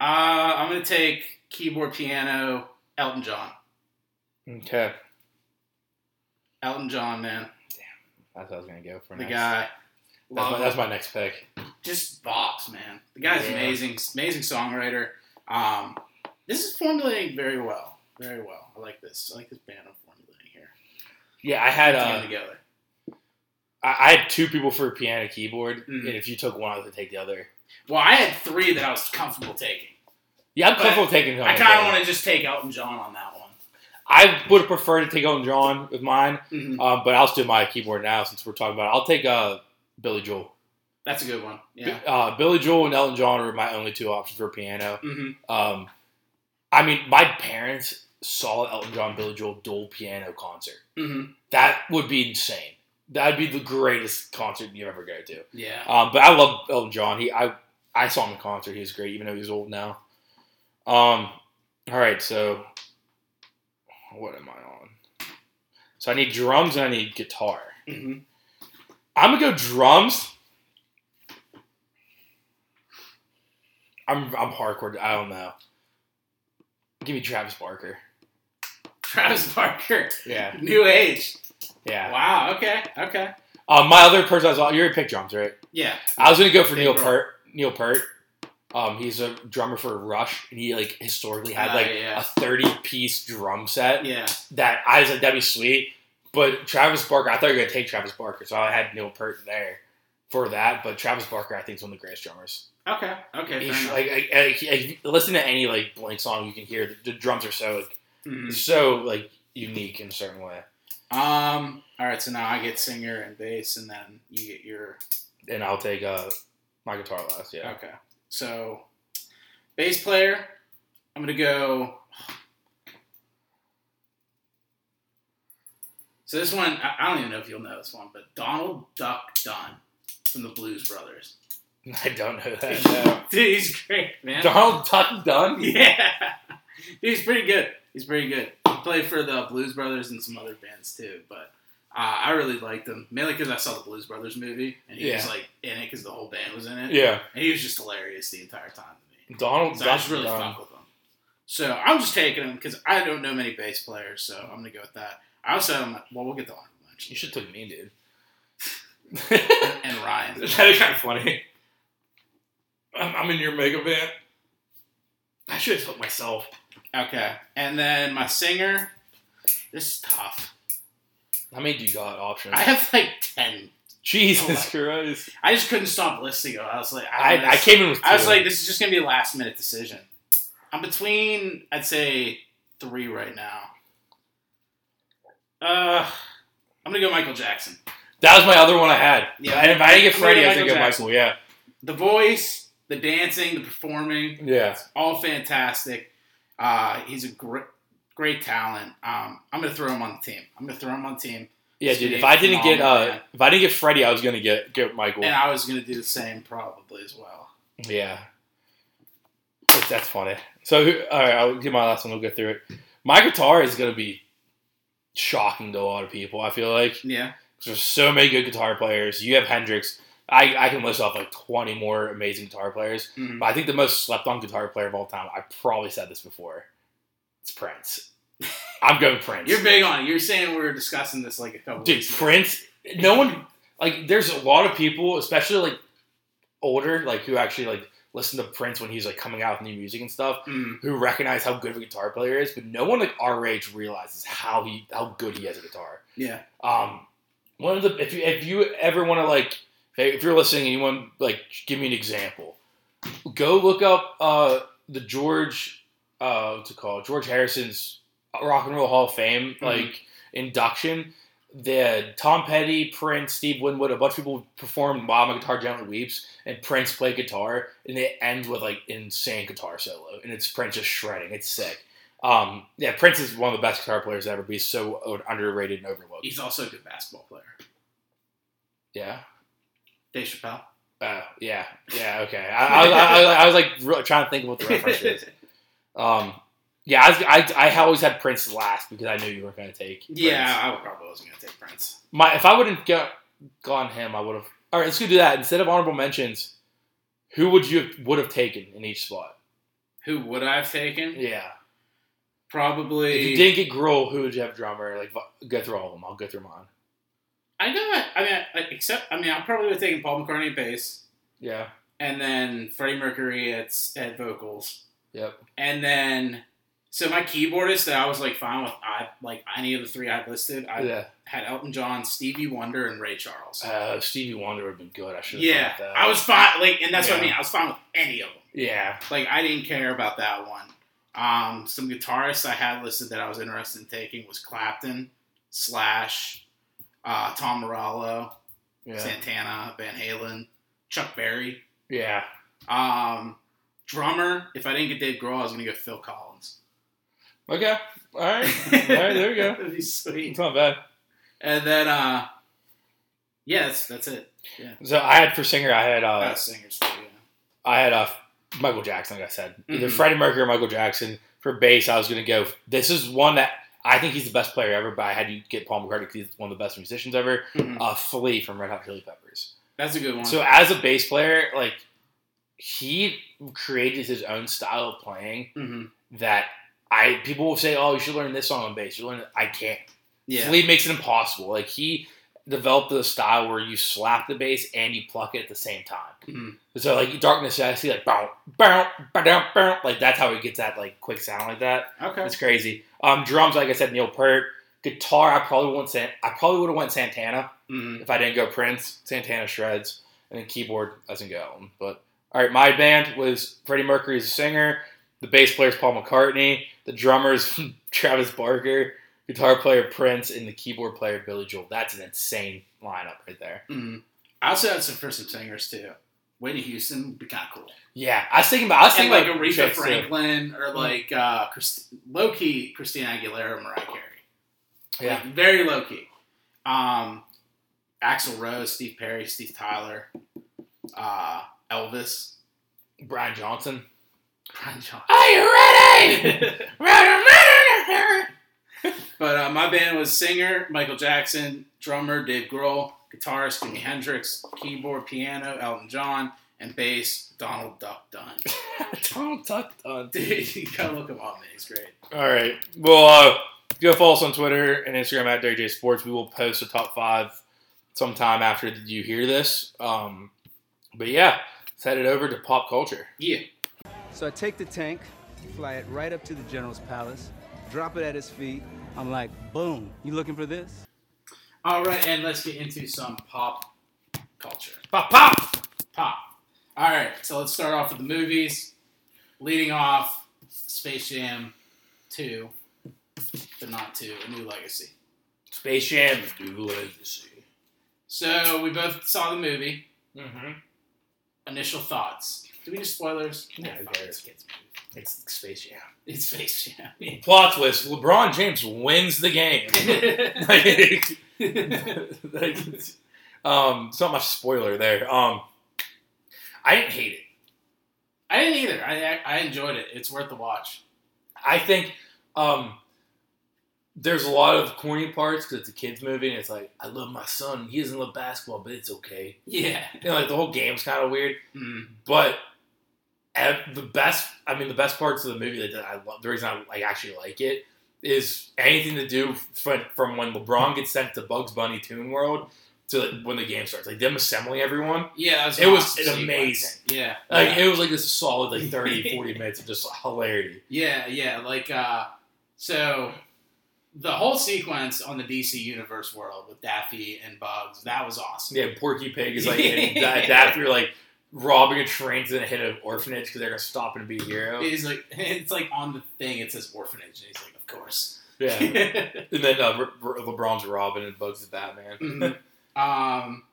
Speaker 1: Uh, I'm gonna take keyboard, piano, Elton John.
Speaker 2: Okay.
Speaker 1: Elton John, man,
Speaker 2: That's what I was gonna go for.
Speaker 1: the
Speaker 2: next.
Speaker 1: guy.
Speaker 2: That's
Speaker 1: Love
Speaker 2: my,
Speaker 1: him.
Speaker 2: that's my next pick.
Speaker 1: just bops, man. The guy's
Speaker 2: Yeah.
Speaker 1: amazing, amazing songwriter. Um, this is formulating very well, very well. I like this. I like this band I'm formulating here.
Speaker 2: Yeah, I had
Speaker 1: Team
Speaker 2: uh,
Speaker 1: together.
Speaker 2: I, I had two people for piano keyboard,
Speaker 1: Mhm.
Speaker 2: and if you took one, I would take the other.
Speaker 1: Well, I had three that I was comfortable taking.
Speaker 2: Yeah, I'm
Speaker 1: But
Speaker 2: comfortable taking him.
Speaker 1: I kind of want to just take Elton John on that one.
Speaker 2: I would have preferred to take on John with mine,
Speaker 1: Mhm.
Speaker 2: um, but I'll just do my keyboard now since we're talking about it. I'll take uh, Billy Joel.
Speaker 1: That's a good one. Yeah.
Speaker 2: Uh, Billy Joel and Elton John are my only two options for piano.
Speaker 1: hmm
Speaker 2: Um, I mean, my parents saw Elton John, Billy Joel dual piano concert.
Speaker 1: hmm
Speaker 2: That would be insane. That'd be the greatest concert you ever go to.
Speaker 1: Yeah.
Speaker 2: Um, but I love Elton John. He, I, I saw him in concert. He was great, even though he's old now. Um, all right, so what am I on? So I need drums and I need guitar.
Speaker 1: hmm
Speaker 2: I'm gonna go drums. I'm I'm hardcore. I don't know. Give me Travis Barker.
Speaker 1: Travis Barker,
Speaker 2: Yeah,
Speaker 1: New Age.
Speaker 2: yeah.
Speaker 1: Wow. Okay. Okay.
Speaker 2: Um, my other person I was on. You already picked drums, right?
Speaker 1: Yeah.
Speaker 2: I was gonna go for
Speaker 1: Dave
Speaker 2: Neil
Speaker 1: Grohl.
Speaker 2: Peart. Neil Peart. Um, he's a drummer for Rush, and he like historically had
Speaker 1: Ah,
Speaker 2: like
Speaker 1: yeah.
Speaker 2: a thirty-piece drum set.
Speaker 1: Yeah.
Speaker 2: That I was like, that'd be sweet. But Travis Barker, I thought you were gonna take Travis Barker, so I had Neil Peart there for that. But Travis Barker, I think, is one of the greatest drummers.
Speaker 1: Okay. Okay.
Speaker 2: He's,
Speaker 1: fair enough.
Speaker 2: like, I, I, I- listen to any like Blink song, you can hear the, the drums are so like
Speaker 1: Mhm.
Speaker 2: so like unique in a certain way.
Speaker 1: Um. All right. So now I get singer and bass, and then you get your.
Speaker 2: And I'll take uh my guitar last. Yeah,
Speaker 1: Okay. So, bass player. I'm gonna go. So this one, I I don't even know if you'll know this one, but Donald Duck Dunn from the Blues Brothers.
Speaker 2: I don't know that.
Speaker 1: Dude, he's great,
Speaker 2: No.
Speaker 1: man.
Speaker 2: Donald Duck Dunn.
Speaker 1: Yeah. He's pretty good. He's pretty good. He played for the Blues Brothers and some other bands too, but uh, I really liked him mainly because I saw the Blues Brothers movie and he was
Speaker 2: Yeah.
Speaker 1: like in it because the whole band was in it.
Speaker 2: Yeah.
Speaker 1: And he was just hilarious the entire time to me.
Speaker 2: Donald
Speaker 1: So I
Speaker 2: Duck
Speaker 1: just really
Speaker 2: Dunn.
Speaker 1: fuck with him. So I'm just taking him because I don't know many bass players, so I'm gonna go with that. I also have, well, we'll get the honorable
Speaker 2: You
Speaker 1: mention
Speaker 2: should took me, dude.
Speaker 1: and Ryan.
Speaker 2: That'd be kind of funny. I'm, I'm in your mega band. I should have took myself.
Speaker 1: Okay, and then my singer. This is tough.
Speaker 2: How many do you got options?
Speaker 1: I have like ten.
Speaker 2: Jesus Christ.
Speaker 1: I just couldn't stop listening. to it. I was like,
Speaker 2: I,
Speaker 1: don't know,
Speaker 2: I came in with
Speaker 1: I was
Speaker 2: two.
Speaker 1: like, this is just gonna be a last minute decision. I'm between, I'd say, three right now. Uh, I'm gonna go Michael Jackson.
Speaker 2: that was my other one I had.
Speaker 1: Yeah.
Speaker 2: Yeah. And if I didn't get
Speaker 1: I'm
Speaker 2: Freddie, I
Speaker 1: gonna
Speaker 2: was going
Speaker 1: go
Speaker 2: to get
Speaker 1: Michael
Speaker 2: Michael. Yeah.
Speaker 1: The voice, the dancing, the performing,
Speaker 2: Yeah.
Speaker 1: all fantastic. Uh, he's a great, great talent. Um, I'm gonna throw him on the team. I'm gonna throw him on the team,
Speaker 2: Yeah,
Speaker 1: Just
Speaker 2: dude.
Speaker 1: be
Speaker 2: If I didn't get
Speaker 1: phenomenal,
Speaker 2: uh,
Speaker 1: man.
Speaker 2: if I didn't get Freddie, I was gonna get get Michael.
Speaker 1: and
Speaker 2: Yeah,
Speaker 1: I was gonna do the same probably as well.
Speaker 2: That's- that's funny. So who- all right, I'll get my last one. We'll go through it. My guitar is gonna be shocking to a lot of people. I feel like
Speaker 1: Yeah,
Speaker 2: There's so many good guitar players. You have Hendrix. I, I can list off like 20 more amazing guitar players.
Speaker 1: Mhm.
Speaker 2: But I think the most slept on guitar player of all time, I probably said this before, it's Prince. I'm going Prince.
Speaker 1: you're big on it. You're saying we were discussing this like a couple.
Speaker 2: Dude,
Speaker 1: weeks ago.
Speaker 2: Prince, no one, like, there's a lot of people, especially like older, like who actually like listen to Prince when he's like coming out with new music and stuff,
Speaker 1: Mm,
Speaker 2: who recognize how good of a guitar player is, but no one like our age realizes how he, how good he is at guitar.
Speaker 1: yeah,
Speaker 2: Um, one of the if you if you ever want to like if you're listening and you want like give me an example, go look up uh the George uh what's it called George Harrison's Rock and Roll Hall of Fame
Speaker 1: Mhm.
Speaker 2: like induction. The Tom Petty, Prince, Steve Winwood, a bunch of people performed "While My Guitar Gently Weeps," and Prince played guitar, and it ends with like insane guitar solo, and it's Prince just shredding. It's sick. Um, yeah, Prince is one of the best guitar players ever. But he's so underrated and overlooked.
Speaker 1: he's also a good basketball player.
Speaker 2: Yeah.
Speaker 1: Dave Chappelle.
Speaker 2: Uh, yeah. Yeah. Okay. I, I, I, I, I was like re- trying to think of what the reference is. Um, yeah. I, was, I, I always had Prince last because I knew you weren't going to take. Prince.
Speaker 1: Yeah, I probably wasn't gonna take Prince.
Speaker 2: My if I wouldn't got gone him, I would have. All right. Let's go do that instead of honorable mentions. Who would you would have taken in each spot?
Speaker 1: Who would I have taken?
Speaker 2: Yeah.
Speaker 1: Probably.
Speaker 2: If you didn't get Grohl, who would you have drummer? Like v- go through all of them. I'll go through mine.
Speaker 1: I know. I, I mean, I- except I mean, I probably would have taken Paul McCartney at bass,
Speaker 2: Yeah.
Speaker 1: and then Freddie Mercury at s- at vocals,
Speaker 2: Yep.
Speaker 1: and then so my keyboardist that I was like fine with, I like any of the three I listed, I
Speaker 2: yeah.
Speaker 1: had Elton John, Stevie Wonder, and Ray Charles.
Speaker 2: Uh, Stevie Wonder would have been good. I should. have
Speaker 1: yeah,
Speaker 2: that.
Speaker 1: I was fine. Like, and that's what I
Speaker 2: Yeah.
Speaker 1: mean. I was fine with any of them.
Speaker 2: Yeah.
Speaker 1: Like, I didn't care about that one. Um, some guitarists I had listed that I was interested in taking was Clapton, Slash, uh, Tom Morello.
Speaker 2: Yeah.
Speaker 1: Santana, Van Halen, Chuck Berry.
Speaker 2: Yeah.
Speaker 1: Um, drummer. If I didn't get Dave Grohl, I was gonna go Phil Collins.
Speaker 2: Okay. All right. All right. There you go.
Speaker 1: That'd be sweet.
Speaker 2: It's not bad.
Speaker 1: And then, uh, yeah, that's, that's it.
Speaker 2: So I had for singer, I had uh,
Speaker 1: That's singers too.
Speaker 2: I had uh, Michael Jackson, like I said, either
Speaker 1: Mhm.
Speaker 2: Freddie Mercury or Michael Jackson. For bass, I was going to go. This is one that I think he's the best player ever, but I had to get Paul McCartney because he's one of the best musicians ever.
Speaker 1: Yeah. Mhm.
Speaker 2: Uh, Flea from Red Hot Chili Peppers.
Speaker 1: That's a good one.
Speaker 2: So as a bass player, like he created his own style of playing
Speaker 1: Mhm.
Speaker 2: that I people will say, "Oh, you should learn this song on bass." You learn, it." I can't.
Speaker 1: yeah,
Speaker 2: Flea makes it impossible. Like he developed a style where you slap the bass and you pluck it at the same time.
Speaker 1: Mhm.
Speaker 2: So like Dark Necessity, like bow, bow, bow, bow, bow, like that's how he gets that like quick sound like that.
Speaker 1: okay.
Speaker 2: It's crazy. Um, drums, like I said, Neil Peart. Guitar, I probably wouldn't. San- I probably would have went Santana
Speaker 1: Mhm.
Speaker 2: if I didn't go Prince. Santana shreds, and then keyboard doesn't go. Elton. But all right, my band was Freddie Mercury's a singer. The bass player is Paul McCartney. The drummer's Travis Barker. Guitar player Prince, and the keyboard player Billy Joel. That's an insane lineup right there.
Speaker 1: Mhm. I also had some for some singers too. Whitney Houston would be kind of cool.
Speaker 2: Yeah, I was thinking about. I was
Speaker 1: And
Speaker 2: thinking
Speaker 1: like
Speaker 2: about
Speaker 1: Aretha
Speaker 2: Chicks, too.
Speaker 1: Franklin or
Speaker 2: Mm-hmm.
Speaker 1: like uh, Christ- low key Christina Aguilera, Mariah Carey.
Speaker 2: Yeah.
Speaker 1: Like, very low key. Um, Axl Rose, Steve Perry, Steve Tyler, uh, Elvis,
Speaker 2: Brian Johnson.
Speaker 1: Brian Johnson.
Speaker 2: Are you ready?
Speaker 1: But uh, my band was singer Michael Jackson, drummer Dave Grohl, guitarist Jimi Hendrix, keyboard piano Elton John, and bass Donald Duck Dunn.
Speaker 2: Donald Duck Dunn.
Speaker 1: Dude, you gotta look him up, man. He's great.
Speaker 2: All right. Well, uh, go follow us on Twitter and Instagram at Dairy J Sports. We will post the top five sometime after you hear this. Um, but yeah, let's head it over to pop culture.
Speaker 1: Yeah.
Speaker 4: So I take the tank, fly it right up to the general's palace, drop it at his feet. I'm like, boom, you looking for this?
Speaker 1: All right, and let's get into some pop culture.
Speaker 2: Pop, pop.
Speaker 1: Pop. All right, so let's start off with the movies. Leading off, Space Jam 2, but not 2, A New Legacy.
Speaker 2: Space Jam. New Legacy.
Speaker 1: So we both saw the movie.
Speaker 2: Mm-hmm.
Speaker 1: Initial thoughts. Do we do spoilers?
Speaker 2: Yeah, who
Speaker 1: fuck,
Speaker 2: cares?
Speaker 1: it's a kids' movie.
Speaker 2: It's Space Jam.
Speaker 1: It's Space Jam.
Speaker 2: Plot twist: LeBron James wins the game. like, like, um, it's not much spoiler there. Um, I didn't hate it.
Speaker 1: I didn't either. I, I I enjoyed it. It's worth the watch.
Speaker 2: I think um, there's a lot of corny parts because it's a kids movie and it's like I love my son. He doesn't love basketball, but it's okay.
Speaker 1: Yeah.
Speaker 2: You know, like the whole game's kind of weird.
Speaker 1: Mm.
Speaker 2: But ev- the best, I mean, the best parts of the movie that, that I love, the reason I like, actually like it is anything to do from, from when LeBron gets sent to Bugs Bunny Toon World to when the game starts. Like them assembling everyone.
Speaker 1: Yeah, that was
Speaker 2: It was
Speaker 1: awesome
Speaker 2: an
Speaker 1: sequence.
Speaker 2: amazing-
Speaker 1: Yeah.
Speaker 2: Like
Speaker 1: yeah.
Speaker 2: it was like this solid like 30, 40 minutes of just hilarity.
Speaker 1: Yeah, yeah, like uh so the whole sequence on the DC Universe world with Daffy and Bugs, that was awesome.
Speaker 2: Yeah, Porky Pig is like and that, that if you're like robbing a train to hit an orphanage because they're gonna stop and be a hero.
Speaker 1: It's like it's like on the thing it says orphanage and he's like, Of course.
Speaker 2: Yeah, and then uh, Re- Re- LeBron's Robin and Bugs is Batman.
Speaker 1: Mhm. um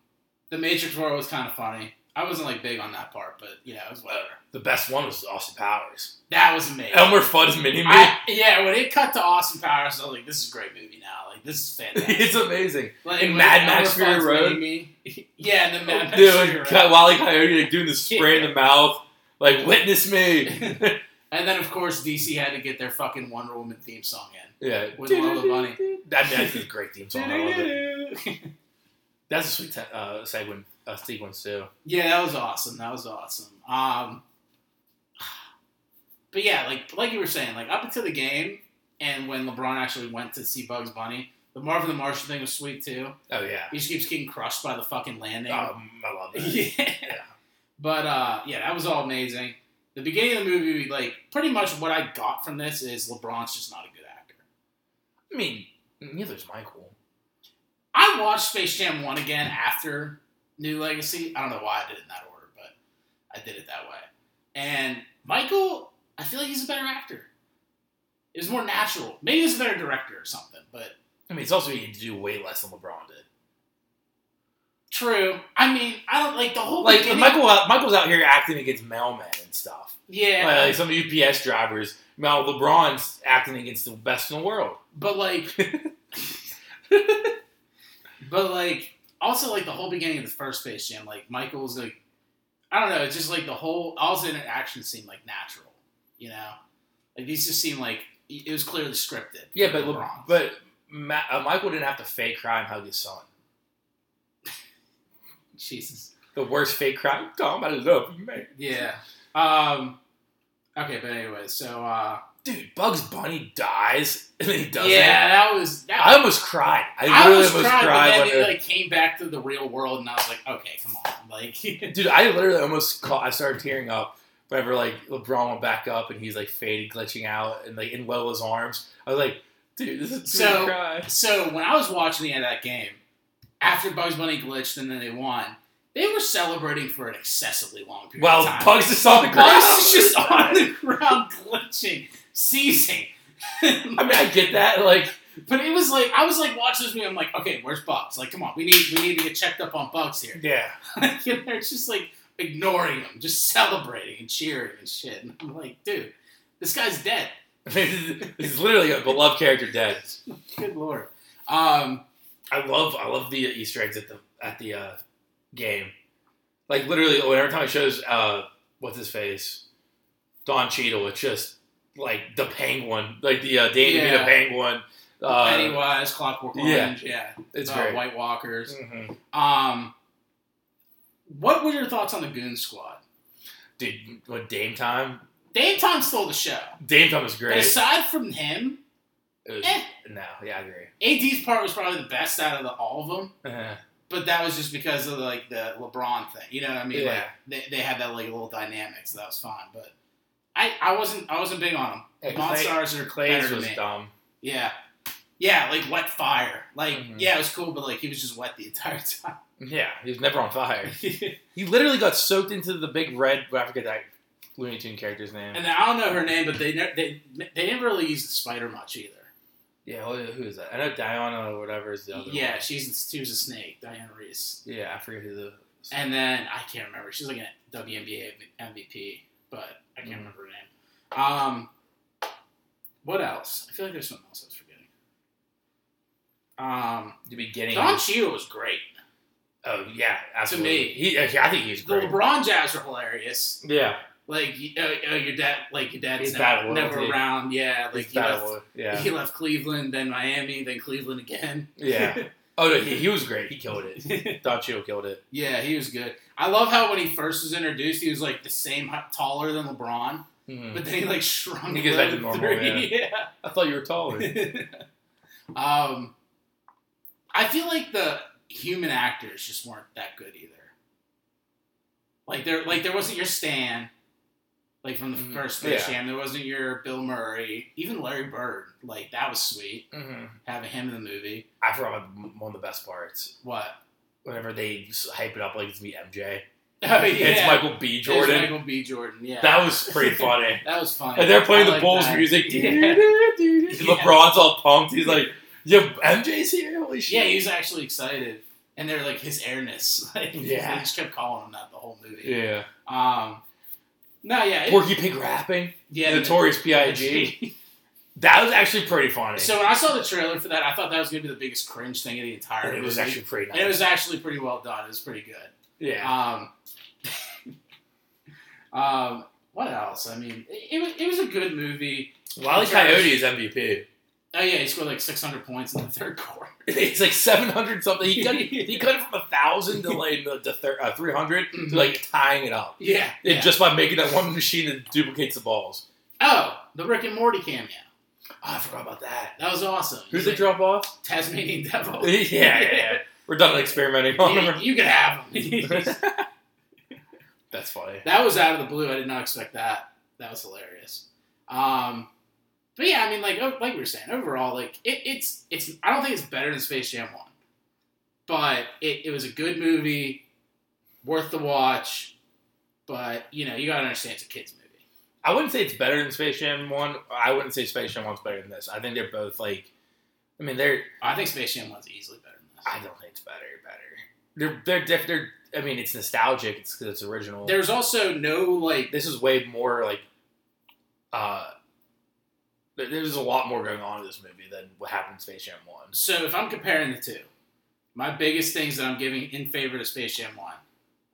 Speaker 1: The Matrix world was kinda funny. I wasn't like big on that part, but you know, it was whatever.
Speaker 2: The best one was Austin Powers.
Speaker 1: That was amazing.
Speaker 2: Elmer Fudd's mini me.
Speaker 1: I, yeah, when it cut to Austin Powers, I was like, "This is a great movie now. Like, this is fantastic."
Speaker 2: it's amazing.
Speaker 1: like,
Speaker 2: in
Speaker 1: when
Speaker 2: Mad
Speaker 1: Elmer
Speaker 2: Max Fury
Speaker 1: Fudd's
Speaker 2: Road. Oh,
Speaker 1: meeting me- yeah, and then Mad Max Fury
Speaker 2: Dude,
Speaker 1: Road.
Speaker 2: Cut Wally Coyote like doing the spray in the mouth, like witness me.
Speaker 1: And then, of course, DC had to get their fucking Wonder Woman theme song in.
Speaker 2: yeah,
Speaker 1: With E. Lola Bunny.
Speaker 2: That that's a great theme song. I love it. That's a sweet te- uh, segue, uh, sequence too.
Speaker 1: yeah, that was awesome. That was awesome. Um, but yeah, like like you were saying, like up until the game, and when LeBron actually went to see Bugs Bunny, the Marvin the Martian thing was sweet too.
Speaker 2: Oh yeah,
Speaker 1: He just keeps getting crushed by the fucking landing.
Speaker 2: um, I love that.
Speaker 1: yeah. But uh, yeah, that was all amazing. The beginning of the movie, like pretty much what I got from this is LeBron's just not a good actor.
Speaker 2: I mean, neither's Michael.
Speaker 1: I watched Space Jam 1 again after New Legacy. I don't know why I did it in that order, but I did it that way. And Michael, I feel like he's a better actor. It was more natural. Maybe he's a better director or something, but
Speaker 2: I mean, it's also you do way less than LeBron did.
Speaker 1: True. I mean, I don't like the whole
Speaker 2: Like
Speaker 1: beginning-
Speaker 2: Michael, uh, Michael's out here acting against mailmen and stuff.
Speaker 1: Yeah,
Speaker 2: Like, like some UPS drivers. Now LeBron's acting against the best in the world.
Speaker 1: but like, but like, also like the whole beginning of the first Space Jam, like Michael's like, I don't know, it's just like the whole all his interactions seem like natural, you know, like these just seem like it was clearly scripted.
Speaker 2: Yeah, but Le-
Speaker 1: LeBron.
Speaker 2: but Ma- uh, Michael didn't have to fake cry and hug his son.
Speaker 1: Jesus,
Speaker 2: The worst fake cry. Tom, I love you, man.
Speaker 1: yeah. Um, okay, but anyway, so uh,
Speaker 2: Dude, Bugs Bunny dies and then he doesn't.
Speaker 1: yeah, that was that.
Speaker 2: I almost cried. I,
Speaker 1: I
Speaker 2: literally
Speaker 1: was
Speaker 2: almost
Speaker 1: crying,
Speaker 2: cried.
Speaker 1: but
Speaker 2: when
Speaker 1: then it
Speaker 2: it-
Speaker 1: like came back to the real world, and I was like, okay, come on, like,
Speaker 2: dude, I literally almost caught. I started tearing up whenever like LeBron went back up and he's like faded, glitching out, and like in Lola's arms. I was like, dude, this is
Speaker 1: So-
Speaker 2: so. uh, Cry.
Speaker 1: So when I was watching the end of that game, after Bugs Bunny glitched and then they won, they were celebrating for an excessively long period
Speaker 2: Well,
Speaker 1: of time.
Speaker 2: Bugs is on the ground.
Speaker 1: Bugs is just on the ground glitching, seizing.
Speaker 2: I mean, I get that. Like,
Speaker 1: but it was like I was like watching this movie. I'm like, okay, where's Bugs? Like, come on, we need we need to get checked up on Bugs here.
Speaker 2: yeah,
Speaker 1: Like, and they're just like ignoring him, just celebrating and cheering and shit. And I'm like, dude, this guy's dead.
Speaker 2: he's literally a beloved character dead.
Speaker 1: Good lord. Um,
Speaker 2: I love I love the Easter eggs at the at the uh, game. Like literally, oh, every time it shows uh, what's his face, Don Cheadle, it's just like the penguin, like the uh, Danny
Speaker 1: Yeah.
Speaker 2: DeVito penguin. Uh,
Speaker 1: Pennywise, Clockwork
Speaker 2: yeah.
Speaker 1: Orange, yeah,
Speaker 2: it's
Speaker 1: uh,
Speaker 2: great.
Speaker 1: White Walkers.
Speaker 2: Mhm.
Speaker 1: Um, what were your thoughts on the Goon Squad?
Speaker 2: Dude, what Dame Time?
Speaker 1: Dave Tom stole the show.
Speaker 2: Dame Time was
Speaker 1: But
Speaker 2: great.
Speaker 1: aside from him,
Speaker 2: It was,
Speaker 1: eh.
Speaker 2: No, yeah, I agree.
Speaker 1: AD's part was probably the best out of the, all of them.
Speaker 2: Uh-huh.
Speaker 1: But that was just because of like the LeBron thing. You know what I mean? Like
Speaker 2: Yeah.
Speaker 1: they, they had that like little dynamic, so that was fine. But I, I wasn't I wasn't big on
Speaker 2: Yeah,
Speaker 1: them.
Speaker 2: Clay-
Speaker 1: Monstars are
Speaker 2: Clays
Speaker 1: better to
Speaker 2: was
Speaker 1: me.
Speaker 2: dumb.
Speaker 1: Yeah, yeah, like wet fire. Like
Speaker 2: Mhm.
Speaker 1: yeah, it was cool, but like he was just wet the entire time.
Speaker 2: Yeah, he was never on fire. He literally got soaked into the big red. I forget that Looney Tune character's name.
Speaker 1: And I don't know her name, but they ne- they they didn't really use the spider much either.
Speaker 2: yeah, who who is that? I know Diana or whatever is the other. one.
Speaker 1: Yeah, she's she was a snake, Diana Reese,
Speaker 2: Yeah, I forget who the.
Speaker 1: and then I can't remember. She's like a WNBA MVP, but I can't
Speaker 2: Mhm.
Speaker 1: remember her name. Um, what else? I feel like there's something else I was forgetting. Um,
Speaker 2: the beginning.
Speaker 1: Don Cheadle was great.
Speaker 2: oh yeah, absolutely.
Speaker 1: me.
Speaker 2: he, uh, yeah, I think he's
Speaker 1: The
Speaker 2: great.
Speaker 1: LeBron Jazz were hilarious.
Speaker 2: Yeah,
Speaker 1: Like, you- oh, oh, your dad, like your dad's
Speaker 2: He's
Speaker 1: never,
Speaker 2: bad
Speaker 1: never
Speaker 2: loyalty.
Speaker 1: around. Yeah, like
Speaker 2: He's
Speaker 1: he
Speaker 2: bad at
Speaker 1: left,
Speaker 2: war. yeah,
Speaker 1: he left Cleveland, then Miami, then Cleveland again.
Speaker 2: yeah. Oh no, he, he was great. He killed it. Don Cheadle killed it.
Speaker 1: Yeah, he was good. I love how when he first was introduced, he was like the same height, taller than LeBron,
Speaker 2: Mhm.
Speaker 1: but then he like shrunk.
Speaker 2: He gets back to
Speaker 1: low
Speaker 2: normal,
Speaker 1: three.
Speaker 2: I thought you were taller.
Speaker 1: Yeah. um, I feel like the human actors just weren't that good either. Like there, like there wasn't your Stan, like from the
Speaker 2: Mhm.
Speaker 1: first Space
Speaker 2: Yeah.
Speaker 1: Jam. There wasn't your Bill Murray, even Larry Bird. Like that was sweet
Speaker 2: hmm
Speaker 1: having him in the movie.
Speaker 2: I forgot about m- one of the best parts.
Speaker 1: What?
Speaker 2: Whenever they s- hype it up like it's me MJ,
Speaker 1: Oh yeah,
Speaker 2: it's Michael B.
Speaker 1: It's
Speaker 2: Jordan.
Speaker 1: Michael B. Jordan. Yeah,
Speaker 2: That was pretty funny.
Speaker 1: That was funny.
Speaker 2: And they're playing
Speaker 1: I
Speaker 2: the
Speaker 1: like
Speaker 2: Bulls
Speaker 1: that.
Speaker 2: music.
Speaker 1: Yeah. Yeah.
Speaker 2: LeBron's all pumped. He's like, "Yeah, MJ's here. Holy shit!"
Speaker 1: Yeah, he was actually excited, and they're like his airness. Like,
Speaker 2: Yeah.
Speaker 1: they just kept calling him that the whole movie.
Speaker 2: yeah.
Speaker 1: Um, no, yeah, it-
Speaker 2: Porky Pig rapping.
Speaker 1: yeah.
Speaker 2: Notorious P.I.G. That was actually pretty funny.
Speaker 1: so when I saw the trailer for that, I thought that was gonna be the biggest cringe thing of the entire.
Speaker 2: And it was
Speaker 1: movie.
Speaker 2: actually pretty Uh,
Speaker 1: And it
Speaker 2: nice.
Speaker 1: was actually pretty well done. It was pretty good.
Speaker 2: Yeah.
Speaker 1: Um, um, what else? I mean, it, it was it was a good movie.
Speaker 2: Wally E. Coyote is MVP.
Speaker 1: Oh yeah, he scored like 600 points in the third quarter.
Speaker 2: It's like 700 something. He cut, he cut it from 1,000 to like the, the thir- uh, 300 to like tying it up.
Speaker 1: Yeah.
Speaker 2: It
Speaker 1: yeah.
Speaker 2: Just by making that one machine that duplicates the balls.
Speaker 1: oh, the Rick and Morty cameo.
Speaker 2: Oh, I forgot about that.
Speaker 1: That was awesome.
Speaker 2: Who's
Speaker 1: He's
Speaker 2: the drop off?
Speaker 1: Tasmanian devil.
Speaker 2: yeah, yeah, yeah. We're done experimenting on
Speaker 1: you,
Speaker 2: him.
Speaker 1: you could have him.
Speaker 2: That's funny.
Speaker 1: that was out of the blue. I did not expect that. That was hilarious. Um, but yeah, I mean, like o- like we were saying, overall, like it, it's it's. I don't think it's better than Space Jam One, but it, it was a good movie, worth the watch. But you know, you gotta understand it's a kids movie.
Speaker 2: I wouldn't say it's better than Space Jam 1. I wouldn't say Space Jam 1's better than this. I think they're both like, I mean, they're
Speaker 1: I think Space Jam One's easily better than this.
Speaker 2: I don't think it's better. Better. They're they're diff- they're. I mean, it's nostalgic. It's 'cause it's original.
Speaker 1: There's also no like
Speaker 2: this is way more like. uh there- There's a lot more going on in this movie than what happened in Space Jam One.
Speaker 1: so if I'm comparing the two, my biggest things that I'm giving in favor to Space Jam One,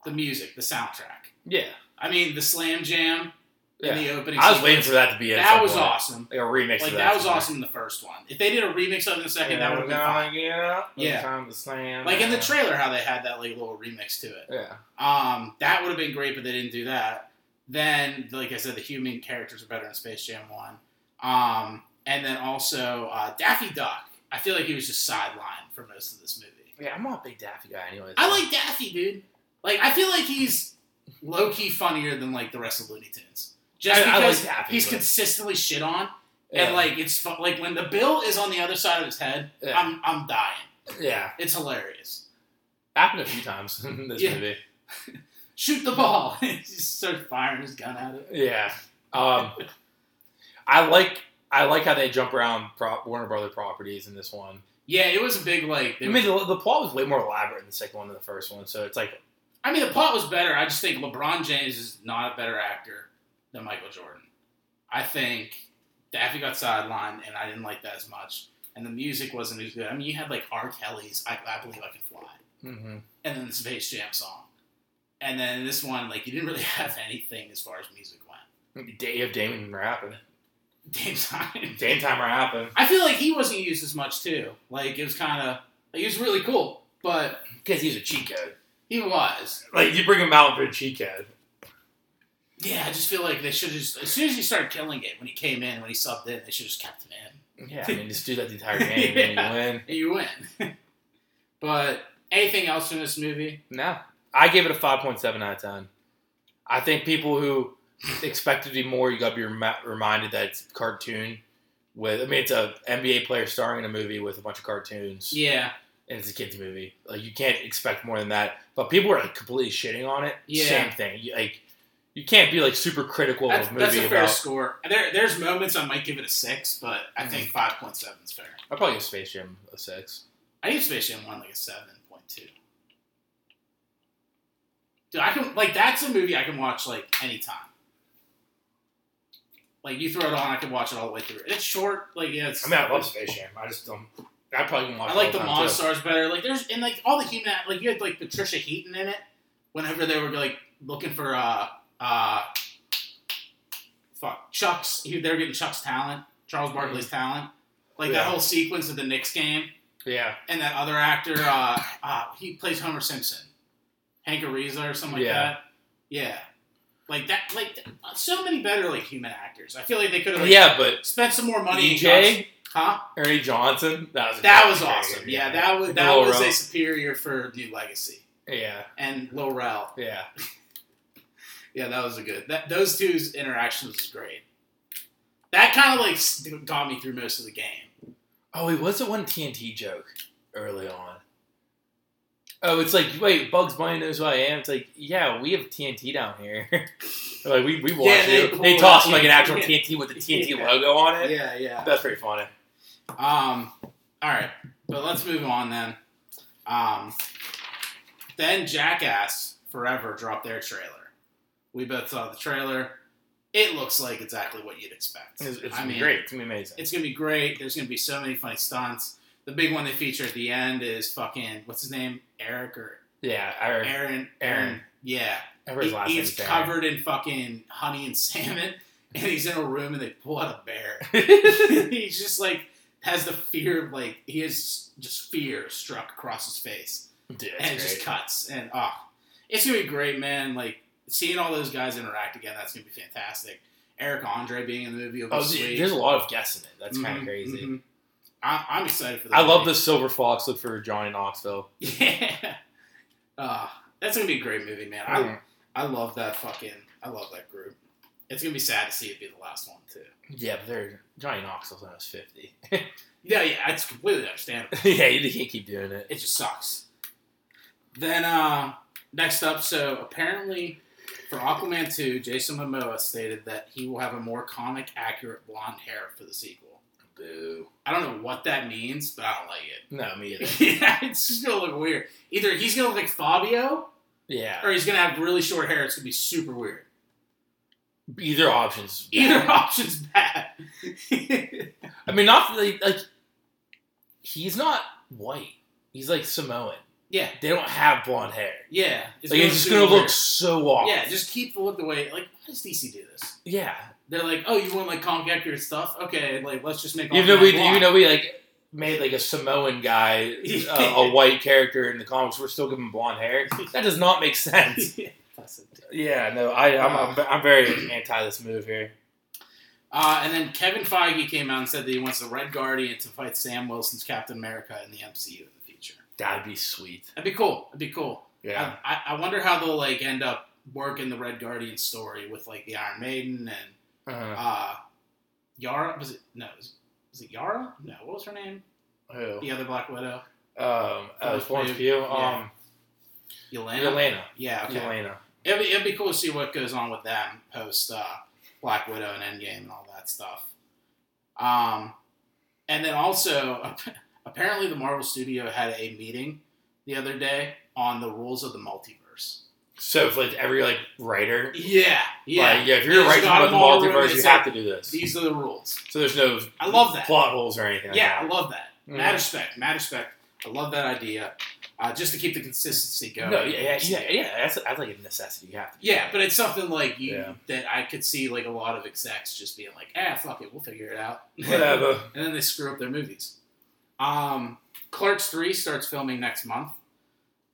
Speaker 1: the music, the soundtrack.
Speaker 2: Yeah,
Speaker 1: I mean the slam jam
Speaker 2: yeah.
Speaker 1: in the opening.
Speaker 2: I was
Speaker 1: sequence,
Speaker 2: waiting for that to be. at
Speaker 1: That
Speaker 2: some
Speaker 1: was
Speaker 2: point.
Speaker 1: awesome.
Speaker 2: Like a remix.
Speaker 1: Like
Speaker 2: of
Speaker 1: that was awesome in the first one. If they did a remix of it in the second, that would have been fine.
Speaker 2: Yeah.
Speaker 1: Yeah.
Speaker 2: Time to slam.
Speaker 1: Like in the trailer, how they had that like little remix to it.
Speaker 2: Yeah.
Speaker 1: Um, that would have been great, but they didn't do that. Then, like I said, the human characters are better in Space Jam One. Um, and then also uh, Daffy Duck. I feel like he was just sidelined for most of this movie.
Speaker 2: Yeah, I'm not a big Daffy guy, anyways.
Speaker 1: I like Daffy, dude. Like I feel like he's low key funnier than like the rest of Looney Tunes. Just
Speaker 2: I- I like
Speaker 1: because
Speaker 2: Daffy,
Speaker 1: he's
Speaker 2: but-
Speaker 1: consistently shit on,
Speaker 2: Yeah.
Speaker 1: and like it's fu- like when the bill is on the other side of his head,
Speaker 2: Yeah.
Speaker 1: I'm I'm dying.
Speaker 2: Yeah,
Speaker 1: It's hilarious.
Speaker 2: happened a few times in this
Speaker 1: Yeah.
Speaker 2: movie.
Speaker 1: shoot the ball. he just starts firing his gun at it.
Speaker 2: Yeah. Um, I like I like how they jump around pro- Warner Brother properties in this one.
Speaker 1: Yeah, it was a big like.
Speaker 2: I
Speaker 1: They
Speaker 2: mean, the, the plot was way more elaborate in the second one than the first one, so it's like
Speaker 1: I mean, the plot was better. I just think LeBron James is not a better actor than Michael Jordan. I think Daffy got sidelined, and I didn't like that as much. And the music wasn't as good. I mean, you had like R. Kelly's "I, I Believe I Can Fly,"
Speaker 2: mhm.
Speaker 1: and then the Space Jam song, and then this one like you didn't really have anything as far as music went.
Speaker 2: day of Damon rapping,
Speaker 1: Dame time.
Speaker 2: Dame time rapping,
Speaker 1: I feel like he wasn't used as much too. Like it was kind of like, he was really cool, but
Speaker 2: because he's a cheat code.
Speaker 1: he was.
Speaker 2: Like you bring him out for a cheat code.
Speaker 1: Yeah, I just feel like they should just as soon as he started killing it when he came in when he subbed in, they should just kept him in
Speaker 2: Yeah, I mean, just do that the entire game and
Speaker 1: Yeah.
Speaker 2: you win.
Speaker 1: and you win. but anything else in this movie?
Speaker 2: No, I gave it a five point seven out of ten. I think people who expect it to be more, you got to be rem- reminded that it's cartoon. With I mean, it's a NBA player starring in a movie with a bunch of cartoons,
Speaker 1: Yeah,
Speaker 2: and it's a kids movie. Like you can't expect more than that. But people are like completely shitting on it.
Speaker 1: Yeah.
Speaker 2: Same thing. You, like you can't be like super critical
Speaker 1: that's,
Speaker 2: of a Oh, movie
Speaker 1: that's a fair
Speaker 2: about. Mm.
Speaker 1: score. There, there's moments I might give it a six, but I think five point seven is fair.
Speaker 2: I probably give Space Jam a six.
Speaker 1: I give Space Jam one like a seven point two. Dude, I can like that's a movie I can watch like anytime. Like you throw it on, I can watch it all the way through. It's short, like yeah, it's
Speaker 2: I mean, I love Space Jam. I just don't. I probably can watch.
Speaker 1: I
Speaker 2: it all
Speaker 1: like the
Speaker 2: time, too.
Speaker 1: Monstars better. Like there's and like all the human like you had like Patricia Heaton in it. Whenever they were like looking for uh uh fuck Chuck's he, they were getting Chuck's talent, Charles Barkley's talent. Like that
Speaker 2: Mm-hmm. Yeah.
Speaker 1: whole sequence of the Knicks game
Speaker 2: Yeah.
Speaker 1: and that other actor uh, uh he plays Homer Simpson, Hank Ariza or something like
Speaker 2: Yeah.
Speaker 1: that. Yeah, like that. Like th- so many better like human actors. I feel like they could have like,
Speaker 2: Yeah, but
Speaker 1: spent some more money. and
Speaker 2: EJ?
Speaker 1: got- huh?
Speaker 2: Ernie Johnson. That was a
Speaker 1: That
Speaker 2: great-
Speaker 1: was
Speaker 2: great
Speaker 1: awesome.
Speaker 2: movie.
Speaker 1: Yeah, that was
Speaker 2: The
Speaker 1: that
Speaker 2: Lil
Speaker 1: was a
Speaker 2: Rel.
Speaker 1: superior for New Legacy
Speaker 2: Yeah.
Speaker 1: and Lil Rel.
Speaker 2: Yeah.
Speaker 1: Yeah, that was a good. That those two's interactions was great. That kind of like s- got me through most of the game.
Speaker 2: Oh, wait, what's the one TNT joke early on? Oh, it's like, wait, Bugs Bunny knows who I am. It's like, yeah, we have TNT down here. like, we, we watch
Speaker 1: Yeah, they
Speaker 2: you.
Speaker 1: pull
Speaker 2: They
Speaker 1: it
Speaker 2: toss
Speaker 1: out.
Speaker 2: like an actual
Speaker 1: Yeah.
Speaker 2: TNT with the TNT
Speaker 1: Yeah.
Speaker 2: logo on it.
Speaker 1: Yeah, yeah.
Speaker 2: That's pretty funny.
Speaker 1: Um, all right, but let's move on then. Um, then Jackass Forever dropped their trailer. We both saw the trailer. It looks like exactly what you'd expect.
Speaker 2: It's, it's
Speaker 1: I mean,
Speaker 2: great. It's gonna be amazing.
Speaker 1: It's gonna be great. There's gonna be so many funny stunts. The big one they feature at the end is fucking what's his name, Eric or
Speaker 2: yeah, I heard,
Speaker 1: Aaron.
Speaker 2: Aaron.
Speaker 1: Yeah,
Speaker 2: I heard his
Speaker 1: He-
Speaker 2: last
Speaker 1: he's
Speaker 2: name's Aaron.
Speaker 1: covered in fucking honey and salmon, and he's in a room and they pull out a bear. he's just like has the fear of like he is just fear struck across his face
Speaker 2: Dude,
Speaker 1: and it
Speaker 2: it's
Speaker 1: just
Speaker 2: great.
Speaker 1: cuts and oh it's gonna be great man like seeing all those guys interact again that's gonna be fantastic eric andre being in the movie will be
Speaker 2: Oh, dude,
Speaker 1: sweet
Speaker 2: there's a lot of guests in it. That's kind of
Speaker 1: Mhm,
Speaker 2: crazy.
Speaker 1: mhm. I, I'm excited for that.
Speaker 2: I love the silver fox look for Johnny Knoxville.
Speaker 1: Yeah. Uh, that's going to be a great movie, man. I,
Speaker 2: Yeah.
Speaker 1: I love that fucking. I love that group. It's going to be sad to see it be the last one, too.
Speaker 2: Yeah, but they're Johnny Knoxville's almost fifty.
Speaker 1: Yeah, yeah. It's completely understandable.
Speaker 2: yeah, you can't keep doing it.
Speaker 1: It just sucks. Then, uh, next up, so apparently for Aquaman 2, Jason Momoa stated that he will have a more comic accurate blonde hair for the sequel.
Speaker 2: Boo.
Speaker 1: I don't know what that means, but I don't like
Speaker 2: No, me either.
Speaker 1: it. yeah, it's just gonna look weird. Either he's gonna look like Fabio,
Speaker 2: Yeah.
Speaker 1: or he's gonna have really short hair. It's gonna be super weird.
Speaker 2: Either option's
Speaker 1: Either option's bad.
Speaker 2: I mean, not like, like he's not white. He's like Samoan.
Speaker 1: yeah,
Speaker 2: They don't have blonde hair.
Speaker 1: yeah.
Speaker 2: like it's just gonna
Speaker 1: be weird.
Speaker 2: look so off.
Speaker 1: Yeah, just keep the look the way. Like, why does DC do this?
Speaker 2: yeah.
Speaker 1: They're like, oh, you want like comic accurate stuff? Okay, like let's just make. all
Speaker 2: Even though we,
Speaker 1: black.
Speaker 2: even though we like made like a Samoan guy, uh, a white character in the comics, we're still giving blonde hair. That does not make sense. yeah. No, I, I'm, I'm, I'm very anti this move here.
Speaker 1: Uh, and then Kevin Feige came out and said that he wants the Red Guardian to fight Sam Wilson's Captain America in the MCU in the future.
Speaker 2: That'd be sweet.
Speaker 1: That'd be cool. That'd be cool.
Speaker 2: Yeah.
Speaker 1: I, I, I wonder how they'll like end up working the Red Guardian story with like the Iron Maiden and
Speaker 2: Uh,
Speaker 1: uh, Yara. Was it no? Was, was it Yara? No. What was her name?
Speaker 2: who?
Speaker 1: The other Black Widow.
Speaker 2: Um, uh,
Speaker 1: Florence
Speaker 2: Florence
Speaker 1: Pugh.
Speaker 2: Pugh. Um,
Speaker 1: Yelena.
Speaker 2: Elena.
Speaker 1: Yeah. Okay.
Speaker 2: Elena.
Speaker 1: It'd be, it'd be cool to see what goes on with them post uh, Black Widow and Endgame and all that stuff. Um, and then also, apparently, the Marvel Studio had a meeting the other day on the rules of the multiverse.
Speaker 2: So if like every like writer,
Speaker 1: Yeah, yeah.
Speaker 2: like yeah, if
Speaker 1: They
Speaker 2: you're
Speaker 1: just
Speaker 2: writing
Speaker 1: got
Speaker 2: about the
Speaker 1: them all written.
Speaker 2: multiverse,
Speaker 1: They
Speaker 2: you
Speaker 1: said,
Speaker 2: have to do this.
Speaker 1: These are the rules.
Speaker 2: So there's no
Speaker 1: I love that.
Speaker 2: plot holes or anything. like
Speaker 1: Yeah, I
Speaker 2: that.
Speaker 1: love that.
Speaker 2: Mm.
Speaker 1: Mad respect, mad respect. I love that idea. Uh, just to keep the consistency going.
Speaker 2: No, yeah, yeah, yeah, yeah. That's, that's like a necessity. You have to. do
Speaker 1: Yeah,
Speaker 2: that.
Speaker 1: but it's something like you
Speaker 2: Yeah.
Speaker 1: that I could see like a lot of execs just being like, "Ah, fuck it, we'll figure it out."
Speaker 2: whatever.
Speaker 1: and then they screw up their movies. Um, Clerks Three starts filming next month.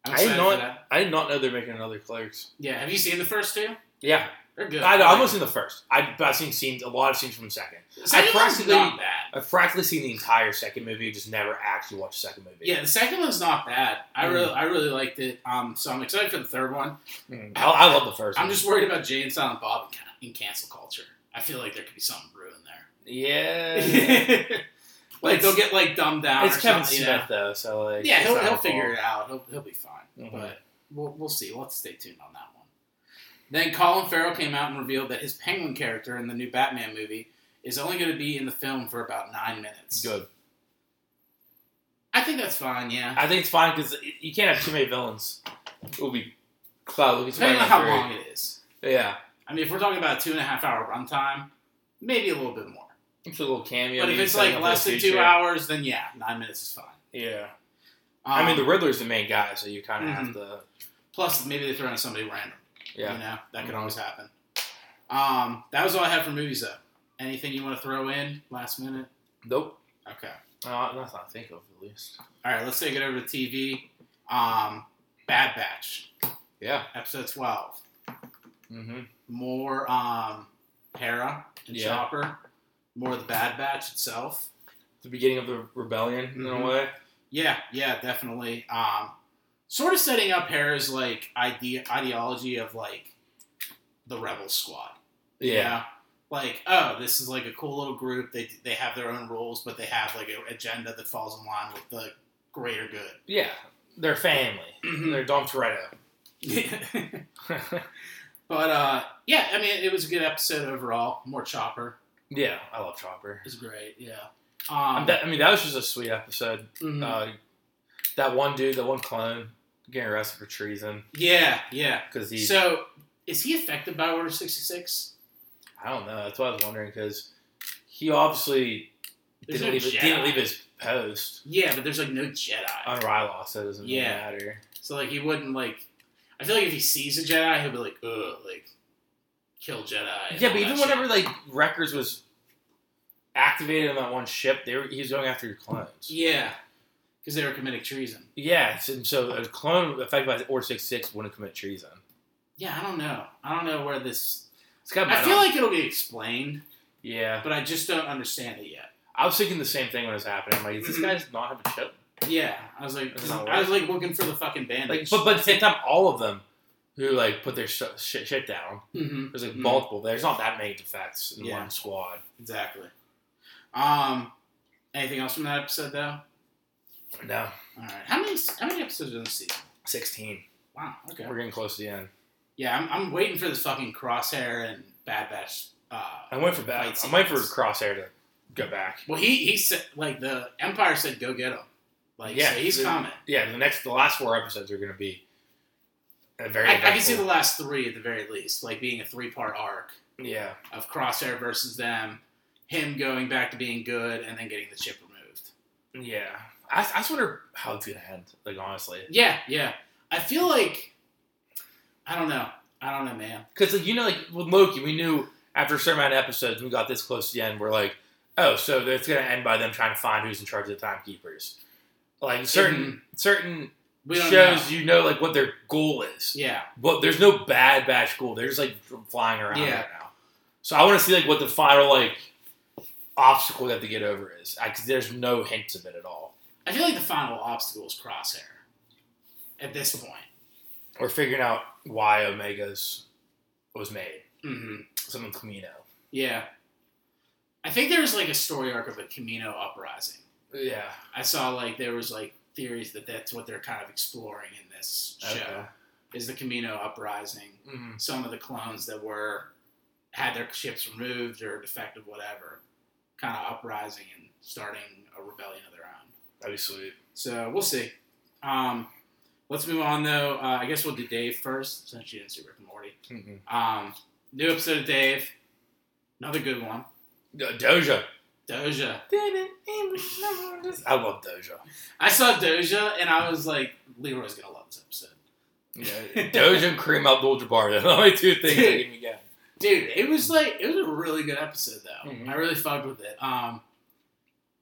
Speaker 1: I'm
Speaker 2: I did
Speaker 1: excited
Speaker 2: not-
Speaker 1: for that.
Speaker 2: I did not know they're making another Clerks.
Speaker 1: Yeah, have you seen the first two?
Speaker 2: Yeah,
Speaker 1: They're good.
Speaker 2: I know. I've only seen the first. I, but I've seen scenes, a lot of scenes from the second.
Speaker 1: The second
Speaker 2: I
Speaker 1: one's
Speaker 2: practically-
Speaker 1: not bad.
Speaker 2: I've practically seen the entire second movie. Just never actually watched the second movie.
Speaker 1: Yeah, the second one's not bad. I
Speaker 2: Mm.
Speaker 1: really, I really liked it. Um, so I'm excited for the third one.
Speaker 2: Mm. I, I love the first.
Speaker 1: I'm
Speaker 2: one.
Speaker 1: just worried about Jay and Silent Bob in ca- in cancel culture. I feel like there could be something brewing
Speaker 2: yeah.
Speaker 1: there. like they'll get like dumbed down.
Speaker 2: it's
Speaker 1: or
Speaker 2: Kevin
Speaker 1: something,
Speaker 2: Smith
Speaker 1: you know?
Speaker 2: though, so like
Speaker 1: Yeah,
Speaker 2: it's
Speaker 1: he'll,
Speaker 2: not
Speaker 1: he'll
Speaker 2: our
Speaker 1: figure
Speaker 2: fault.
Speaker 1: it out. He'll, he'll be fine.
Speaker 2: Mhm.
Speaker 1: But we'll, we'll see. We'll have to stay tuned on that one. Then Colin Farrell came out and revealed that his Penguin character in the new Batman movie is only going to be in the film for about nine minutes.
Speaker 2: Good.
Speaker 1: I think that's fine, yeah.
Speaker 2: I think it's fine because you can't have too many villains. It will be Cloud. It'll be
Speaker 1: Depending on how
Speaker 2: Spider-Man
Speaker 1: long it is.
Speaker 2: three. Yeah,
Speaker 1: I mean, if we're talking about a two and a half hour runtime, maybe a little bit more.
Speaker 2: it's a little cameo.
Speaker 1: but if
Speaker 2: maybe
Speaker 1: it's like
Speaker 2: setting up for the
Speaker 1: less than two
Speaker 2: future.
Speaker 1: hours, then yeah, nine minutes is fine.
Speaker 2: yeah.
Speaker 1: Um,
Speaker 2: I mean, the Riddler's the main guy, so you kind of
Speaker 1: Mhm.
Speaker 2: have to.
Speaker 1: plus maybe they throw in somebody random.
Speaker 2: Yeah.
Speaker 1: You know, that could always happen. Um, that was all I had for movies, though. Anything you want to throw in last minute?
Speaker 2: Nope.
Speaker 1: Okay.
Speaker 2: Uh, nothing I think of, at least.
Speaker 1: All right, let's take it over to TV. Um, Bad Batch,
Speaker 2: Yeah.
Speaker 1: episode 12.
Speaker 2: Mm-hmm.
Speaker 1: More um, Hera and
Speaker 2: Yeah.
Speaker 1: Chopper. More of the Bad Batch itself.
Speaker 2: The beginning of the rebellion, in
Speaker 1: Mhm.
Speaker 2: a way.
Speaker 1: Yeah, yeah, definitely. Um, sort of setting up Hera's like idea ideology of like the Rebel Squad.
Speaker 2: Yeah.
Speaker 1: you know? Like, oh, this is like a cool little group. They they have their own rules, but they have like an agenda that falls in line with the greater good.
Speaker 2: Yeah. They're family.
Speaker 1: Mm-hmm.
Speaker 2: They're Dom Toretto.
Speaker 1: but uh, yeah, I mean, it was a good episode overall. More Chopper
Speaker 2: yeah, I love Chopper.
Speaker 1: is great. Yeah.
Speaker 2: Um,
Speaker 1: Um,
Speaker 2: that, I mean, that was just a sweet episode.
Speaker 1: mhm.
Speaker 2: Uh, that one dude, that one clone, getting arrested for treason
Speaker 1: yeah, yeah.
Speaker 2: because he.
Speaker 1: So, is he affected by Order sixty six?
Speaker 2: I don't know. That's what I was wondering because he obviously
Speaker 1: There's
Speaker 2: didn't
Speaker 1: no
Speaker 2: leave,
Speaker 1: Jedi.
Speaker 2: didn't leave his post
Speaker 1: Yeah, but there's like no Jedi,
Speaker 2: on Ryloth, so it doesn't really
Speaker 1: Yeah.
Speaker 2: matter.
Speaker 1: so like he wouldn't like. I feel like if he sees a Jedi, he'll be like, ugh, like kill Jedi. and
Speaker 2: Yeah,
Speaker 1: all that
Speaker 2: but even
Speaker 1: shit.
Speaker 2: whenever like Records was activated on that one ship, they were, he was going after clones.
Speaker 1: Yeah, because they were committing treason.
Speaker 2: Yeah, and so a clone affected by Order Six Six wouldn't commit treason.
Speaker 1: Yeah, I don't know. I don't know where this.
Speaker 2: It's kind of
Speaker 1: I feel like it'll be explained,
Speaker 2: yeah.
Speaker 1: but I just don't understand it yet.
Speaker 2: I was thinking the same thing when it was happening. I'm like,
Speaker 1: Mm-hmm.
Speaker 2: does this guy just not have a chip?
Speaker 1: Yeah, I was like,
Speaker 2: That's not
Speaker 1: I was like looking for the fucking
Speaker 2: Like,
Speaker 1: bandage.
Speaker 2: but but at the same time, all of them who like put their sh- shit shit down.
Speaker 1: hmm
Speaker 2: There's like
Speaker 1: Mhm.
Speaker 2: multiple. There's not that many defects in
Speaker 1: Yeah.
Speaker 2: one squad.
Speaker 1: exactly. Um, anything else from that episode though?
Speaker 2: No,
Speaker 1: All right, how many how many episodes are in the season?
Speaker 2: sixteen.
Speaker 1: Wow. Okay.
Speaker 2: We're getting close to the end.
Speaker 1: Yeah, I'm, I'm waiting for this fucking crosshair and Bad Batch. Uh,
Speaker 2: I'm waiting for
Speaker 1: Fight
Speaker 2: that. I'm waiting for
Speaker 1: sequence.
Speaker 2: Crosshair to go back.
Speaker 1: Well, he he said like the Empire said, "Go get him." Like
Speaker 2: Yeah,
Speaker 1: so he's
Speaker 2: the-
Speaker 1: coming.
Speaker 2: Yeah, the next, the last four episodes are going to be a very.
Speaker 1: I, I can see the
Speaker 2: eventful-
Speaker 1: last three at the very least, like being a three part arc
Speaker 2: Yeah,
Speaker 1: of Crosshair versus them, him going back to being good, and then getting the chip removed.
Speaker 2: yeah. I, I just wonder how it's going to end. Like honestly,
Speaker 1: Yeah, yeah. I feel like I don't know. I don't know, man.
Speaker 2: because like, you know, like with Loki, we knew after a certain amount of episodes, we got this close to the end. We're like, oh, so it's going to end by them trying to find who's in charge of the timekeepers. Like certain certain
Speaker 1: Mm-hmm. We don't
Speaker 2: shows,
Speaker 1: know.
Speaker 2: you know, like what their goal is.
Speaker 1: Yeah,
Speaker 2: But there's no bad batch goal. They're just like flying around
Speaker 1: Yeah.
Speaker 2: right now. So I want to see like what the final like obstacle that they get over is. I, 'cause there's no hints of it at all.
Speaker 1: I feel like the final obstacle is Crosshair at this point.
Speaker 2: Or figuring out why Omega's was made.
Speaker 1: hmm
Speaker 2: Something Camino.
Speaker 1: Yeah, I think there was like a story arc of a Camino uprising.
Speaker 2: Yeah.
Speaker 1: I saw like there was like theories that that's what they're kind of exploring in this show
Speaker 2: Okay.
Speaker 1: is the Camino uprising.
Speaker 2: Mhm.
Speaker 1: Some of the clones that were had their ships removed or defective, whatever, kind of uprising and starting a rebellion of their own.
Speaker 2: That'd be sweet.
Speaker 1: So we'll see. Um, let's move on though. Uh, I guess we'll do Dave first since you didn't see Rick and Morty.
Speaker 2: Mhm.
Speaker 1: Um, new episode of Dave, another good one.
Speaker 2: Uh, Doja.
Speaker 1: Doja.
Speaker 2: I love Doja.
Speaker 1: I saw Doja and I was like, Leroy's gonna love this episode.
Speaker 2: Yeah. Doja and Kareem Abdul-Jabbar. They're the only two things that give me gas.
Speaker 1: Dude, it was like it was a really good episode though.
Speaker 2: Mhm.
Speaker 1: I really fucked with it. Um,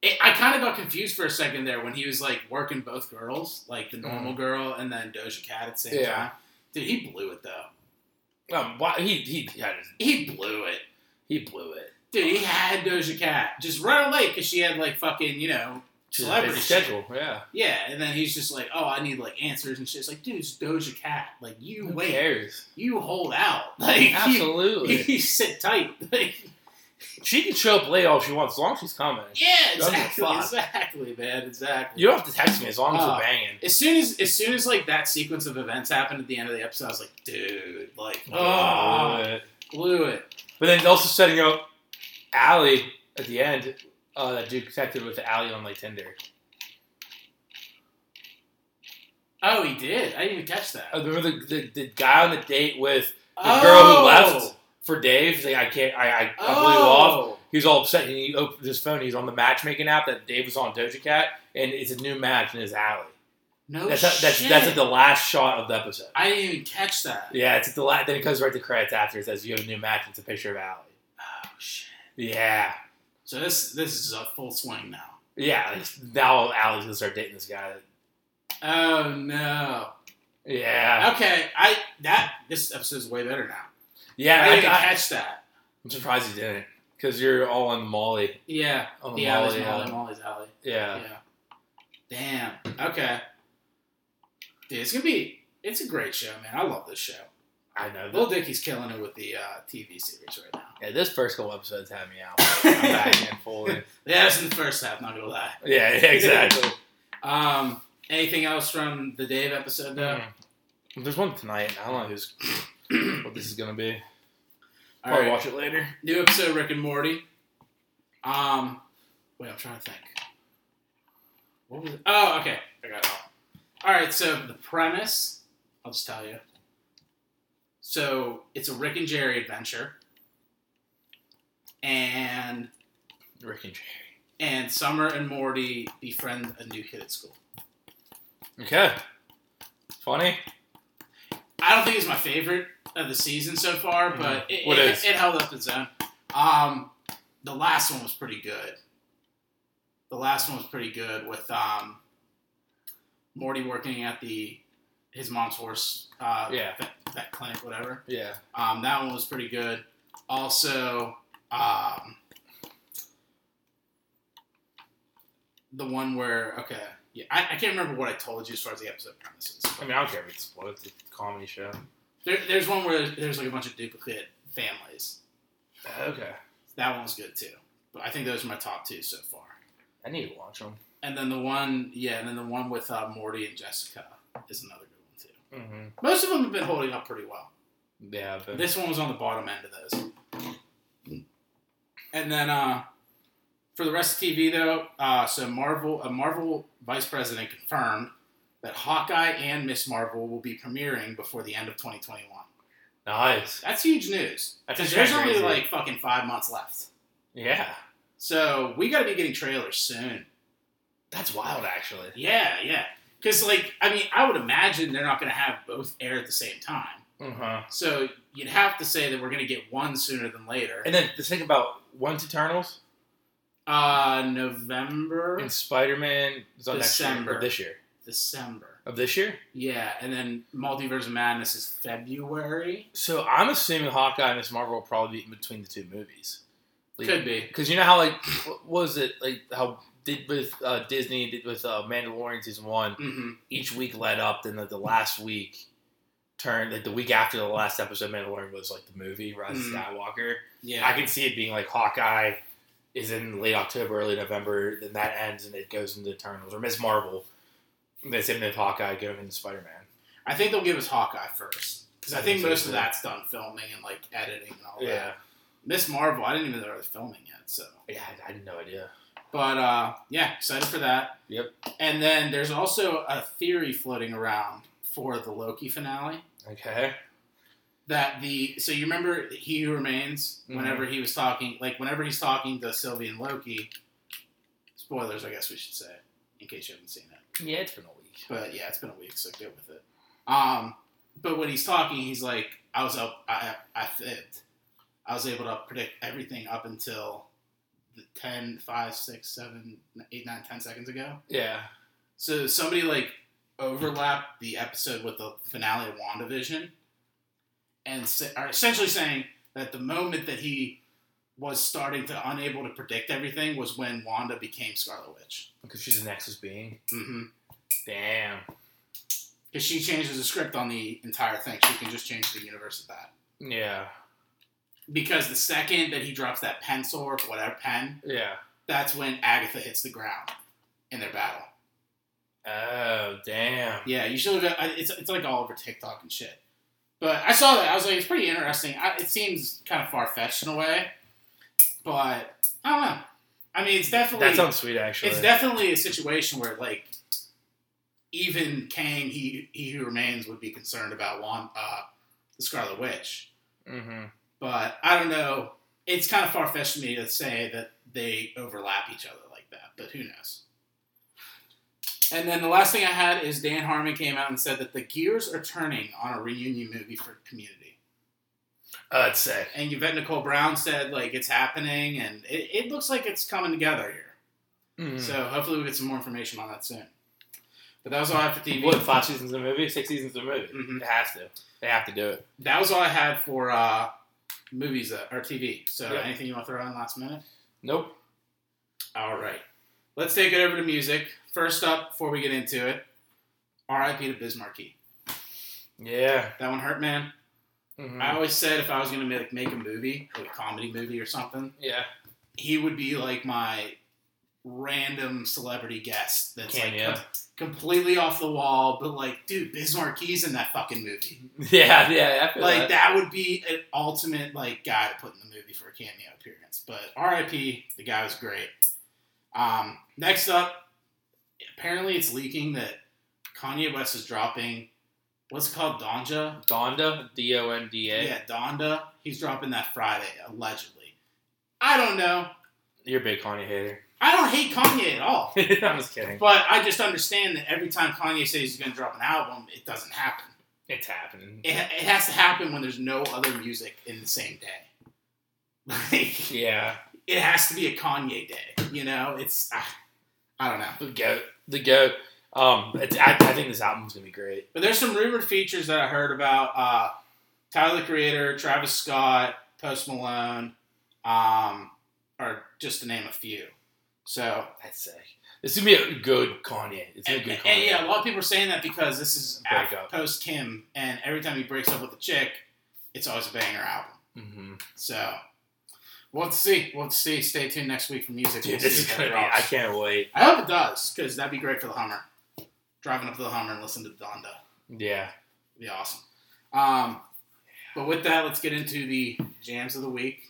Speaker 1: it, I kind of got confused for a second there when he was like working both girls, like the normal
Speaker 2: Mm-hmm.
Speaker 1: girl and then Doja Cat at the same
Speaker 2: Yeah.
Speaker 1: time. Dude, he blew it though.
Speaker 2: Um, why, he, he, had his-
Speaker 1: He blew it.
Speaker 2: he blew it.
Speaker 1: Dude, he had Doja Cat just right away because she had like fucking you know
Speaker 2: She's a
Speaker 1: Celebrity.
Speaker 2: busy schedule. Yeah.
Speaker 1: yeah, and then he's just like, oh, I need like answers and shit. It's like, dude, it's Doja Cat. Like you
Speaker 2: Who
Speaker 1: wait,
Speaker 2: cares?
Speaker 1: you hold out. Like you,
Speaker 2: Absolutely.
Speaker 1: you sit tight. Like,
Speaker 2: she can show up late all she wants as long as she's coming.
Speaker 1: yeah,
Speaker 2: Doesn't
Speaker 1: exactly,
Speaker 2: fuck.
Speaker 1: exactly, man, exactly.
Speaker 2: You don't have to text me as long as
Speaker 1: Oh.
Speaker 2: we're banging.
Speaker 1: As soon as as soon as like that sequence of events happened at the end of the episode, I was like, dude, like, oh, blew it.
Speaker 2: But then also setting up Allie at the end. Uh, that dude connected with Allie on like Tinder.
Speaker 1: Oh, he did. I didn't even catch that.
Speaker 2: I remember the, the, the guy on the date with
Speaker 1: oh.
Speaker 2: the girl who left for Dave. He's like, I can't, I, I, I blew you off.
Speaker 1: Oh.
Speaker 2: He's all upset. And he opened his phone. He's on the matchmaking app that Dave was on Doja Cat, and it's a new match and it's Allie.
Speaker 1: No
Speaker 2: that's
Speaker 1: Oh, shit.
Speaker 2: that's that's like the last shot of the episode.
Speaker 1: I didn't even catch that.
Speaker 2: Yeah, it's at the last. Then it comes right to credits after. It says you have a new match. It's a picture of Allie.
Speaker 1: Oh shit.
Speaker 2: Yeah,
Speaker 1: So this this is a full swing now.
Speaker 2: yeah. it's- Now Allie's gonna start dating this guy.
Speaker 1: Oh no.
Speaker 2: Yeah,
Speaker 1: Okay, I that this episode's way better now.
Speaker 2: yeah.
Speaker 1: I
Speaker 2: I,
Speaker 1: didn't
Speaker 2: I,
Speaker 1: catch that.
Speaker 2: am surprised you didn't, because you're all on Molly.
Speaker 1: Yeah,
Speaker 2: On the
Speaker 1: yeah,
Speaker 2: Molly.
Speaker 1: there's Molly,
Speaker 2: uh,
Speaker 1: Molly's alley.
Speaker 2: yeah.
Speaker 1: yeah. Damn. Okay. Dude, it's gonna be. It's a great show, man. I love this show.
Speaker 2: I know.
Speaker 1: Lil
Speaker 2: That.
Speaker 1: Dicky's killing it with the uh, TV series right now.
Speaker 2: Yeah, this first couple episodes had me out. I'm back in fully.
Speaker 1: Yeah, that's in the first half. Not gonna lie.
Speaker 2: Yeah, yeah, exactly.
Speaker 1: Um, anything else from the Dave episode though?
Speaker 2: Mm. There's one tonight. and I don't know who's what this is gonna be.
Speaker 1: All
Speaker 2: Probably
Speaker 1: right.
Speaker 2: watch it later.
Speaker 1: New episode of Rick and Morty. Um, wait, I'm trying to think. What was it? Oh, okay. I got it all. All right, so the premise, I'll just tell you. So it's a Rick and Jerry adventure. And
Speaker 2: Rick and Jerry.
Speaker 1: and Summer and Morty befriend a new kid at school.
Speaker 2: Okay. Funny.
Speaker 1: I don't think it's my favorite of the season so far, but it,
Speaker 2: What
Speaker 1: it,
Speaker 2: is?
Speaker 1: it held up its own. Um, the last one was pretty good. The last one was pretty good with um, Morty working at the his mom's horse uh,
Speaker 2: Yeah.
Speaker 1: vet, vet clinic, whatever.
Speaker 2: Yeah.
Speaker 1: Um, that one was pretty good. Also, um, the one where okay, yeah, I, I can't remember what I told you as far as the episode premises.
Speaker 2: I mean, I don't care if it's what it's a comedy show.
Speaker 1: There, there's one where there's like a bunch of duplicate families.
Speaker 2: Okay.
Speaker 1: That one was good too. But I think those are my top two so far.
Speaker 2: I need to watch them.
Speaker 1: And then the one, yeah, and then the one with uh, Morty and Jessica is another good one too.
Speaker 2: Mm-hmm.
Speaker 1: Most of them have been holding up pretty well.
Speaker 2: Yeah, but
Speaker 1: This one was on the bottom end of those. And then, uh, For the rest of TV, though, uh, so Marvel, a Marvel vice president confirmed that Hawkeye and Miss Marvel will be premiering before the end of 2021.
Speaker 2: Nice.
Speaker 1: That's huge news.
Speaker 2: That's
Speaker 1: Because there's only
Speaker 2: crazy.
Speaker 1: like fucking five months left.
Speaker 2: Yeah.
Speaker 1: So we got to be getting trailers soon.
Speaker 2: That's wild, actually.
Speaker 1: Yeah, yeah. Because, like, I mean, I would imagine they're not going to have both air at the same time.
Speaker 2: Uh huh.
Speaker 1: So you'd have to say that we're going to get one sooner than later.
Speaker 2: And then just think about once Eternals
Speaker 1: Uh, November,
Speaker 2: and Spider Man is on next year
Speaker 1: December.
Speaker 2: of this year.
Speaker 1: December.
Speaker 2: Of this year.
Speaker 1: Yeah, and then Multiverse of Madness is February.
Speaker 2: So I'm assuming Hawkeye and Miss Marvel will probably be in between the two movies.
Speaker 1: Could be.
Speaker 2: Because you know how like what was it like how did with uh, Disney did with uh, Mandalorian season one
Speaker 1: hmm
Speaker 2: each week led up then like, the last week turned like the week after the last episode of Mandalorian was like the movie Rise of
Speaker 1: Mhm.
Speaker 2: Skywalker.
Speaker 1: Yeah.
Speaker 2: I can see it being like Hawkeye is in late October, early November, then that ends and it goes into Eternals or Miss Marvel. They same with Hawkeye going into Spider Man.
Speaker 1: I think they'll give us Hawkeye first because I
Speaker 2: I
Speaker 1: think
Speaker 2: think so,
Speaker 1: most of
Speaker 2: too.
Speaker 1: that's done filming and like editing and all that. Miss Marvel, I didn't even know they were filming yet. So,
Speaker 2: yeah, I, I had no idea.
Speaker 1: but uh, yeah, excited for that.
Speaker 2: Yep.
Speaker 1: And then there's also a theory floating around for the Loki finale
Speaker 2: Okay,
Speaker 1: that the so you remember he who remains whenever he was talking like whenever he's talking to Sylvie and Loki. Spoilers, I guess we should say in case you haven't seen it.
Speaker 2: yeah, it's been a week.
Speaker 1: But yeah, it's been a week, so get with it. Um, but when he's talking, he's like, "I was up, I, I fibbed. I was able to predict everything up until the 10, 5, 6, 7, 8, 9, 10 seconds ago."
Speaker 2: Yeah,
Speaker 1: So somebody like overlapped the episode with the finale of Wandavision, and sa- are essentially saying that the moment that he was starting to unable to predict everything was when Wanda became Scarlet Witch.
Speaker 2: because she's a Nexus being.
Speaker 1: hmm
Speaker 2: Damn.
Speaker 1: Because she changes the script on the entire thing. She can just change the universe of that.
Speaker 2: Yeah,
Speaker 1: Because the second that he drops that pencil or whatever pen,
Speaker 2: yeah.
Speaker 1: that's when Agatha hits the ground in their battle.
Speaker 2: Oh, damn.
Speaker 1: Yeah, you should have. It's, it's like all over TikTok and shit. But I saw that. I was like, it's pretty interesting. I, it seems kind of far fetched in a way. But I don't know. I mean, it's definitely.
Speaker 2: That sounds sweet, actually.
Speaker 1: It's definitely a situation where like even Kang, he he who remains, would be concerned about one uh, the Scarlet Witch.
Speaker 2: Mhm.
Speaker 1: But I don't know. It's kind of far fetched to me to say that they overlap each other like that. But who knows? And then the last thing I had is Dan Harmon came out and said that the gears are turning on a reunion movie for Community.
Speaker 2: Oh, that's sick.
Speaker 1: And Yvette Nicole Brown said like it's happening, and it, it looks like it's coming together here.
Speaker 2: Mhm.
Speaker 1: So hopefully we get some more information on that soon. But that was all I had for TV.
Speaker 2: What, five seasons of the movie? Six seasons of the movie?
Speaker 1: Mhm.
Speaker 2: It has to. They have to do it.
Speaker 1: That was all I had for uh, movies uh, or TV. So
Speaker 2: Yeah.
Speaker 1: anything you want to throw in last minute?
Speaker 2: Nope.
Speaker 1: All right. Let's take it over to music. First up, before we get into it, R.I.P. to Bismarcky.
Speaker 2: Yeah.
Speaker 1: That one hurt, man.
Speaker 2: Mhm.
Speaker 1: I always said if I was gonna make make a movie, like a comedy movie or something,
Speaker 2: yeah.
Speaker 1: he would be like my random celebrity guest that's like
Speaker 2: Cameo.
Speaker 1: com- completely off the wall, but like, dude, Bismarcky's in that fucking movie.
Speaker 2: Yeah, yeah. I feel
Speaker 1: like
Speaker 2: that.
Speaker 1: that would be an ultimate like guy to put in the movie for a cameo appearance. But R.I.P. The guy was great. Um, next up, apparently it's leaking that Kanye West is dropping what's it called Donja.
Speaker 2: Donda, D O N D
Speaker 1: Yeah.
Speaker 2: A.
Speaker 1: Donda. He's dropping that Friday allegedly. I don't know.
Speaker 2: You're a big Kanye hater.
Speaker 1: I don't hate Kanye at all,
Speaker 2: I'm just kidding.
Speaker 1: but I just understand that every time Kanye says he's going to drop an album, it doesn't happen.
Speaker 2: It's happening.
Speaker 1: It, it has to happen when there's no other music in the same day. Like
Speaker 2: Yeah.
Speaker 1: it has to be a Kanye day. You know, it's ah, I don't know.
Speaker 2: The goat. The goat. Um, it's, I, I think this album's gonna be great.
Speaker 1: But there's some rumored features that I heard about uh, Tyler the Creator, Travis Scott, Post Malone, um, or just to name a few. So
Speaker 2: That's sick. This is gonna be a good Kanye. It's gonna
Speaker 1: and,
Speaker 2: be a good Kanye.
Speaker 1: and yeah, a lot of people are saying that because this is
Speaker 2: Break
Speaker 1: af-
Speaker 2: up.
Speaker 1: post Kim, and every time he breaks up with a chick, it's always a banger album.
Speaker 2: hmm
Speaker 1: So we'll have to see. We'll have to see. Stay tuned next week for music.
Speaker 2: Dude,
Speaker 1: We'll
Speaker 2: this
Speaker 1: see
Speaker 2: is
Speaker 1: if that
Speaker 2: gonna be.
Speaker 1: drops.
Speaker 2: I can't wait.
Speaker 1: I hope it does, because that'd be great for the Hummer. Driving up to the Hummer and listen to Donda.
Speaker 2: Yeah.
Speaker 1: It'd be awesome. Um, but with that, let's get into the jams of the week.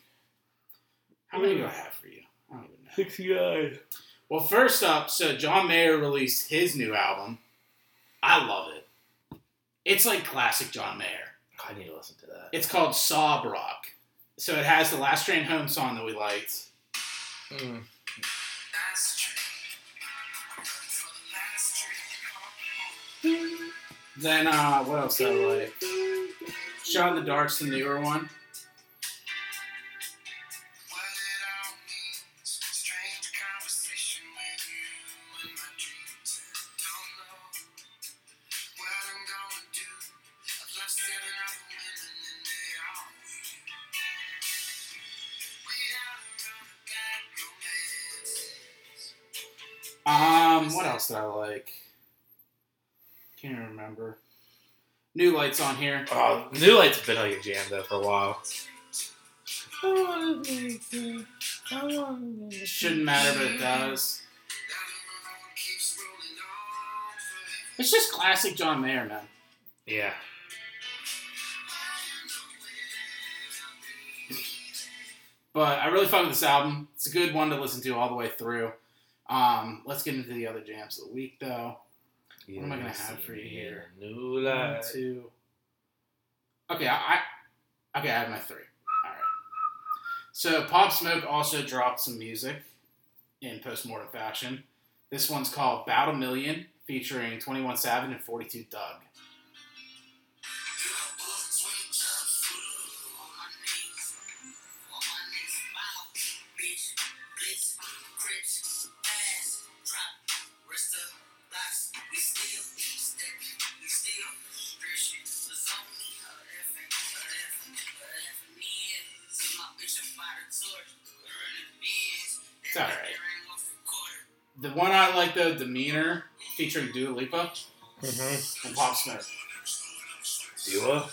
Speaker 1: How many do I have for you? I don't even know.
Speaker 2: 69.
Speaker 5: Well, first up, so John Mayer released his new album. I love it. It's like classic John Mayer.
Speaker 2: I need to listen to that.
Speaker 5: It's called Sob Rock. So it has the Last Train Home song that we liked.
Speaker 2: Mm.
Speaker 5: Then uh, what else did I like? Shot in the Dark's the newer one. Um, what else did I like? Can't even remember. New lights on here.
Speaker 2: Oh, New Light's been like a jam though for a while.
Speaker 5: Shouldn't matter, but it does. It's just classic John Mayer, man.
Speaker 2: Yeah.
Speaker 5: But I really fuck with this album. It's a good one to listen to all the way through. Um, let's get into the other jams of the week, though.
Speaker 2: What
Speaker 5: am I gonna have for you here?
Speaker 2: New
Speaker 5: One,
Speaker 2: Light.
Speaker 5: two. Uh, Okay, I, I okay, I have my three. All right. So Pop Smoke also dropped some music in postmortem fashion. This one's called "About a Million, featuring 21 Savage and 42 Doug.
Speaker 1: It's alright.
Speaker 5: The one I like though, Demeanor, featuring Dua Lipa and Pop Smoke.
Speaker 2: Dua?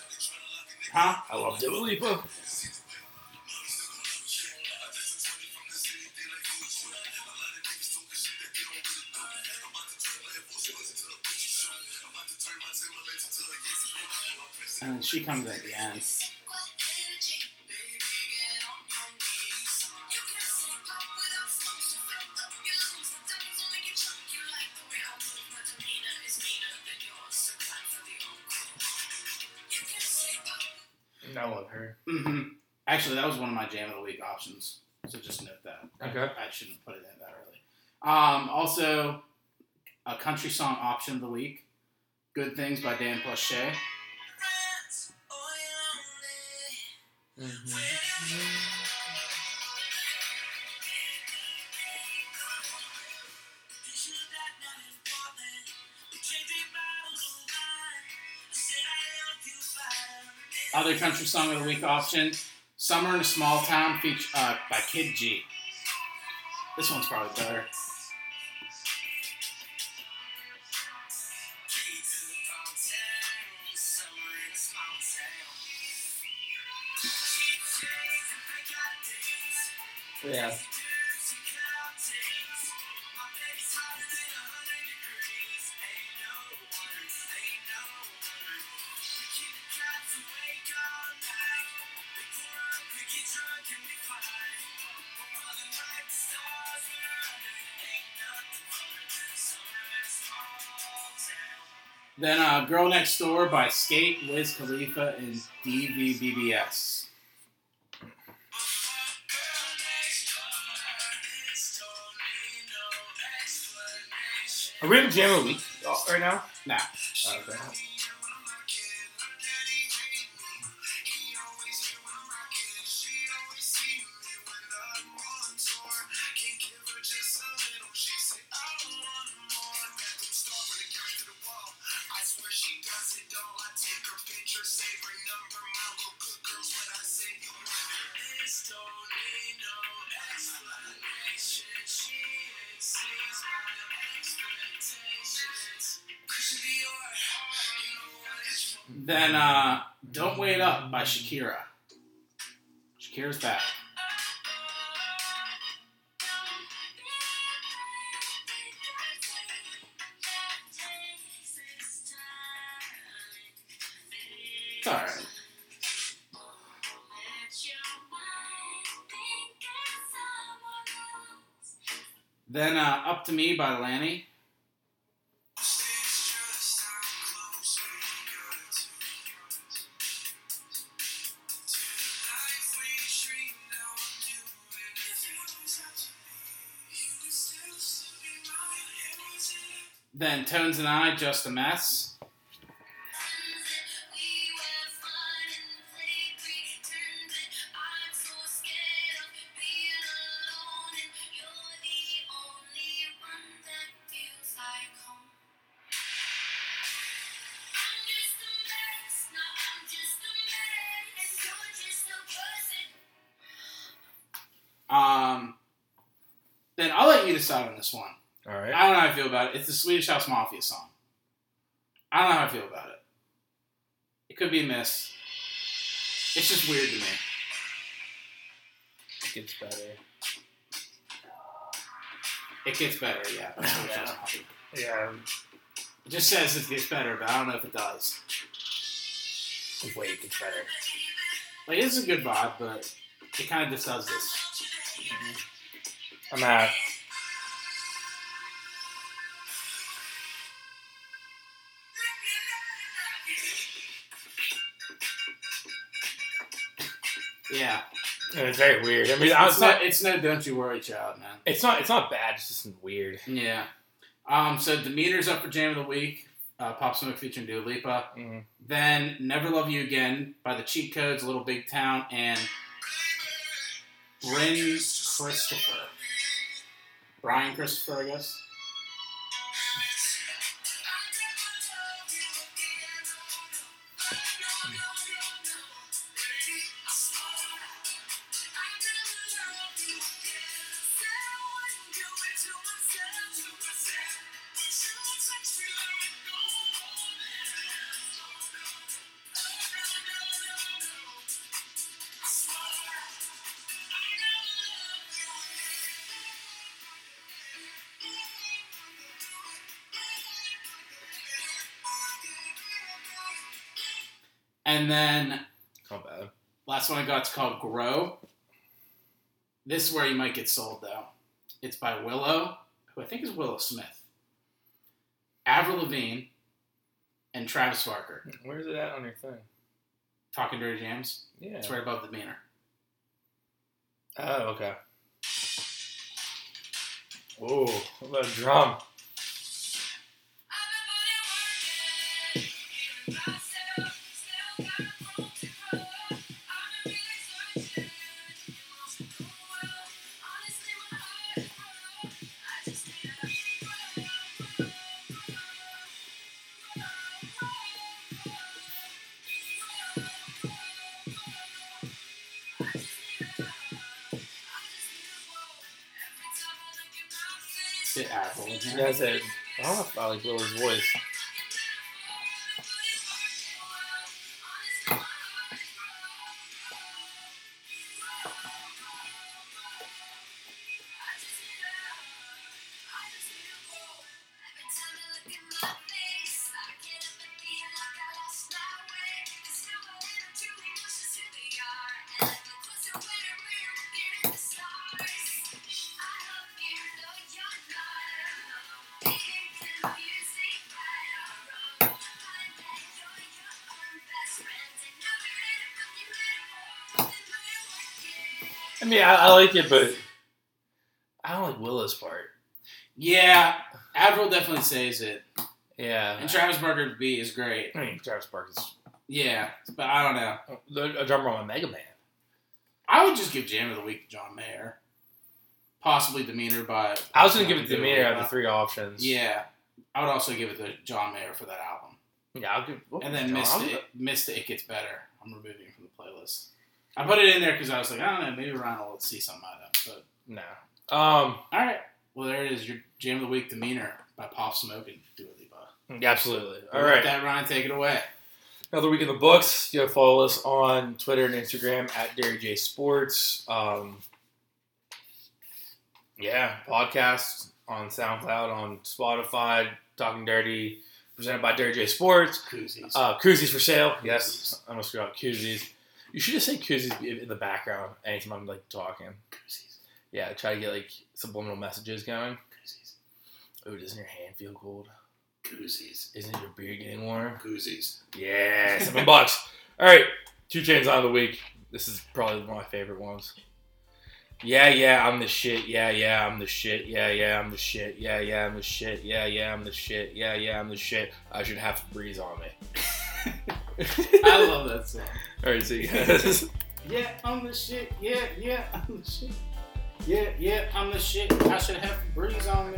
Speaker 5: Huh?
Speaker 2: I love Dua Lipa.
Speaker 5: And she comes at the end.
Speaker 2: I love her.
Speaker 5: hmm Actually, that was one of my jam of the week options. So just note that.
Speaker 2: Okay.
Speaker 5: I shouldn't put it in that early. Um, also, a country song option of the week Good Things by Dan Plache. Other country song of the week option Summer in a Small Town feature, uh, by Kid G. This one's probably better.
Speaker 6: Yeah.
Speaker 5: Then uh, Girl Next Door by Skate, Wiz Khalifa, and DVBBS.
Speaker 2: Are we in the jam of the week uh, right now?
Speaker 5: Now, then uh, Don't Wait Up by Shakira. Shakira's back. It's alright.
Speaker 1: Let your mind think of someone else.
Speaker 5: Then uh, Up to Me by Lanny. Then Tones and I, Just a Mess. Um, then I'll let you decide on this one.
Speaker 2: All right.
Speaker 5: I don't know how I feel about it. It's the Swedish House Mafia song. I don't know how I feel about it. It could be a miss. It's just weird to me.
Speaker 2: Gets better.
Speaker 5: It gets better, yeah. That's what it
Speaker 2: Yeah.
Speaker 5: says.
Speaker 2: Yeah.
Speaker 5: It just says it gets better, but I don't know if it does.
Speaker 2: Wait, it gets better.
Speaker 5: Like, it's a good vibe, but it kind of just does this.
Speaker 2: I'm out.
Speaker 5: Yeah.
Speaker 2: And it's very weird. I mean, I-
Speaker 5: It's
Speaker 2: it's not.
Speaker 5: no, it's no Don't You Worry Child, man.
Speaker 2: It's not. It's not bad. It's just weird.
Speaker 5: Yeah. Um, so Demeter's up for Jam of the Week, uh, Pop Smoke featuring Dua Lipa.
Speaker 2: Mhm.
Speaker 5: Then Never Love You Again by the Cheat Codes, Little Big Town, and Bryn Christopher. Brian Christopher, I guess. And then
Speaker 2: It's not bad.
Speaker 5: Last one I got's called Grow. This is where you might get sold though. It's by Willow, who I think is Willow Smith, Avril Lavigne, and Travis Barker.
Speaker 2: Where's it at on your thing?
Speaker 5: Talking Dirty Jams.
Speaker 2: Yeah.
Speaker 5: It's right above the banner.
Speaker 2: Oh, okay. Whoa, what about a drum?
Speaker 5: Is it Avril Lavigne?
Speaker 2: That's it. I don't know if I like Willow's voice. I mean, I, I like it, but I don't like Willow's part.
Speaker 5: Yeah, Avril definitely saves it.
Speaker 2: Yeah.
Speaker 5: And Travis Barker B is great.
Speaker 2: I mean, Travis Barker's
Speaker 5: Yeah, but I don't know.
Speaker 2: the- a drummer on Mega Man.
Speaker 5: I would just give Jam of the Week to John Mayer. Possibly Demeanor by.
Speaker 2: I was gonna give it to Demeanor out of the three options.
Speaker 5: Yeah, I would also give it to John Mayer for that album.
Speaker 2: Yeah, I'll give. we'll
Speaker 5: And
Speaker 2: give
Speaker 5: then
Speaker 2: John-
Speaker 5: missed
Speaker 2: I'll
Speaker 5: it. Missed it. It gets better. I'm removing it from the playlist. I put it in there because I was like, I don't know, maybe Ryan will see something out of it.
Speaker 2: No. Um.
Speaker 5: But all right, well there it is. Your jam of the week, Demeanor by Pop Smoke and Dua Lipa.
Speaker 2: Absolutely. All
Speaker 5: With
Speaker 2: right.
Speaker 5: that Ryan, take it away.
Speaker 2: Another week in the books. You can follow us on Twitter and Instagram at Dairy J Sports. Um, yeah, podcast on SoundCloud, on Spotify, Talking Dirty, presented by Dairy J Sports.
Speaker 5: Koozies.
Speaker 2: Uh, koozies for sale. Yes, I'm gonna screw up koozies. You should just say koozies in the background anytime I'm like talking.
Speaker 5: Yeah, try to get like subliminal messages going. Oh, doesn't your hand feel cold?
Speaker 7: Koozies.
Speaker 5: Isn't your beard getting warm?
Speaker 7: Koozies.
Speaker 5: Yeah, seven bucks. All right, two chains on the week. This is probably one of my favorite ones. Yeah, yeah, I'm the shit. Yeah, yeah, I'm the shit. Yeah, yeah, I'm the shit. Yeah, yeah, I'm the shit. Yeah, yeah, I'm the shit. Yeah, yeah, I'm the shit. I should have breeze on me.
Speaker 1: I love that song.
Speaker 5: All right, see you guys.
Speaker 1: Yeah, I'm the shit. Yeah, yeah, I'm the shit. Yeah, yeah, I'm the shit. I should have breeze on me.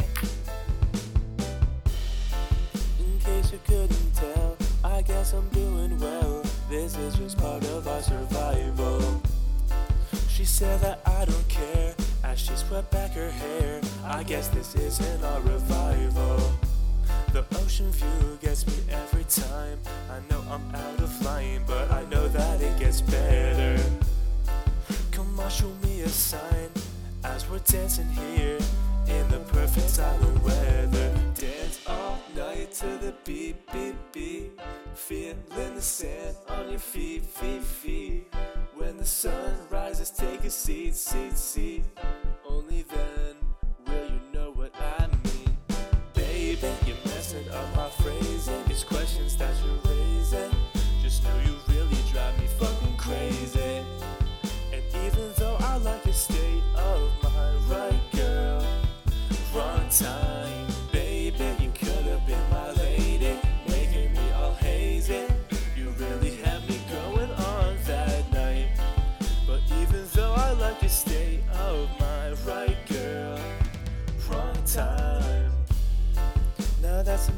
Speaker 8: In case you couldn't tell, I guess I'm doing well. This is just part of our survival. She said that I don't care as she swept back her hair. I guess this isn't our revival. The ocean view gets me every time. I know I'm out of line, but I know that it gets better. Come on, show me a sign as we're dancing here in the perfect silent weather. Dance all night to the beat, beat, beat. Feeling the sand on your feet, feet, feet. When the sun rises, take a seat, seat, seat. Only then will you know what I mean. Baby, you're messing up my phrasing. These questions that you're raising. Just know you really drive me fucking crazy. And even though I like your state of mind, right, girl? Wrong time, baby. You could have been my lady, making me all hazy. You really had me going on that night. But even though I like your state of mind, right, girl? Wrong time. Now that some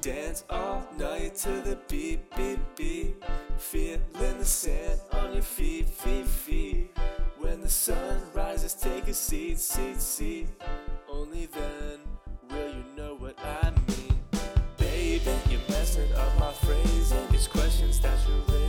Speaker 8: Dance all night to the beat, beat, beat. Feeling the sand on your feet, feet, feet. When the sun rises, take a seat, seat, seat. Only then will you know what I mean. Baby, you're messing up my phrasing. These questions that you're raising.